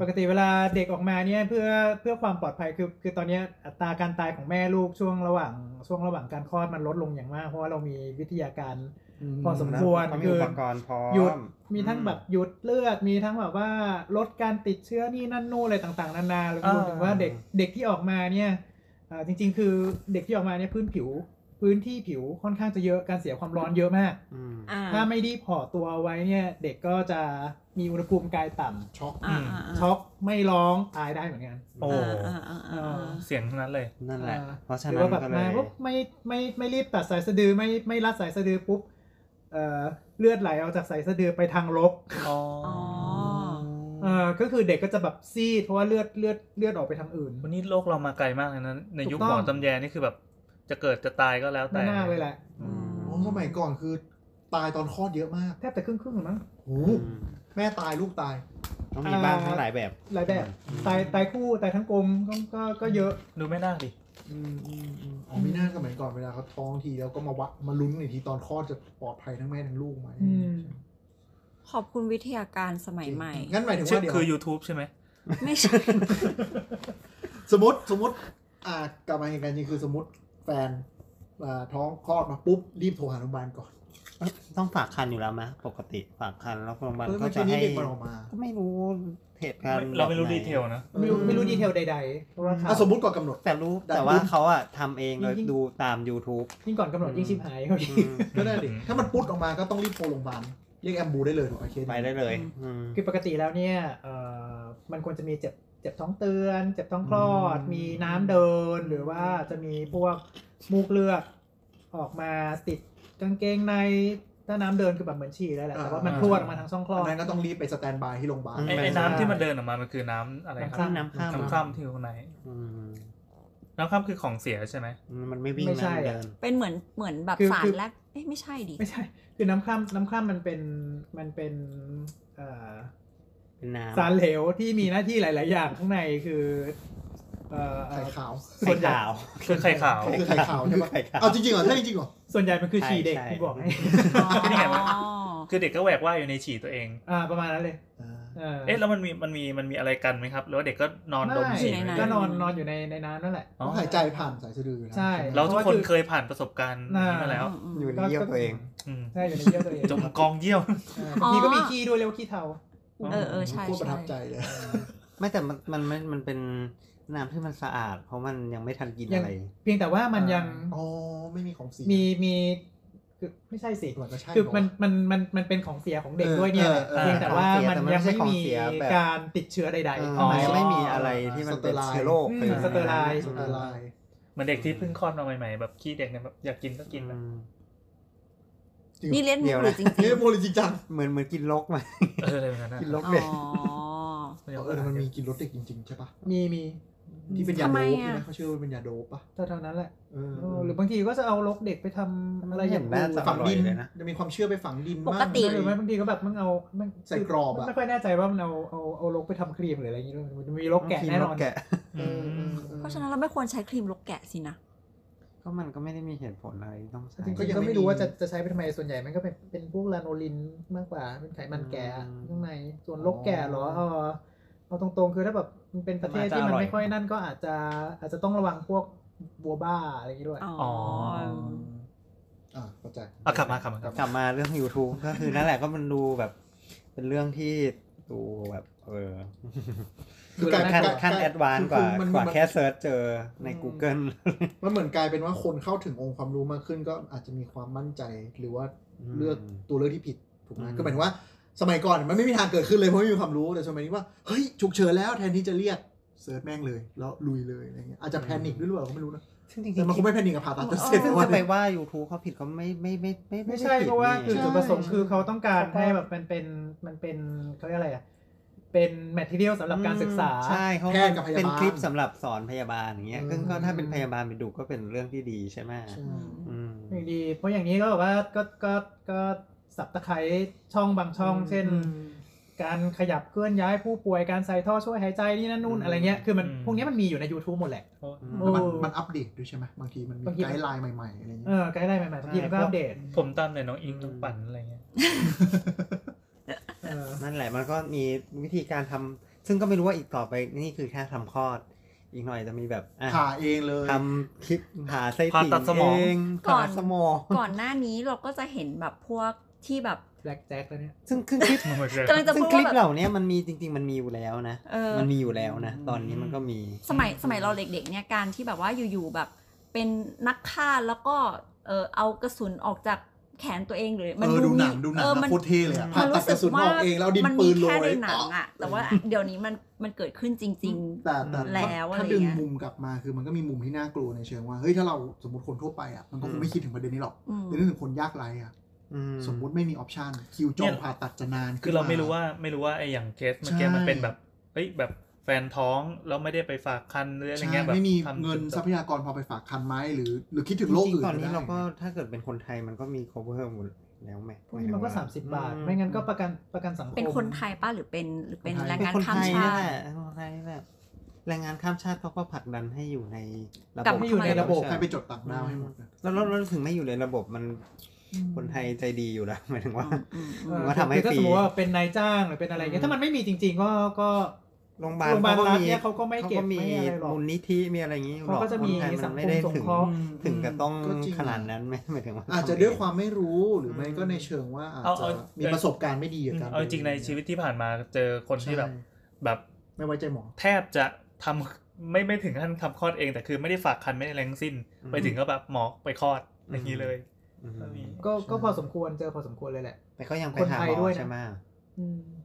Speaker 4: ปกติเวลาเด็กออกมาเนี่ยเพื่อเพื่อความปลอดภัยคือคือตอนเนี้ยอัตราการตายของแม่ลูกช่วงระหว่างช่วงระหว่างการคลอดมันลดลงอย่างมาก เพราะว่าเรามีวิทยาการ พอสมควร
Speaker 3: เขามีอุปกรณ์พร้อม
Speaker 4: หยุดมีทั้งแบบหยุดเลือดมีทั้งแบบว่าลดการติดเชื้อนี่นั่นนู่นอะไรต่างๆ นานาแล้วก็รวมถึงว่าเด็กเด็กที่ออกมาเนี่ยเอ่อจริง ๆ คือเด็กที่ออกมาเนี่ยพื้นผิว พื้นที่ผิวค่อนข้างจะเยอะการเสียความร้อนเยอะมาก
Speaker 3: อืม
Speaker 2: อ่า
Speaker 4: ถ้าไม่รีบห่อตัวเอาไว้เนี่ยเด็กก็จะมีอุณหภูมิกายต่ำ
Speaker 5: ช็อก
Speaker 2: อ่าอ่า
Speaker 4: ช็อกไม่ร้องตายได้เหมือนกัน
Speaker 6: โอ้
Speaker 2: อ่าอ่าอ่าอ่า
Speaker 6: เสียงทั้งนั้นเลย
Speaker 3: นั่นแหละ
Speaker 4: อ่า
Speaker 3: เพราะฉะ
Speaker 4: หรือ
Speaker 3: นั้น
Speaker 4: ว่าแบบ
Speaker 3: ก็เล
Speaker 4: มาย ปุ๊บไม่ไม่ไม่รีบตัดสายสะดือไม่ไม่รัดสายสะดือปุ๊บเอ่อเลือดไหลออกจากสายสะดือไปทางลก
Speaker 6: อ๋อ
Speaker 2: อ๋อ
Speaker 4: เอ่อก็คือเด็กก็จะแบบซีดเพราะว่าเลือดเลือดเลือดออกไปทางอื่น
Speaker 6: วันนี้โลกเรามาไกลมากเลยนะในยุค
Speaker 4: ถูก
Speaker 6: หม
Speaker 4: ต้
Speaker 6: อ
Speaker 4: อง
Speaker 6: ตำแยนี่คือแบบ จะเกิดจะตายก็แล้วแต่
Speaker 4: ไม่น่าเลยแหละ
Speaker 3: อืม
Speaker 5: โอ้สมัยก่อนคือตายตอนคลอดเยอะมาก
Speaker 4: แทบแต่ครึ่งครึ่งๆหรือมั้ง
Speaker 5: โอ้แม่ตายลูกตาย
Speaker 3: ต้องมีบ้าง
Speaker 4: อ่า
Speaker 3: ทั้งหลายแบบ
Speaker 4: หลายแบบตายตายคู่ตายทั้งกลมก็ก็ก็เยอะ
Speaker 6: ดูไม่น่าดิ
Speaker 5: อืมอืมอืมอ๋อมีหน้าสมัยก่อนเวลาเขาท้องทีแล้วก็มาวัดมาลุ้นอีกทีตอนคลอดจะปลอดภัยทั้งแม่ทั้งลูกไหม
Speaker 4: อืม
Speaker 2: ขอบคุณวิทยาการสมัยใหม่
Speaker 5: งั้นหมายถึง
Speaker 6: ชื่
Speaker 5: ว่า
Speaker 6: อ
Speaker 5: เดี๋ยว
Speaker 6: คือ YouTube ใช่ไหม
Speaker 2: ไม่ใช่
Speaker 5: สมมติสมมติ อ่ากลับมาเหตุการณ์จริงคือสมมติแฟนอ่าท้องคลอดมาปุ๊บรีบโทรหาโรงพยาบาลก่อน
Speaker 3: เอ้ยต้องฝากคันอยู่แล้วไหมปกติฝากคันแล้วโรงพยาบาล
Speaker 5: เออ
Speaker 3: ก็
Speaker 5: เมื่อ
Speaker 3: จะ
Speaker 5: กี้นี้
Speaker 3: ให้
Speaker 5: เด็กมันออกมา
Speaker 3: ก็ไม่รู้เหตุการณ์
Speaker 6: เราไม่รู้
Speaker 3: แบบห
Speaker 6: ดี
Speaker 3: น
Speaker 6: เทลนะ
Speaker 4: ไม่รู้ไม่รู้ดีเทลใดๆเพราะว่าข่าว
Speaker 5: อ่ะสมมติก่อนกำหนด
Speaker 3: แต่รู้
Speaker 5: ดัน
Speaker 3: แต่ว่า
Speaker 5: ดิ้น
Speaker 3: เขาอะทำเองเลยดูตาม YouTube
Speaker 4: ยิ่งก่อนกำหนดยิ่งชิบหายเขาอีก
Speaker 3: อืม
Speaker 5: ก็ได้ดิถ้ามันปุ๊บออกมาก็ต้องรีบโทรโรงพยาบาลเรียกแอมบูได้เลยถูกไหมเคสนี้
Speaker 3: ไปได้เลยอืม
Speaker 4: คือปกติแล้วเนี่ยเอ่อมันควรจะมีเจ็บเจ็บท้องเตือน เจ็บท้องคลอด
Speaker 3: อืม
Speaker 4: มีน้ำเดินหรือว่าจะมีพวกมูกเลือดออกมาติดกางเกงในถ้าน้ำเดินคือแบบเหมือนฉี่แล้วแหละแต่ว่ามันพรวดออกมาทางช่องคลอ
Speaker 5: อั
Speaker 4: ด
Speaker 5: นนั้นก็ต้องรีบไปสแตนบายที่โรงพยาบาล
Speaker 3: อืม
Speaker 6: ไอ้ไอ้น้ำที่มันเดินออกมา มันคือน้ำอะไรครั
Speaker 4: น้ำคร่
Speaker 6: บ
Speaker 3: น้ำข้าม
Speaker 6: น้ำข้ามที่อยู่ข้างใน
Speaker 3: อืม
Speaker 6: น้ำค่ำคือของเสียใช่ไหม
Speaker 3: มันไม่วิ่ง
Speaker 4: ไม่ใช่
Speaker 3: นะมัน
Speaker 4: อะ
Speaker 3: เดิน
Speaker 2: เป็นเหมือนเหมือนแบบ
Speaker 4: คือ
Speaker 2: สาร
Speaker 4: คือ
Speaker 2: แลกเอ๊ะไม่ใช่ดิ
Speaker 4: ไม่ใช่ คือน้ำคร่ำน้ำคร่ำมันเป็นมันเป็นเอ่อ
Speaker 3: เป็นน้ำ
Speaker 4: สารเหลวที่มีหน้าที่หลาย ๆ อย่างข้างในคือเอ่อเอ่
Speaker 5: ไข่
Speaker 4: อ
Speaker 5: ขาว
Speaker 4: ส่วนใหญ่
Speaker 6: คือไข่ขาว
Speaker 5: คือไข่ขาวใช่ปะ
Speaker 3: ไข่ขาว
Speaker 5: เอาจริงๆเหรอใช่จริงๆเหรอ
Speaker 4: ส่วนใหญ่มันคือฉี่เด็ก
Speaker 3: ใช่ใช่
Speaker 4: ที่บอกให้
Speaker 6: ไม่ได้เห็นมั้ย
Speaker 2: อ๋อ
Speaker 6: คือเด็กก็แหวกว่ายอยู่ในฉี่ตัวเอง
Speaker 4: อ่าประมาณนั้นเลยเออ
Speaker 6: เอ๊ะแล้วมันมีมันมีมันมีอะไรกันไหมครับ หรือว่าเด็กก็นอนดมฉี่ไป
Speaker 4: ก็นอนนอนอยู่ในในน้ำนั่นแหละ
Speaker 5: เพราะหายใจผ่านสายสะดืออยู่แล้ว
Speaker 4: ใช่
Speaker 6: เราทุกคนเคยผ่านประสบการณ์นี้มาแล้ว
Speaker 2: อืม
Speaker 3: อยู่ในเยี่ยวตัวเอง
Speaker 6: อืม
Speaker 4: ใช่อยู่ในเยี่ยวตัวเอง
Speaker 6: จมกองเยี่ยว
Speaker 4: เออบางทีก็มีขี้ด้วยเรียกว่าขี้เทา
Speaker 2: เออเออใช่
Speaker 5: โคตรประ
Speaker 2: ใช่
Speaker 5: ทับใจเลย
Speaker 3: ไม่แต่มันมันมันมันเป็นน้ำที่มันสะอาด เพราะมันยังไม่ทันกิน
Speaker 4: ยั
Speaker 3: อะ
Speaker 4: ง
Speaker 3: ไร
Speaker 4: เพียงแต่ว่ามันยัง
Speaker 5: อ๋อ ไม่มีของเสีย
Speaker 4: มีมีคือไม่ใช่สิ
Speaker 5: เหมือนก็ใช่
Speaker 4: คือมัน
Speaker 5: เหร
Speaker 4: มันมันมันเป็นของเสียของเด็ก
Speaker 5: เออ
Speaker 4: ด้วยเนี่ยแหละ
Speaker 5: เออเออ
Speaker 4: เพียงแต่ว่า
Speaker 3: ของเสีย
Speaker 4: มัน
Speaker 3: แต่มัน
Speaker 4: ยัง
Speaker 3: ไม่ใช่
Speaker 4: ไม่
Speaker 3: ของ
Speaker 4: มี
Speaker 3: เสียแบบ
Speaker 4: การติดเชื้อใด
Speaker 3: เออ
Speaker 4: ๆ
Speaker 3: อ
Speaker 4: เข้า
Speaker 3: มัน
Speaker 4: มา
Speaker 3: ยัง
Speaker 4: อื
Speaker 3: ไม่มีอะไรที่มันเป็น
Speaker 5: สเตอร์ไลน์
Speaker 3: เชื้อโรค
Speaker 4: มสเตอร์ไลน์
Speaker 5: สเตอร์ไลน์
Speaker 6: เหมือนเด็กที่เพิ่งคลอดมาใหม่ๆแบบขี้เด็กเนี่ยแบบอยากกินก็กินแบบ
Speaker 3: อืม
Speaker 2: นี่เล่น
Speaker 3: เดี๋ยวนะ
Speaker 2: หรือจริง
Speaker 5: นี่โมเลจริงจัง
Speaker 3: เหมือนเหมือนกินลกมา
Speaker 6: เอออะไรแบบนั้นอะ
Speaker 3: กินลก
Speaker 2: ๆอ๋
Speaker 3: เด็ก
Speaker 2: อ
Speaker 5: เออแต่มันมีกินรสเด็กจริงๆใช่ปะ
Speaker 4: มีมี
Speaker 5: ที่เป็นยาโด
Speaker 2: ทำไม
Speaker 5: ป
Speaker 2: อะ
Speaker 5: ใช่ไหมเขาเชื่อว่าเป็นยาโดปปะ
Speaker 4: เท่าๆนั้นแหละ
Speaker 5: เออ
Speaker 4: เออหรือบางทีก็จะเอาลกเด็กไปทำอะไรอย่าง
Speaker 3: เห็นหน้าจั
Speaker 5: ฝังดิน
Speaker 3: อร่อยเลยนะ
Speaker 5: จะมีความเชื่อไปฝังดิน
Speaker 2: ปก
Speaker 5: มั่ง
Speaker 2: ติ
Speaker 4: หรือไม่บางทีก็แบบมันเอามัน
Speaker 5: ใส่กรอบอะ
Speaker 4: มันไม่ค่อยแน่ใจว่ามันเอาเอาเอาลกไปทำครีมหรืออะไรอย่างงี้ด้วยมันมีลกแกะแน่นอน
Speaker 3: กิลกแกะ
Speaker 5: เออเออเออ
Speaker 2: เพราะฉะนั้นเราไม่ควรใช้ครีมลกแกะสินะ
Speaker 3: ก็มันก็ไม่ได้มีเหตุผลอะไรต้องใช้
Speaker 4: จริง
Speaker 5: ก็
Speaker 4: ๆ
Speaker 5: ยัง
Speaker 4: ก็
Speaker 5: ไม่
Speaker 4: ไม่
Speaker 5: รู้
Speaker 4: รู้ว่าจะจะใช้ไปทำไมส่วนใหญ่มันก็เป็นเป็นพวกลาโนลินมากกว่าเป็นไขมันแกะข้างในส่วนลกแกะเหรอเออเอาตรงๆคือถ้าแบบมันเป็นประเทศที่มันไม่ค่อยนั่นก็อาจจะอาจจะต้องระวังพวกบัวบ้าอะไรอย่างงี้ด้วย
Speaker 2: อ๋อ
Speaker 6: อ๋อ
Speaker 2: อ
Speaker 5: อ่ะเข้าใจ
Speaker 6: อ่ะกลับมากลับมากลับ
Speaker 3: ก
Speaker 6: มา
Speaker 3: ลับมาเรื่อง YouTube ก็คือนั่นแหละก็มันดูแบบ เป็นเรื่องที่ดูแบบ เออ
Speaker 5: คือการ
Speaker 3: ขั้นขั้นแอดวานซ์กว่า
Speaker 5: คือมัน
Speaker 3: กว่า
Speaker 5: มัน
Speaker 3: แค่เซิร์ชเจอใน Google
Speaker 5: มันเหมือนกลายเป็นว่าคนเข้าถึงองค์ความรู้มากขึ้นก็อาจจะมีความมั่นใจหรือว่าเลือกตัวเลือกที่ผิดถูกไหม
Speaker 3: อืม
Speaker 5: ก็หมายถึงว่าสมัยก่อนมันไม่มีทางเกิดขึ้นเลยเพราะไม่มีความรู้แต่สมัยนี้ว่าเฮ้ยฉุกเฉินแล้วแทนที่จะเรียกเซิร์ชแม่งเลย แล้วลุยเลยอะไรเงี้ยอาจจะแพนิคด้วยหรือเปล่าก็ไม่รู้นะ
Speaker 3: ซึ่งจริงๆ
Speaker 5: แต่มันคงไม่แพนิคกับผ่าตัดจนเสร็
Speaker 3: ซึ่
Speaker 5: จ
Speaker 3: ง
Speaker 5: แต่
Speaker 3: จะไป
Speaker 5: ว่า
Speaker 3: ว่า YouTube เขาผิดเขาไม่ไม่ไม่ไม่
Speaker 4: ไม่ใช่
Speaker 3: ผิด
Speaker 4: เพราะว่า
Speaker 3: นี่
Speaker 4: คือ
Speaker 5: ใช่
Speaker 4: จุดประสงค์คือเขาต้องการให้แบบมันเป็นมันเป็นเขาเรียกอะไรอ่ะเป็นแมทเทียลสำหรับการศึกษา
Speaker 3: ใช่เขา
Speaker 5: แพทย์กับพยาบาล
Speaker 3: เป็นคลิปสำหรับสอนพยาบาลอย่างเงี้ย
Speaker 5: อืม
Speaker 3: ซึ่งก็ถ้าเป็นพยาบาลไปดูก็เป็นเรื่องที่ดีใช่ไหม
Speaker 5: ใช่
Speaker 2: อืม
Speaker 3: อืม
Speaker 4: อย่างดีเพราะอย่างนี้ก็แบบว่าก็ก็ก็สับตะไคร้ช่องบางช่อง เช่น การขยับเคลื่อนย้ายผู้ป่วยการใส่ท่อช่วยหายใจนี่นั่นนู่น
Speaker 3: อืม
Speaker 4: อะไรเงี้ยคือมันพวกเนี้ยมันมีอยู่ใน YouTube หมดแหละ
Speaker 3: อืม
Speaker 4: โอ้
Speaker 5: แล้วมันมันอัปเดตด้วยใช่ไหมบางทีมันมี
Speaker 4: บางที
Speaker 5: ไกด์ไลน์ใหม่ๆอะไร
Speaker 4: เอ
Speaker 5: เงี้ย
Speaker 4: อไกด์ไลน์ใหม่ๆบางทีมันก็อัปเดต
Speaker 6: ผมตามแต่น้องอิงน้องปั่นอะไรเงี้ย
Speaker 4: เออ
Speaker 3: นั่นแหละมันก็มีวิธีการทำซึ่งก็ไม่รู้ว่าอีกต่อไปนี่คือแค่ทำคลอด อีกหน่อยจะมีแบบอ่ะ
Speaker 5: ผ่าเองเลย
Speaker 3: ทำคลิปหาไส้ติ่
Speaker 6: ผ่าตัดสมอง
Speaker 3: เอง
Speaker 2: ก่อน
Speaker 3: ผ่าสมอง
Speaker 2: ก่อนหน้านี้เราก็จะเห็นแบบพวกที่แบบ
Speaker 4: แบล็กแจ็คแล้วเนี่ย
Speaker 3: ซึ่งซึ่งคลิป
Speaker 6: มัน เจ
Speaker 2: ำลั
Speaker 6: อก
Speaker 2: งจะ
Speaker 3: ซึ่ง
Speaker 2: พูด
Speaker 3: คลิป
Speaker 2: ว่า
Speaker 3: เห
Speaker 2: แบบ
Speaker 3: ล่านี้มันมีจริง ๆ มันมีอยู่แล้วนะ
Speaker 2: เออ
Speaker 3: มันมีอยู่แล้วนะ ตอนนี้มันก็มี
Speaker 2: สมัยสมัยเราเด็กๆเนี่ยการที่แบบว่าอยู่ๆแบบเป็นนักฆ่าแล้วก็เออเอากระสุนออกจากแขนตัวเองหรือมัน
Speaker 5: เออดูหนังดูหนัง
Speaker 2: เออมั
Speaker 5: นะ
Speaker 2: น
Speaker 5: โคตรเท่เลยอะผ่า
Speaker 2: มัน
Speaker 5: ตัด
Speaker 2: รู้
Speaker 5: ก
Speaker 2: สึ
Speaker 5: ระ
Speaker 2: ก
Speaker 5: สุน
Speaker 2: ว่า
Speaker 5: ออกเองแล้วเอาดิน
Speaker 2: มั
Speaker 5: ปื
Speaker 2: มี
Speaker 5: นโร
Speaker 2: แค่ใน
Speaker 5: ย
Speaker 2: หนังอะแต่ว่าเดี๋ยวนี้มันมันเกิดขึ้นจริง
Speaker 5: แต่แต่
Speaker 2: แล้ว
Speaker 5: ถ้า
Speaker 2: อะไร
Speaker 5: ดึง
Speaker 2: เงี้ย
Speaker 5: มุมกลับมาคือมันก็มีมุมที่น่ากลัวในเชิงว่าเฮ้ยถ้าเราสมมติคนทั่วไปอ่ะมันก็คงไม่คิดถึงประเด็นนี้หรอก
Speaker 2: ๆอืม
Speaker 5: ในเรื่องของคนยากไร้อะ
Speaker 3: อืม
Speaker 5: สมมุติไม่มีออปชันคิวจองผ่าตัดจะนาน
Speaker 6: คือเราไม่รู้ว่าไม่รู้ว่าไอ้อย่างเคสเมื่อกี้มันเป็นแบบเอ้ยแบบแฟนท้องแล้วไม่ได้ไปฝากคันหรืออะไร
Speaker 5: ใช่
Speaker 6: เงี้ยแบบ
Speaker 5: ไม่มี
Speaker 6: ทำ
Speaker 5: เงินทรัพยากรพอไปฝากคันไหมหรือ หรือคิดถึง
Speaker 3: จ
Speaker 5: โลก
Speaker 3: ริง
Speaker 5: อื่น
Speaker 3: ๆตอนนี้
Speaker 5: ได้
Speaker 3: เราก็ถ้าเกิดเป็นคนไทยมันก็มี cover หมดแล้วไหม
Speaker 4: พวกนี้มันก็ 30 บาท
Speaker 3: อื
Speaker 4: ไม่งั้นก็ประกันประกันสังคม
Speaker 2: เป็นคนไทยป้าหรือเป็นหรือเป็นแรง
Speaker 3: เป็น
Speaker 2: งาน
Speaker 3: คน
Speaker 2: ข้า
Speaker 3: ไท
Speaker 2: ม
Speaker 3: ย
Speaker 2: ชา
Speaker 3: นี่
Speaker 2: ติ
Speaker 3: แหละคนไทยแบบแรงงานข้ามชาติเขาก็ผลักดันให้อยู่ในระ
Speaker 2: ก
Speaker 3: บ
Speaker 2: ลับบ มา
Speaker 4: ที่อยู่ในระบบ
Speaker 5: ให้ไปจดต่างดาวให้หมดนะ
Speaker 3: แล้วเราถึงไม่อยู่ในระบบมันคนไทยใจดีอยู่แล้วห มายถึงว่า
Speaker 2: อืม
Speaker 4: เออ
Speaker 3: ว่าทำให้
Speaker 4: คือถ้า
Speaker 3: ฟรี
Speaker 4: สมมติว่าเป็นนายจ้างหรือเป็นอะไรเงี้
Speaker 3: อื
Speaker 4: ย
Speaker 3: ม
Speaker 4: ถ้ามันไม่มีจริง ๆ ก็ก็
Speaker 3: โรงพยาบาล
Speaker 4: โรงพยาบาลรัฐเนี่ย
Speaker 3: เขา
Speaker 4: เขาก็
Speaker 3: ก็
Speaker 4: ไม่
Speaker 3: มี
Speaker 4: เก็บ
Speaker 3: มี
Speaker 4: ไม่อะไรหรอก
Speaker 3: มูลนิธิมีอะไรอย่างนี้อยู่หรอก
Speaker 4: เขาก็จะมี
Speaker 3: คนไทยนไม่ได้
Speaker 4: สังคมสง
Speaker 3: ถึง
Speaker 4: เคราะห์
Speaker 3: ถึงกับต้อง
Speaker 5: ก็จริะ
Speaker 3: ขนาด นั้นไหมหมายถึงว่า
Speaker 5: อาจจะด้วยความไม่รู้หรือไม่ก็ในเชิงว่าอาจ
Speaker 6: เอา
Speaker 5: จะ
Speaker 6: เอา
Speaker 5: มีประสบการณ์ไม่ดีกับการ
Speaker 6: เอาจริงๆในชีวิตที่ผ่านมาเจอคนที่แบบ
Speaker 5: ใช่
Speaker 6: แบบ
Speaker 5: ไม่ไว้ใจหมอ
Speaker 6: แทบจะทำ ไม่ไม่ถึงขั้นทำคลอดเองแต่คือไม่ได้ฝากคันไม่ได้แรงสิ้น ไปถึงก็แบบหมอไปคลอดอย่างนี้เลย
Speaker 3: อืม
Speaker 6: ก็มี
Speaker 4: ก็ก็พอสมควรเจอพอสมควรเลยแหละ
Speaker 3: แต่เขายังไป
Speaker 4: คน
Speaker 3: หา
Speaker 4: ไทย
Speaker 3: หม
Speaker 4: ด้
Speaker 3: อ
Speaker 4: วยนะ
Speaker 3: ใช่ไหม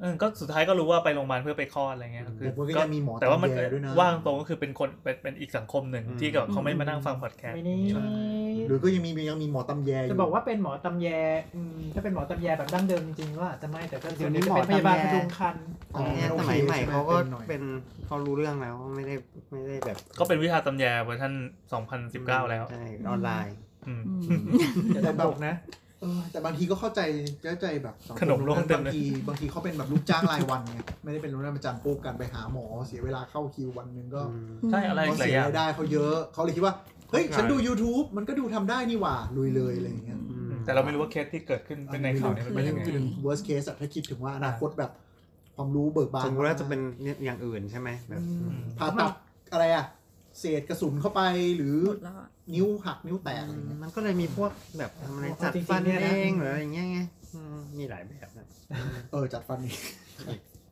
Speaker 6: เออก็สุดท้ายก็รู้ว่าไปโรงพยาบาลเพื่อไปคลอดอะไรเงี้ย
Speaker 3: อืม
Speaker 6: คื
Speaker 5: แต่
Speaker 6: อ
Speaker 5: มันก็ยังมีหมอ
Speaker 6: แต่ว่ามัน
Speaker 5: ตามแยด้วยนะ
Speaker 6: ว่างตรงก็คือเป็นคนเป็นเป็นอีกสังคมหนึ่งที่แบบเขาไม่มานั่งฟังพอดแคสต์
Speaker 4: ไม่นี่
Speaker 6: ใช่
Speaker 5: หรือก็ยังมียังมีหมอตำแยอยู่
Speaker 4: จะบอกว่าเป็นหมอตำแยอืมถ้าเป็นหมอตำแยแบบดั้งเดิมจริงๆก็อาจจะไม่แต่ก็ส่วนใหญ่จะเป็นพยาบาลพดุงคัน
Speaker 3: ตอนเนี้ยสมัยใหม่เขาก็เป็นเขารู้เรื่องแล้วไม่ได้ไม่ได้แบบ
Speaker 6: ก็เป็นวิชาตำแยเวอร์ชัน2019 แล้ว
Speaker 3: ใช่ออนไลน์
Speaker 6: อืม
Speaker 5: แต่แบบ
Speaker 4: นะ
Speaker 5: เออแต่บางทีก็เข้าใจเข้าใจแบบสังค
Speaker 6: ขนมโลกเต็
Speaker 5: บา
Speaker 6: ม
Speaker 5: ง
Speaker 6: เลย
Speaker 5: ทีบางทีเขาเป็นแบบลูกจ้างรายวันไงไม่ได้เป็นลูกจ้างประจำปุ๊บกันไปหาหมอเสียเวลาเข้าคิววันหนึ่งก็
Speaker 6: ใช่ อะไร
Speaker 5: เขา
Speaker 6: หลา
Speaker 5: เสี
Speaker 6: ย
Speaker 5: ย
Speaker 6: อย่าง
Speaker 5: รายได้เขาเยอะเขาเลยคิดว่าเฮ้ยฉันดู YouTube มันก็ดูทำได้นี่หว่าลุยเลยอะไรอย่างเงี้ย
Speaker 6: แต่เราไม่รู้ว่าเคสที่เกิดขึ้นเป็นในข่าวเนี่ยมัน
Speaker 5: มั
Speaker 6: เป็นน
Speaker 5: ยั
Speaker 6: ยัง งไง
Speaker 5: คือ worst case อะถ้าคิดถึงว่าอนาคตแบบความรู้เบิกบาน
Speaker 3: สมมติว่าจะเป็นเนี่ยอย่างอื่นใช่ไหมแบบ
Speaker 5: ผ่าตัดอะไรอะเศษกระสุนเข้าไปหรือ
Speaker 2: หมดแล้วอะ
Speaker 5: นิ้วหักนิ้วแตกอะไรอย่างเงี้ย
Speaker 3: มันก็เลยมีพวกแบบทำอะไร
Speaker 4: อ๋อ
Speaker 3: จัด
Speaker 4: จริงๆ
Speaker 3: ฟัน
Speaker 4: เนี่ย
Speaker 3: เอ
Speaker 4: นะ
Speaker 3: งหรืออะไรอย่างเงี้ยไงอืมมีหลายแบบนะ
Speaker 5: เออ จัดฟันนี่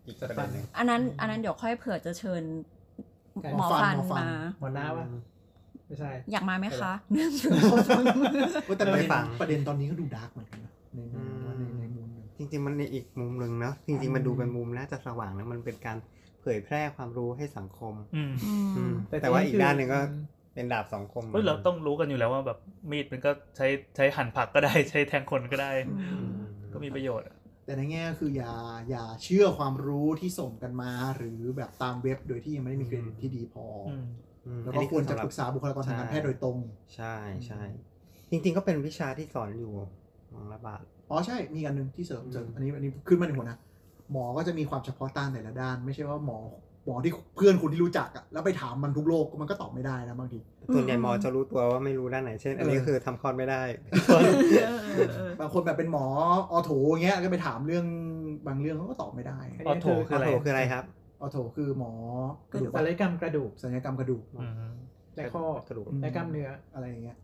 Speaker 3: อีกประเด็นหนึ่ง
Speaker 2: อันนั้นอันนั้นเดี๋ยวค่อยเผื่อจะเชิญหมอ
Speaker 5: หมอฟั
Speaker 2: ฟั
Speaker 5: น
Speaker 2: น
Speaker 5: หมอฟัน
Speaker 2: มา
Speaker 4: หมอน้าวะไม่ใช่
Speaker 2: อยากมาไหมคะ
Speaker 5: ว่าแต่ประเด็น
Speaker 4: ไปฟัง
Speaker 5: ประเด็นตอนนี้ก็ดูดาร์กเหมือนกันนะในในในในมุมหนึ่ง
Speaker 3: จริง ๆ มันในอีกมุมหนึ่งเนาะจริง ๆ มันดูเป็นมุมน่าจะสว่างนะมันเป็นการเผยแพร่ความรู้ให้สังคม
Speaker 6: อืม
Speaker 2: อื
Speaker 3: อื
Speaker 2: ม
Speaker 3: มแต่ว่าอีกด้านหนึ่งก็เป็นดาบสองคม
Speaker 6: เฮ้ยเราต้องรู้กันอยู่แล้วว่าแบบมีดมันก็ใช้ใช้หั่นผักก็ได้ ใช้แทงคนก็ได้
Speaker 3: อืม
Speaker 6: ก็มีประโยชน์อะ
Speaker 5: แต่ในแง่คืออย่าอย่าเชื่อความรู้ที่ส่งกันมา หรือแบบตามเว็บโดยที่ยังไม่ได้มีเครดิตที่ดีพออ
Speaker 6: อืม
Speaker 5: แล้วก็ควรจะปรึกษาบุคลากรทางการแพทย์โดยตรง
Speaker 3: ใช่ใช่จริง ๆ ก็เป็นวิชาที่สอนอยู่ของระบาด
Speaker 5: อ๋อใช่ มีอันหนึ่งที่เสริมเสริม
Speaker 3: อืม
Speaker 5: อันนี้อันนี้ขึ้นมาในหัวนะ หมอก็จะมีความเฉพาะด้านแต่ละด้าน ไม่ใช่ว่าหมอหมอที่เพื่อนคุณที่รู้จักอะแล้วไปถามมันทุกโรคมันก็ตอบไม่ได้นะบางที
Speaker 3: ส่วนใหญ่หมอจะรู้ตัวว่าไม่รู้ด้านไหน เช่น อันนี้
Speaker 5: เออ
Speaker 3: คือทำคลอดไม่ได้
Speaker 5: บางคนแบบเป็นหมอออโถอย่างเงี้ยก็ไปถามเรื่องบางเรื่องเขาก็ตอบไม่ได้
Speaker 6: ออโถคืออะไร
Speaker 3: โถคืออะไรครับ
Speaker 5: ออโถคือหมอ
Speaker 4: เกิดศัลยกรรมกระดูก
Speaker 5: ศัลยกรรมกระดูก
Speaker 6: อืม
Speaker 4: และข้อก
Speaker 3: ระดูก
Speaker 4: และกล้ามเนื้อ
Speaker 5: อะไรอย่างเงี้ย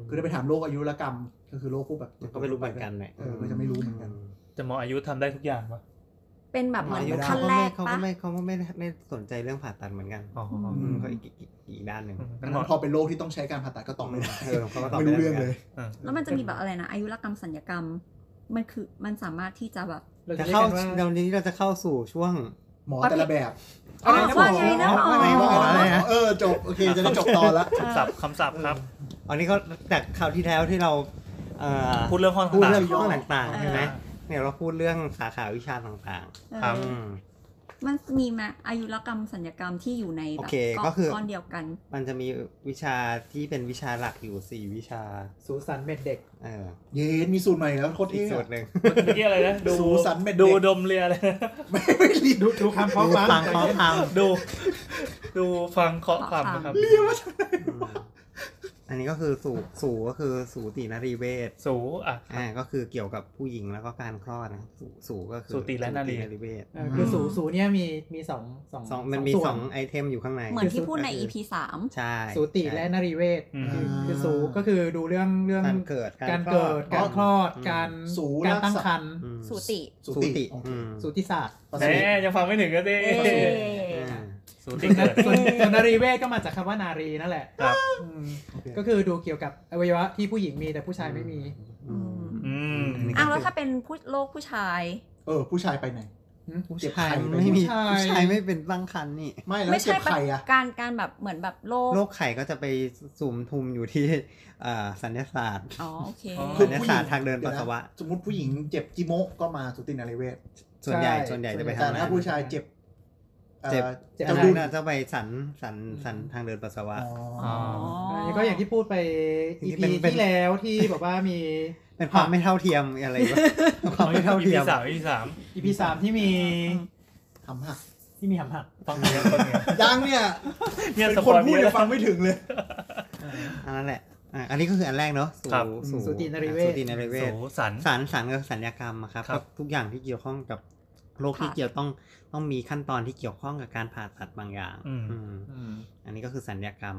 Speaker 3: ม
Speaker 5: คือได้ไปถามโรคอายุรกรรม ก็คือโรคพวกแบบ
Speaker 3: มันก็ไม่รู้เหมือนกันแหละ
Speaker 5: เออก็จะไม่รู้เหมือนกัน
Speaker 6: จะหมออายุทำได้ทุกอย่างปะ
Speaker 2: เป็นแบบเหมือน
Speaker 5: อายุ
Speaker 2: ขั้นแรก
Speaker 3: เขา
Speaker 2: ปะ
Speaker 3: ก็ไม่เขาก็ไม่เขาก็ไม่ไม่สนใจเรื่องผ่าตัดเหมือนกัน
Speaker 6: อ๋อ
Speaker 5: อืม
Speaker 3: เขาอีกอีกอีกอีกด้านหนึ่ง
Speaker 5: อั
Speaker 6: งั้
Speaker 5: น
Speaker 6: นหม
Speaker 5: นั้
Speaker 6: อน
Speaker 5: พอเป็นโรคที่ต้องใช้การผ่าตัดก็ตอบไม่ได้
Speaker 3: เออ เขาก็ตอบ
Speaker 5: ไม่รู้เรื่องเลย
Speaker 6: เออ
Speaker 2: แล้วมันจะมีแบบอะไรนะ อายุรกรรมสัญญกรรม มันคือมันสามารถที่จะแบบ
Speaker 4: เรา
Speaker 3: จะ
Speaker 4: จะเรียก
Speaker 3: เข้า
Speaker 4: กันว่า
Speaker 3: เดี๋ยวนี้เราจะเข้าสู่ช่วง
Speaker 5: หมอแต่ละแบบ
Speaker 2: อ๋อว่าไงนะหมอ
Speaker 5: ว่าไงว่าไง
Speaker 3: ว่าไงนะ
Speaker 5: เออจบโอเคจะได้จบตอนละ
Speaker 6: คำศัพท์คำศัพท์ครับ
Speaker 3: อันนี้ก็จากคราวที่แล้วที่เราเอ่อ
Speaker 6: พูดเรื่องห้อง
Speaker 3: พูด
Speaker 6: ต่าง
Speaker 3: เรื่องย่อต่างๆใช่ไหม
Speaker 2: อ่า
Speaker 3: เนี่ยเราพูดเรื่องสาขาวิชาต่าง
Speaker 2: เออ
Speaker 6: ๆครับ
Speaker 3: ๆอืม
Speaker 2: มันมีไหมาอายุรกรรมสัญญกรรมที่อยู่ใน
Speaker 3: โอ
Speaker 2: แบบ
Speaker 3: เค
Speaker 2: ก้อน
Speaker 3: ก็คือ
Speaker 2: ก้อนเดียวกัน
Speaker 3: มันจะมีวิชาที่เป็นวิชาหลักอยู่สี่วิชา
Speaker 4: สูสันเม็ดเด็ก
Speaker 3: เออ
Speaker 5: เย็นมีสูตรใหม่แล้วโคตร
Speaker 3: อีก
Speaker 5: เท่
Speaker 3: สู
Speaker 5: อะ
Speaker 3: ตรหนึ่ง
Speaker 6: เมื่อกี้อะไรนะ ดู
Speaker 5: สูสันเม็ดเด็ก
Speaker 6: ดูดมเรียอะไรนะ
Speaker 5: ไม่ไม่รีบ
Speaker 4: ดูดูคำฟ้องฟ้า
Speaker 3: ฟังฟ้องฟัง
Speaker 6: ดู ดูฟังเคาะความนะครับ
Speaker 3: อันนี้ก็คือสูสูก็คือสูตินรีเวช
Speaker 6: สูอ่ะ
Speaker 3: อ่าก็คือเกี่ยวกับผู้หญิงแล้วก็การคลอดนะสูสูก็คือ
Speaker 6: สูติและนารี
Speaker 3: เวช
Speaker 4: เออคือสูสูเนี่ยมีมีสองสอง
Speaker 3: สองมันมี
Speaker 4: ส่ว
Speaker 3: สองไอเทมอยู่ข้างใน
Speaker 2: เหมือนที่พูดใน
Speaker 3: ก็คื
Speaker 2: EP สาม
Speaker 3: ใช่
Speaker 4: สูติและนรีเวช
Speaker 6: อืม
Speaker 4: คือคือสูก็คือดูเรื่องเรื่อง
Speaker 3: การเกิด
Speaker 4: การเกิดการคลอด
Speaker 3: ม
Speaker 4: การ
Speaker 5: สู
Speaker 4: การ
Speaker 5: รักษา
Speaker 4: ตั้งครรภ์
Speaker 3: อืม
Speaker 2: สูติ
Speaker 5: สู
Speaker 3: สู
Speaker 5: ติ
Speaker 3: ติ
Speaker 5: โอเค
Speaker 3: อืม
Speaker 4: สูติศาสตร์
Speaker 5: ปะ
Speaker 6: แห
Speaker 5: สิ
Speaker 6: มยังฟังไม่ถึงก็ดิ
Speaker 2: เย้
Speaker 3: อ่า
Speaker 6: สู
Speaker 4: ส่
Speaker 6: ติ
Speaker 4: วน
Speaker 6: เกิด
Speaker 4: ส่วนส่วนนรีเวชก็มาจากคำว่านารีนั่นแหละ
Speaker 6: ครับ
Speaker 4: อืม
Speaker 5: โอเค
Speaker 4: ก็คือดูเกี่ยวกับอวัยวะที่ผู้หญิงมีแต่ผู้ชายไม่มี
Speaker 3: อืม
Speaker 6: อืม
Speaker 2: อ้าวแล้วถ้าเป็นผู้โรคผู้ชาย
Speaker 5: เออ ผู้ชายไปไหน
Speaker 3: ผู้
Speaker 5: เจ็บไข้
Speaker 3: ชาย
Speaker 5: ไป
Speaker 3: ไม่มี
Speaker 4: ผู้ชาย
Speaker 3: ผู้ชายไม่เป็นตั้งครรภ์นี่
Speaker 5: ไม่แล้ว
Speaker 2: ไม่
Speaker 5: เจ็
Speaker 2: ใช่
Speaker 5: บไข่อะ
Speaker 2: การการแบบเหมือนแบบโรค
Speaker 3: โรคไข่ก็จะไปสุมทุมอยู่ที่เอ่อสัญญาศาสตร์
Speaker 2: อ๋อโอเค
Speaker 6: อ๋อ
Speaker 3: สัญญาศาสตร์ทางเดินปัสสาวะ
Speaker 5: เดี๋ยนสมมติผู้หญิงเจ็บจิโมะก็มาสูตินารีเวช
Speaker 3: ส่วนใหญ่
Speaker 4: ใช่
Speaker 3: ส่วนใหญ่จะไปทำ
Speaker 5: แต่
Speaker 3: อะ
Speaker 5: ถ้า
Speaker 3: ไร
Speaker 5: ผู้ชายเจ็บอ่อ
Speaker 3: เจ็บ
Speaker 5: เจ็บ
Speaker 3: จะ
Speaker 5: เจ้า
Speaker 3: ดู
Speaker 5: ดุล
Speaker 3: นะจะไปสันสันสันทางเดินปัสสาวะ
Speaker 5: อ๋ออ
Speaker 6: อ
Speaker 4: อันนี้ก็อย่างที่พูดไป
Speaker 3: จริ
Speaker 4: EP
Speaker 3: งๆเป็นเป็น
Speaker 4: ที่แล้วที่แบบว่ามี
Speaker 3: เป็นความไม่เท่าเทียมอะไรวะ ความไม่เท่าเทียม
Speaker 6: สามอีสาม
Speaker 4: EP สามที่มี
Speaker 5: ทำหัก
Speaker 4: ที่มีหำหัก
Speaker 6: ฟังเนี้ยฟังเนี้ย
Speaker 5: ยังเนี่ย
Speaker 6: เนี่ย
Speaker 5: เป็น
Speaker 6: ส
Speaker 5: ค
Speaker 6: ป
Speaker 5: น
Speaker 6: อน
Speaker 5: พูด
Speaker 6: เนี้ย
Speaker 5: ยังฟังไม่ถึงเลย
Speaker 3: อันนั้นแหละอ่ะอันนี้ก็คืออันแรกเนาะสู่
Speaker 6: ครับ
Speaker 3: สู่
Speaker 4: สูตินรีเวช
Speaker 3: สูตินรีเวช
Speaker 6: สูสัน
Speaker 3: สารสารกับสัญญากรรมอะครับ
Speaker 6: ครับ
Speaker 3: ทุกอย่างที่เกี่ยวข้องกับโรคที่
Speaker 2: ค่ะ
Speaker 3: เกี่ยวต้องต้องมีขั้นตอนที่เกี่ยวข้องกับการผ่าตัดบางอย่าง
Speaker 6: อืม
Speaker 3: อืมอันนี้ก็คือสัญญากรรม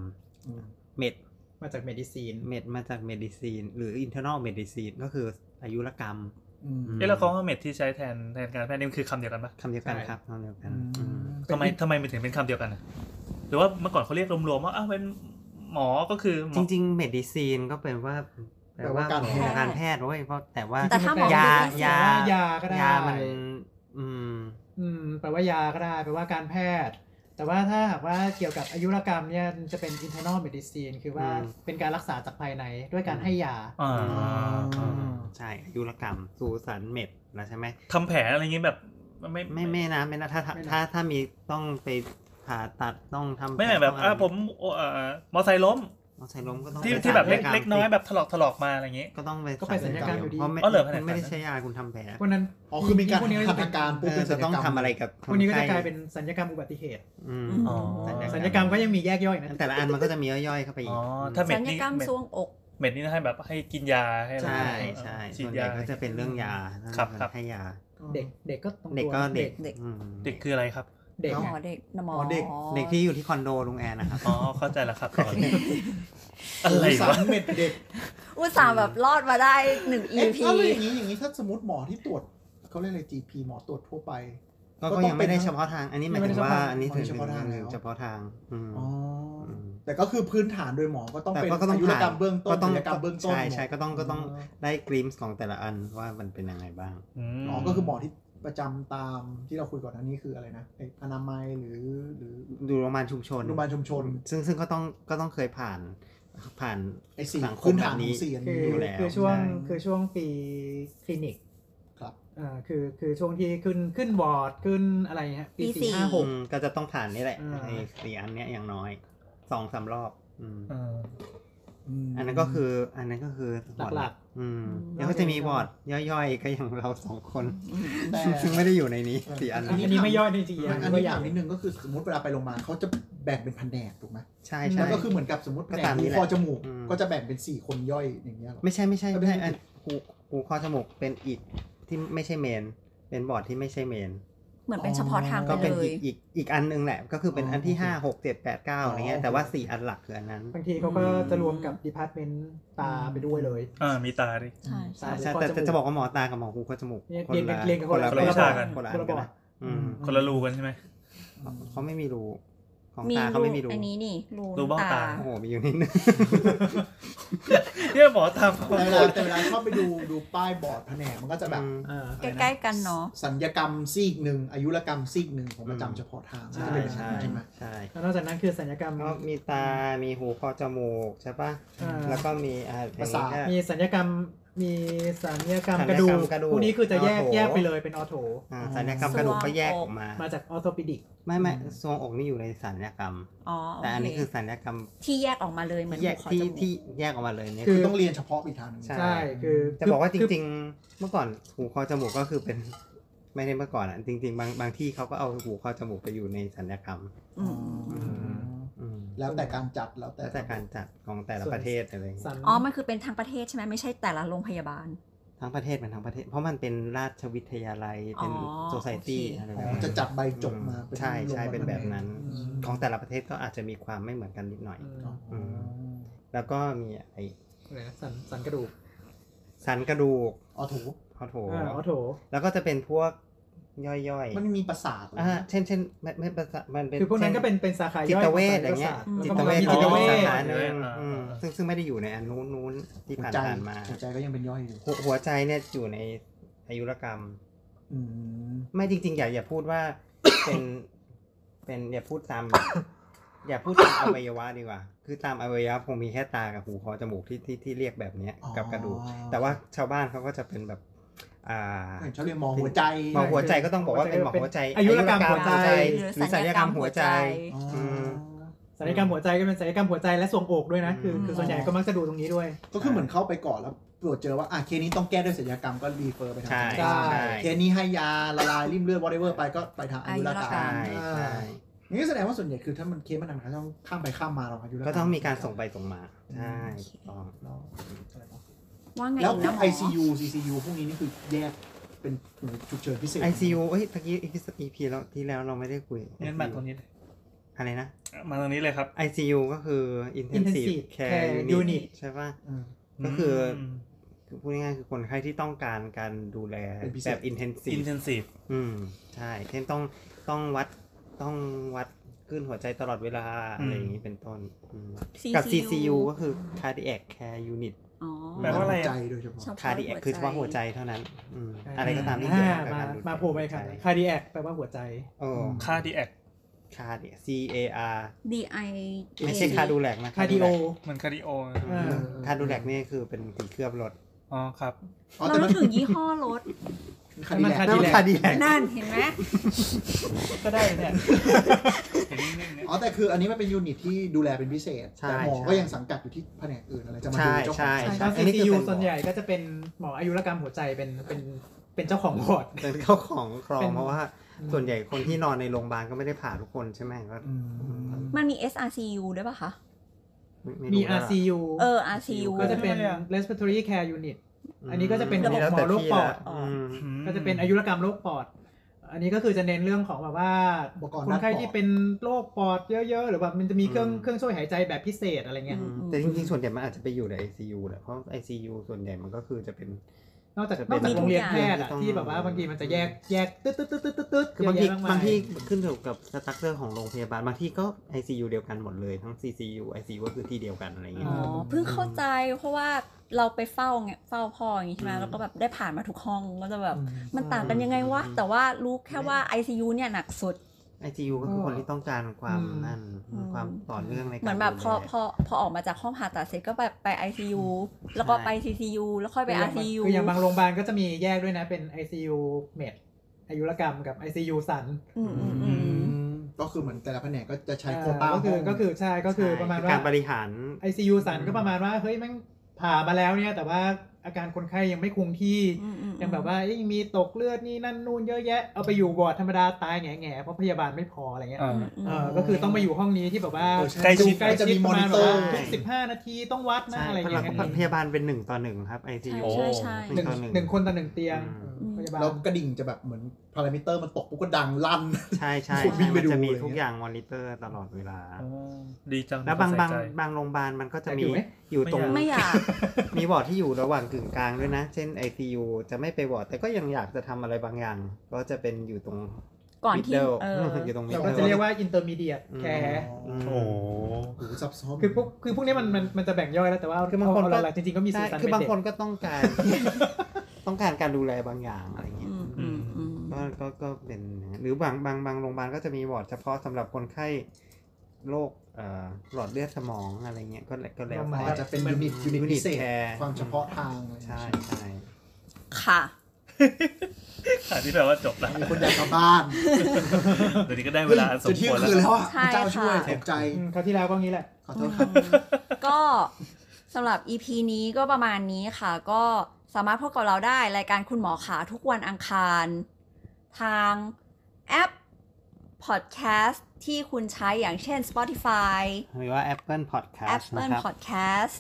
Speaker 5: อืม
Speaker 3: เม็ด
Speaker 4: มาจากเมดิซีน
Speaker 3: เม็ดมาจากเมดิซีนหรือ internal medicine ก็คืออายุรกรรม
Speaker 5: อืม
Speaker 6: เอ๊ะแล้วเขาว่าเม็ดที่ใช้แทนแทนการแพทย์นี่มันคือคำเดียวกันปะ
Speaker 3: คำเดียวกัน
Speaker 4: ใช่
Speaker 3: ครับคำเดียวกัน
Speaker 5: อืม
Speaker 3: อืม
Speaker 6: ทำไมทำไมมันถึงเป็นคำเดียวกันอะหรือว่าเมื่อก่อนเขาเรียกรวมๆว่าอ้าวเป็นหมอก็คือหมอ
Speaker 3: จริงๆ medicine ก็เป็นว่าแปลว่าหมอการแพทย์เว้ยเพราะแต่ว่า
Speaker 2: แต่ถ้าหมอ
Speaker 3: ยา
Speaker 2: แพทย์
Speaker 3: ยา
Speaker 4: ว่ายาก็ได้
Speaker 3: ยามัน อืม
Speaker 1: อืมแปลว่ายาก็ได้แปลว่าการแพทย์ แต่ว่าถ้าหากว่าเกี่ยวกับอายุรกรรมเนี่ยจะเป็น internal medicine คือว่า
Speaker 3: อืม
Speaker 1: เป็นการรักษาจากภายในด้วยการให้ยา
Speaker 6: อ่า
Speaker 3: ใช่อายุรกรรมสูสารเม็ดนะใช่ไหม
Speaker 6: ทำแผลอะไรเงี้ยแบบไม่
Speaker 3: ไม่ไม่นะไม่นะถ้าถ้า
Speaker 1: ไม่นะ
Speaker 3: ถ้าถ้ามีต้องไปผ่าตัดต้องทำ
Speaker 6: ไม่ไม่แบบ
Speaker 3: ต้องะร
Speaker 6: อ่าผมโอ้อ่ามอไซค์ล้ม
Speaker 3: มอไซค์ล้มก็ต้อง
Speaker 6: ที่
Speaker 3: ไป
Speaker 6: ที่แบบเล็ก
Speaker 3: ศัยรรม
Speaker 6: เล็กน้อย
Speaker 3: สิ
Speaker 6: แบบถลอกถลอกมาอะไรเงี้ย
Speaker 3: ก็ต้องไป
Speaker 1: ก็ไปศัลยกรรมอยู่ดี
Speaker 3: เพราะไม่
Speaker 6: อ๋อเหรอ
Speaker 3: คุณไม่ได้
Speaker 6: ขนาดนั้น
Speaker 3: ใช้ยาคุณทำแผล
Speaker 1: วันนั้น
Speaker 5: อ๋อคือมีการ
Speaker 1: พวกนี้
Speaker 5: พัฒนาการปุ๊บ
Speaker 3: เอ
Speaker 5: เป็
Speaker 3: อน จะ
Speaker 5: ศัลย
Speaker 3: ต้อง
Speaker 5: กรรม
Speaker 3: ทำอะไรกับ
Speaker 1: พวกนี้ก็จะ
Speaker 3: คไข้
Speaker 1: กลายเป็นสัญญกรรมอุบัติเหตุ
Speaker 3: อืม
Speaker 2: อ๋อ
Speaker 3: ม
Speaker 1: สัญญกรรมก็ยังมีแยกย่อยนะ
Speaker 3: แต่ละอันมันก็จะมีย่อยๆเข้าไปอีก
Speaker 6: อ๋อถ้าเม็
Speaker 2: สั
Speaker 6: ด
Speaker 2: ญญ
Speaker 6: นี่
Speaker 2: กรรม
Speaker 6: เม็ด
Speaker 2: ซวงอก
Speaker 6: เม็ดนี่ให้แบบให้กินยาให้อะไร
Speaker 3: ใช่ใช่
Speaker 6: ฉี
Speaker 3: ส่
Speaker 6: ด
Speaker 3: วนใหญ่
Speaker 6: ยา
Speaker 3: ก็จะเป็นเรื่องยา
Speaker 6: ครับครับ
Speaker 3: ให้ยา
Speaker 1: เด็กเด็กก็ต้อง
Speaker 3: เด็กก็เด็ก
Speaker 2: เด็ก
Speaker 3: อืม
Speaker 6: เด็กคืออะไรครับ
Speaker 1: เด็ก
Speaker 2: หมอเด็กหมอ
Speaker 5: เด็ก
Speaker 3: เด็กที่อยู่ที่คอนโดลุงแอนนะครับ
Speaker 6: อ๋อ เข้าใจแล้วครับอะไร
Speaker 5: สาว
Speaker 6: ะ
Speaker 5: มเม็ดเด็ก
Speaker 2: อุตส่าห์แบบรอดมาได้หนึ่ง
Speaker 5: เอ๊ะ
Speaker 2: EP
Speaker 5: แล้วอย่างนี้อย่างนี้ถ้าสมมติหมอที่ตรวจเขาเรียกอะไร GP หมอตรวจทั่วไป
Speaker 3: ก็
Speaker 5: ก็
Speaker 3: ก็
Speaker 5: ต้อง
Speaker 3: ยังไม่ได้
Speaker 5: เป็น
Speaker 3: เฉพาะทาง อันนี้หมายถึงว่าอันนี้ถือเป็น
Speaker 5: อ๋อนี่เฉ
Speaker 3: เฉ
Speaker 5: พาะ
Speaker 3: พาะ
Speaker 5: ทา
Speaker 3: ทาง ง
Speaker 5: แล้ว
Speaker 3: อืมอืม
Speaker 5: แต่ก็คือพื้นฐานโดยหมอก็ต้องเป็นอายุรกรรมเบื้องต้น
Speaker 3: ก็ต้อง
Speaker 5: ศัลยกรรมเบื้องต้น
Speaker 3: ใช่ใช่ก็ต้องก็ต้อง
Speaker 5: หม
Speaker 3: ได้กริมส์ของแต่ละอันว่ามันเป็นยังไงบ้าง
Speaker 5: อ๋อก็คือหมอที่ประจำตามที่เราคุยก่อนอันนี้คืออะไรนะไอ้อนามัยหรือหรือ
Speaker 3: ดูโรงพยาบาลชุมชน
Speaker 5: โรงพยาบาลชุมชน
Speaker 3: ซึ่งซึ่งก็ต้องก็ต้องเคยผ่านผ่าน
Speaker 5: ไอ้สี่
Speaker 3: สังคม
Speaker 5: พื้น
Speaker 3: แบ
Speaker 5: ฐาน
Speaker 3: บ
Speaker 5: ขอ
Speaker 3: นี้
Speaker 5: งเสียน
Speaker 1: คือ อยู่
Speaker 3: แล้ว
Speaker 1: คือช่วง
Speaker 3: ใช่
Speaker 1: คือช่วงปีคลินิก
Speaker 5: ครับ
Speaker 1: อ่าคือคือช่วงที่ขึ้นขึ้นบอร์ดขึ้นอะไรเงี้ยปี
Speaker 2: ปีสี่
Speaker 1: สี่ห้าหก
Speaker 3: อืมก็จะต้องผ่านนี่แหละ
Speaker 1: อ่า
Speaker 3: ไอ้สี่อันเนี้ยอย่างน้อยสองสามรอบอืม
Speaker 5: ม
Speaker 3: อันนั้นก็คืออันนั้นก็คือวอร์ด
Speaker 1: หลัก
Speaker 3: อืมแล้วก็จะมีวอร์ดย่อยๆ ก็อย่างเราสองคน
Speaker 5: แต่
Speaker 3: ซึ่งไม่ได้อยู่ในนี้สี่อัน
Speaker 1: อัน
Speaker 3: นี้
Speaker 1: นี้ไม่ย่อยจริงๆ
Speaker 5: อัน
Speaker 1: อัน
Speaker 5: นี้
Speaker 1: นี้
Speaker 5: ถา
Speaker 1: ถาม มนิ
Speaker 5: นิด
Speaker 1: ดนึง
Speaker 5: นึงก็คือสมมติเวลาไปโรงพยาบาลเขาจะแบ่งเป็นแผนกถูกไหม
Speaker 3: ใช่
Speaker 5: แล้
Speaker 3: ใช่
Speaker 5: วก็คือเหมือนกับสมมติแผ
Speaker 3: ก็
Speaker 5: น
Speaker 3: ตาม
Speaker 5: ก
Speaker 3: นี้
Speaker 5: หู
Speaker 3: แหละ
Speaker 5: คอจมูก
Speaker 3: อืม
Speaker 5: ก็จะแบ่งเป็นสี่คนย่อยอย่างเงี้ยหรอ
Speaker 3: ไม่ใช่ไม่ใช่
Speaker 5: ก็
Speaker 3: ไม่
Speaker 5: เป็น
Speaker 3: ใช่
Speaker 5: อีก
Speaker 3: อันหูหูคอจมูกเป็นอีกที่ไม่ใช่เมน เป็นบอร์ดที่ไม่ใช่เมน
Speaker 2: เหมือนเป็นเฉพาะทางไป
Speaker 3: ก็เป็น
Speaker 2: เล
Speaker 3: อี
Speaker 2: ย
Speaker 3: กอีกอีกอันหนึงแหละ ก็คือเป็นอันที่
Speaker 5: อ๋อ
Speaker 3: ห้าหกเจ็ดแปดเก้าอะไรเงี้
Speaker 5: อ๋
Speaker 3: ย
Speaker 5: อ
Speaker 3: แต่ว่าสี่อันหลักคืออันนั้น
Speaker 1: บางทีเขาก็จะรวมกับดีพาร์ตเมนต์ตาไปด้วยเลย
Speaker 6: อ่ามีตาดิ
Speaker 2: ใช่
Speaker 1: ใช่
Speaker 2: ใช่
Speaker 3: ใช่แต่แต่จะบอกว่าหมอตากับหมอหูก็จมูก
Speaker 1: เรียน
Speaker 3: คนละ
Speaker 1: เรียนกัน
Speaker 3: คนละ
Speaker 1: คน
Speaker 3: ค
Speaker 1: ละ
Speaker 3: นละ
Speaker 6: บอร์
Speaker 3: อั
Speaker 6: ด
Speaker 3: นคนละอัน
Speaker 1: คนละบ
Speaker 3: กั
Speaker 1: อนร์ด
Speaker 3: นะอืม
Speaker 6: คนละรูกันใช่ไหม
Speaker 3: เขาไม่มีรูของตาเขาไม่มีรู
Speaker 2: อันนี้นี่รู
Speaker 6: รูบ้อง
Speaker 2: น้ำ
Speaker 6: ตา
Speaker 2: ตา
Speaker 3: โอ้โหมีอยู่นิดนึง
Speaker 6: เนี่ยหมอตาม
Speaker 5: แต่เวลาแต่เวลาชอบไปดูดูป้ายบอร์ดแผนกมันก็จะแบบ
Speaker 3: อืม
Speaker 5: เอ่ออะ
Speaker 2: ใก
Speaker 5: ไรนะ
Speaker 2: ล้ๆกันเนาะ
Speaker 5: สัญญกรรมซีกหนึ่งอายุรกรรมซีกหนึ่งของประจำเฉพาะทาง
Speaker 3: ใช่
Speaker 5: จะเป็นแบบ
Speaker 3: ใช่
Speaker 5: นั้นใช่ไหม
Speaker 3: ใช่
Speaker 1: แล้วนอกจากนั้นคือสัญญกรรม
Speaker 3: ก็มีตา มีหูคอจมูกใช่ป่ะ
Speaker 1: อ่า
Speaker 3: แล้วก็มีอ่าอย่งนี้ก็
Speaker 1: มีสัญญกรรมมีสัญญกรรม
Speaker 3: สัญญกรรม
Speaker 1: กระดูก
Speaker 3: กระดูก
Speaker 1: พวกนี้คือจะแยก
Speaker 3: ออโถ
Speaker 1: แยกไปเลยเป็นออโถ
Speaker 3: อ่าสัญญกรรมกระดูกก็แยกออกมา
Speaker 1: มาจากออโ o ปิดิก
Speaker 3: ไม่ไม่ทรวงอกนี่อยู่ในสัญญกรรม
Speaker 2: อ๋อโอ
Speaker 3: แต่อันนี้
Speaker 2: เค
Speaker 3: คือสัญญกรรม
Speaker 2: ที่แยกออกมาเลยเหมือน
Speaker 3: ที่แยก
Speaker 2: หัวขอจ
Speaker 3: ที่
Speaker 2: มูก
Speaker 3: ที่แยกออกมาเลยเนี่ย
Speaker 1: คื
Speaker 5: คือต้องเรียนเฉพาะอีกทางหนึง
Speaker 3: ใช่
Speaker 1: ใช่คือ
Speaker 3: จะบอกว่าจ
Speaker 1: คื
Speaker 3: ริงๆ เมื่อก่อนหูคอจมูกก็คือเป็น ไม่ได้เมื่อก่อนอ่ะ จริง ๆ บางบางที่เขาก็เอาหูคอจมูกไปอยู่ในสัญญกรรม
Speaker 2: อืม
Speaker 3: อืม อืม
Speaker 5: แล้วแต่การจัดแล้วแต่
Speaker 3: แล้วแต่การจัดของแต่ละประเทศอะไรอย่าง
Speaker 1: สั
Speaker 3: เงี้ย
Speaker 1: น
Speaker 2: อ๋อ มันคือเป็นทางประเทศใช่ไหมไม่ใช่แต่ละโรงพยาบาล
Speaker 3: ทั้งประเทศเป็นทั้งประเทศ เพราะมันเป็นราชวิทยาลัยเป็น
Speaker 2: อ๋อ
Speaker 3: โซไซตี้
Speaker 2: โอเค
Speaker 3: อะไร
Speaker 5: อ๋
Speaker 3: แบ
Speaker 5: อบ
Speaker 3: นั้น
Speaker 5: จะจัดใบจบมา
Speaker 3: ใช่ใช่เป็นแบบนั้น
Speaker 5: อืม
Speaker 3: ของแต่ละประเทศก็อาจจะมีความไม่เหมือนกันนิดหน่อย
Speaker 1: อืม
Speaker 5: อ๋ออ
Speaker 3: ม แล้วก็มีไอ้
Speaker 1: อะไรนะสันสันกระดูก
Speaker 3: สันกระดูก
Speaker 5: อ๋อถูก
Speaker 3: พอโถ
Speaker 1: อ่าออโถ
Speaker 3: แล้วก็จะเป็นพวกย่อยๆ
Speaker 5: มันมีประสาทเหรอ
Speaker 3: อ่าเช่นเช่นไม่ไม่ประสามันเป็น
Speaker 1: คือพวกนั้นก็เป็นเป็นสาขาย่อย
Speaker 3: จิตเวชอย่างเงี้ย
Speaker 1: ของ
Speaker 3: จิ
Speaker 1: สา
Speaker 3: ต
Speaker 1: ย
Speaker 3: เว
Speaker 1: ประ
Speaker 3: ช
Speaker 1: สาท
Speaker 3: ก็
Speaker 1: แล้วก็มีจิตเวช
Speaker 3: มีสาขาหนึ่ง
Speaker 6: อ่า
Speaker 3: อืมซึ่งซึ่งไม่ได้อยู่ในอันนู้นนู้นที่
Speaker 5: หัว
Speaker 3: ผ่าน
Speaker 5: ใจ
Speaker 3: ผ่านมา
Speaker 5: หัวใจก็ยังเป็นย่อยอยู่
Speaker 3: หัวหัวใจเนี่ยอยู่ในอายุรกรรม
Speaker 5: อืม
Speaker 3: ไม่จริง ๆ อย่าอย่าพูดว่า เป็นเป็นอย่าพูดตาม อย่าพูดตามอวัยวะดีกว่า คือตามอวัยวะคงมีแค่ตากับหูคอจมูกที่ที่ที่เรียกแบบเนี้ย
Speaker 5: อ๋อ
Speaker 3: กับกระดูก แต่ว่าชาวบ้านเขาก็จะเป็นแบบ อ่า
Speaker 5: เห็นเขาเรียกหมอหัวใจ
Speaker 3: หมอหัวใจก็ต้องบอกว่าเป็นหมอหัวใจ
Speaker 1: อายุรกรรมหัวใจ
Speaker 3: หรือศัลยกรรมหัวใจ
Speaker 5: อ๋ออ
Speaker 3: ม
Speaker 1: ศัลยกรรมหัวใจก็เป็นศัลยกรรมหัวใจและทรวงอกด้วยนะคือคือส่วนใหญ่ก็มักจะดูตรงนี้ด้วย
Speaker 5: ก็คือเหมือนเข้าไปก่อนแล้วตรวจเจอว่าอ่ะเคสนี้ต้องแก้ด้วยศัลยกรรมก็รีเฟอร์ไปทาง
Speaker 3: ใช่
Speaker 5: ศัลยกร
Speaker 3: ใช่
Speaker 5: รม
Speaker 1: ใช่
Speaker 5: เคสนี้ให้ยาละลายริ่มเลือด whatever ไปก็ไปทางอายุรกรรม
Speaker 2: อายุรกรรม
Speaker 3: ใช่ใช่
Speaker 5: นี่แสดงว่าส่วนใหญ่คือถ้ามันเคสมันหนักๆต้องข้ามไปข้ามมาหรอกอายุรกรรม
Speaker 3: ก็ต้องมีการส่งไปส่งมาใช่ถูกต้อง
Speaker 5: แล้วอะไรวะ
Speaker 2: ว่าไง
Speaker 5: แล้วพว
Speaker 2: นะห
Speaker 5: ก
Speaker 2: มอ
Speaker 5: ICU CCU พวกนี้นี่คือแยกเป็นหน่วยฉุกเฉินพิเศษ
Speaker 3: ICU เอ้ยตะกี้ EP แล้วที่แล้วเราไม่ได้คุย
Speaker 6: งั้นมาตรงนี้เลย
Speaker 3: อะไรนะ
Speaker 6: มาตรงนี้เลยครับ
Speaker 3: ICU ก็คือ Intensive
Speaker 1: Intensive
Speaker 3: Care
Speaker 1: Care
Speaker 3: Unit
Speaker 1: Unit
Speaker 3: ใช่ป่ะ
Speaker 5: อืม
Speaker 3: ก็คืออื คือพูดง่ายๆคือคนไข้ที่ต้องการการดูแล
Speaker 5: เป็นพิเศษ
Speaker 3: แบบ
Speaker 6: อิน
Speaker 3: Intensive
Speaker 6: เทนซีฟ
Speaker 3: อืม ใช่ เช่นต้องต้องวัดต้องวัดขึ้นหัวใจตลอดเวลา อะไรอย่างนี้เป็นต้นอืมกับ CCU ก็คือ Cardiac Care Unit
Speaker 2: อ๋อ
Speaker 7: แปลว่าอะไรอะ
Speaker 5: หัใจโดยเฉพาะ
Speaker 2: เฉพะ
Speaker 3: คาร์ดิแอคคือเฉพาะหัวใจเท่านั้นอืมอะไรก็ตามที่เกี่ยว
Speaker 4: อ่า
Speaker 3: กับ
Speaker 4: มา
Speaker 3: การดูด
Speaker 4: มาโผล่ไปครับคาร์ดิแอคแปลว่าหัวใจ
Speaker 3: โอ้
Speaker 6: คาร์ดิแอค
Speaker 3: คาร์ดิ C A R
Speaker 2: ดี I
Speaker 3: ไม่ใช่คาร์ดูแลกนะ
Speaker 4: คาร์ดิโอ
Speaker 6: เหมือนคาร์ดิโอ
Speaker 4: อ่า
Speaker 3: คาร์ดูแลกนี่คือเป็นสีเคลือบรถ
Speaker 6: อ๋อครับ
Speaker 5: อ๋อ
Speaker 2: เรา
Speaker 5: แต่
Speaker 2: นึ
Speaker 5: มั
Speaker 2: ก
Speaker 5: น
Speaker 2: ถึงยี่ห้อรถ
Speaker 5: คาดีแล
Speaker 4: มันคา
Speaker 5: ก
Speaker 4: Cadillac
Speaker 3: คาร์ดิ แลก
Speaker 2: นั่นเห็นไหม
Speaker 7: ก็ได้เนี่ย
Speaker 6: เห็นนิ่งๆเนี่ย
Speaker 5: อ๋อแต่คืออันนี้มันเป็นยูนิตที่ดูแลเป็นพิเศษ แต่หมอก็ยังสังกัดอยู่ที่แผนกอื่นอะไรจะมาดู
Speaker 3: ใช่
Speaker 5: เจ้าของ
Speaker 3: ใช่ใช่
Speaker 4: ถ้า
Speaker 3: อันนี้คือ
Speaker 4: CCU
Speaker 3: เป็น
Speaker 4: ส่วนใหญ่ก็จะเป็นหมออายุรกรรมหัวใจเป็นเป็นเป็นเจ้าของวอร์ด
Speaker 3: เป็นเจ้าของครอ
Speaker 4: เป็
Speaker 3: ง
Speaker 4: น
Speaker 3: เพราะว่าส่วนใหญ่คนที่นอนในโรงพยาบาลก็ไม่ได้ผ่าทุกคนใช่ไหมก็
Speaker 5: อืม
Speaker 2: มันมี SRCU ด้วยป่ะคะ
Speaker 4: มี
Speaker 3: ไนะ
Speaker 4: RCU
Speaker 2: เออ RCU
Speaker 4: ก็จะเป็น
Speaker 7: อะไรอะ
Speaker 4: respiratory care unit
Speaker 3: ม
Speaker 4: อันนี้ก็จะเป็น
Speaker 3: อัแล้ว
Speaker 4: หมอ
Speaker 3: แต่
Speaker 4: โรค
Speaker 3: ที่
Speaker 4: ปอด
Speaker 3: ละอืม
Speaker 4: ก็จะเป็นอายุรกรรมโรคปอด อันนี้ก็คือจะเน้นเรื่องของแบบว่า
Speaker 5: อุปกรณ์
Speaker 4: คนไข้ที่
Speaker 5: ด้านปอด
Speaker 4: เป็นโรคปอดเยอะๆ หรือแบบมันจะมีเครื่อง
Speaker 3: อืม
Speaker 4: เครื่องช่วยหายใจแบบพิเศษอะไรเงี้ย
Speaker 2: อืม
Speaker 3: แต่จริงๆ ส่วนใหญ่มันอาจจะไปอยู่ใน ICU แหละเพราะ ICU ส่วนใหญ่มันก็คือจะเป็น
Speaker 4: นอกจาก
Speaker 3: จะเป็น
Speaker 4: นอกจากโรงเรียน
Speaker 2: มีทุกอ
Speaker 4: แพท
Speaker 2: ย่าง
Speaker 4: ย์อะ
Speaker 3: ที่ต้อง
Speaker 4: ที่แบบว่าบางทีมันจะแยกแยกตึ๊ดตึ๊ดตึ๊ดตึ๊ดตึ๊ด
Speaker 3: คือบางที
Speaker 4: เยะแยะมกมย
Speaker 3: บางที่ขึ้นอยู่กับสตรัคเจอร์ของโรงพยาบาล บางที่ก็ ICU เดียวกันหมดเลยทั้ง CCU ICU ก็คือที่เดียวกันอะไรอย่างเงี้ย
Speaker 2: อ๋อเพิ่งเข้าใจเพราะว่าเราไปเฝ้าไงเฝ้าพ่ออย่างงี้ใช่ไหม
Speaker 3: อืม
Speaker 2: แล้วก็แบบได้ผ่านมาทุกห้องก็จะแบบ
Speaker 4: อืม
Speaker 2: มันต่างกันยังไงวะ แต่ว่ารู้แค่ว่า ICU เนี่ยหนักสุด
Speaker 3: ICU ก็คือคนที่ต้องการความ
Speaker 4: อืม
Speaker 3: นั่น
Speaker 2: อืม
Speaker 3: ความต่อเนื่องในการ
Speaker 2: เหมือนแบบพอ
Speaker 3: ดูล
Speaker 2: พอพอออกมาจากห้องผ่าตัดเสร็จก็แบบไป ICU แล้วก็ไป CCU แล้วค่อยไป RCU
Speaker 4: คืออย่างบางโรงพยาบาลก็จะมีแยกด้วยนะเป็น ICU med อายุรกรรมกับ ICU สัน
Speaker 2: อืมอืมอื
Speaker 5: อื
Speaker 2: ม
Speaker 5: มก็คือเหมือนแต่ละแผนกก็จะใช้
Speaker 4: เอ่อ
Speaker 5: โควต้า
Speaker 4: ก็คือ
Speaker 5: ห้ง
Speaker 4: ก็คือใช่ก็คือประมาณว่า
Speaker 3: การบริหาร
Speaker 4: ICU สันก็ประมาณว่าเฮ้ยแม่งผ่ามาแล้วเนี่ย แต่ว่าอาการคนไข้ยังไม่คงที่
Speaker 2: อืมอืมอืม
Speaker 4: ยังแบบว่าเอ้ยยังมีตกเลือดนี่นั่นนู่นเยอะแยะเอาไปอยู่วอร์ดธรรมดาตายแง่แง่ๆเพราะพยาบาลไม่พออะไรเงี้ย
Speaker 6: อ่า
Speaker 2: อืม
Speaker 4: เออก็คือต้องมาอยู่ห้องนี้ที่แบบว่า
Speaker 5: เออใช่
Speaker 6: ใกล้ชิด
Speaker 4: ใกล้
Speaker 5: จะ
Speaker 4: ชิ
Speaker 5: มี
Speaker 4: ดประมาณ
Speaker 5: มอนิ
Speaker 4: แบ
Speaker 5: เต
Speaker 4: บ
Speaker 5: อร์
Speaker 4: ว่าทุกสิบห้านาทีต้องวัดนะ
Speaker 3: ใช่
Speaker 4: อะไรอย่าง
Speaker 3: หลั
Speaker 4: เงี้
Speaker 3: ง
Speaker 4: ย
Speaker 3: ๆพยาบาลเป็นหนึ่งต่อหนึ่งครับ ICU
Speaker 2: ใช่ใช่
Speaker 3: ห
Speaker 2: ใช่
Speaker 3: นึ่งต่อหนึ่ง
Speaker 4: หนึ่งคนต่อหนึ่งเตียง
Speaker 3: อืม
Speaker 2: อืม
Speaker 4: พยาบาล
Speaker 5: แล้วกระดิ่งจะแบบเหมือนพารามิเตอร์มันตกปุ๊บก็ดังลั่น
Speaker 3: ใช่ใช่
Speaker 5: ผมวิ่งไป
Speaker 3: มัน
Speaker 5: ดู
Speaker 3: จะมี
Speaker 5: เลย
Speaker 3: ทุกอย่างมอนิเตอร์ตลอดเวลา
Speaker 6: อ๋อดีจัง
Speaker 3: แล้วบาง
Speaker 6: ใส่
Speaker 3: บาง
Speaker 6: ใจ
Speaker 3: บางโรงพยาบาลมันก็จะ
Speaker 4: อยากอ
Speaker 3: มี
Speaker 4: ยู่ไหม
Speaker 3: อยู่ตรง
Speaker 2: ไม่อยาก
Speaker 3: มีวอร์ดที่อยู่ระหว่างกึ่งกลางด้วยนะ เช่น ICU จะไม่ไปวอร์ดแต่ก็ยังอยากจะทำอะไรบางอย่าง ก็จะเป็นอยู่ตรง
Speaker 2: ก่อนที่
Speaker 3: middle
Speaker 2: เออ
Speaker 3: อยู่ตรง
Speaker 4: เรา
Speaker 3: middle
Speaker 4: ก็จะเรียกว่า intermediate care
Speaker 3: อืม
Speaker 6: โอ้โห
Speaker 5: โอ้โหซับซ้อน
Speaker 4: คือพวกคือพวกนี้มันมันมันจะแบ่งย่อยแล้วแต่ว่า
Speaker 3: คือมันคนก็
Speaker 4: เอหลักๆจริงๆก็มีสี
Speaker 3: ใช่
Speaker 4: สัน
Speaker 3: คือบาง
Speaker 4: เป็เด็ก
Speaker 3: คนก็ต้องการ ต้องการการดูแลบางอย่างอะไรอย่างเงี้ย
Speaker 2: อืมอืมอืม
Speaker 3: ก็ก็ก็เป็นอย่างนั้นหรือบางบางบางโรงพยาบาลก็จะมีวอร์ดเฉพาะสำหรับคนไข้โรคเอ่อหลอดเลือดสมองอะไรเงี้ยก็แล้วก็แล้ว
Speaker 4: โรงพยาบาล
Speaker 3: แต่
Speaker 5: อาจจะเป็นยูนิตยูนิตพิเศษ
Speaker 3: แคร์
Speaker 5: ความเฉพาะทางอะไรอย่าง
Speaker 3: ใช่
Speaker 5: เงี้ย
Speaker 3: ใช่
Speaker 2: ค่ะ
Speaker 6: ค่ะที่แปลว่าจบแล้ว
Speaker 5: มีคนอยากกลับบ้าน
Speaker 6: เดี๋ยวนี้ก็ได้เวลาสม
Speaker 5: จะเที่ย
Speaker 6: ค
Speaker 5: ง
Speaker 6: วร
Speaker 5: คืน
Speaker 6: แล้
Speaker 5: แล้
Speaker 6: ว
Speaker 5: วอ่ะ
Speaker 2: ใช่
Speaker 5: เจ้าช่วย
Speaker 2: ค่ะ
Speaker 5: ตกใจ
Speaker 4: อืมคราวที่แล้วก็งี้แหละ
Speaker 5: ขอโทษครับ
Speaker 2: ก็สำหรับ EP นี้ก็ประมาณนี้ค่ะ ก็สามารถพบกับเราได้รายการคุณหมอขาทุกวันอังคาร ทางแอป Podcast ที่คุณใช้อย่างเช่น Spotify
Speaker 3: หรือว่า Apple Podcast นะ
Speaker 2: Apple
Speaker 3: ครับ
Speaker 2: Podcast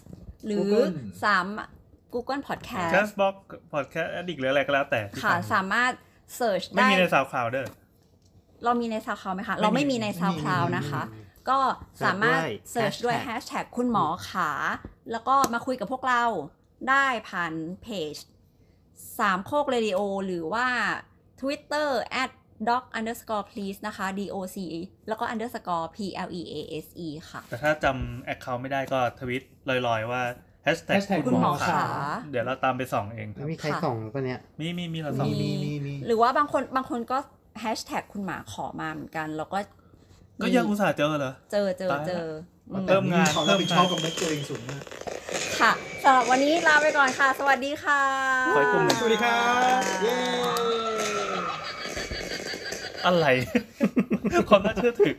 Speaker 2: หรือ
Speaker 4: Google
Speaker 2: สาม Google Podcast
Speaker 6: Cast Box Podcast Addict หรืออะไรก็แล้วแต่ที่
Speaker 2: ค่ะ
Speaker 6: ฟัง
Speaker 2: สามารถ Search
Speaker 6: ไม่
Speaker 2: ได้
Speaker 6: มีในสาวข่าวเด้อ
Speaker 2: เรามีในซาวคลาวไหมคะ เราไม่มีในซาวคลาวนะคะ ก็สามารถเสิร์ชด้วยแฮชแท็กคุณหมอขา แล้วก็มาคุยกับพวกเราได้ผ่านเพจสามโคกเรดิโอหรือว่า Twitter at doc underscore please นะคะ doc แล้วก็ underscore please ค่ะ
Speaker 6: แต่ถ้าจำแอคเคาท์ไม่ได้ก็ทวิตลอยๆ ว่า Hashtag
Speaker 4: Hashtag
Speaker 6: คุณหม
Speaker 2: คุ
Speaker 6: อ
Speaker 2: ณหมอ
Speaker 6: ขา
Speaker 2: ขา
Speaker 6: เดี๋ยวเราตามไปส่องเองค
Speaker 3: แล้
Speaker 6: รั
Speaker 3: ว
Speaker 6: บ
Speaker 3: มีใครส่องหรือเปล่าเนี่ย
Speaker 6: มีมีมีเราส่อง
Speaker 5: มีมีมี
Speaker 2: หรือว่าบางคนบางคนก็แฮชแท็กคุณหมาขอมาเหมือนกัน แล้วก็
Speaker 6: ก็ยังอุตส่าห์เจอเหรอ
Speaker 2: เจอเจอเจออืม
Speaker 6: เพิ่มงาน
Speaker 5: เขารับผิดชอบกับแม็กเจอริงสูงมาก
Speaker 2: ค่ะสำหรับวันนี้ลาไปก่อนค่ะ สวัสดีค่ะ
Speaker 6: ขอให้คุณหมอ
Speaker 4: สวัสดีครับ
Speaker 5: เย้
Speaker 6: อะไร ความน่าเชื่อถือ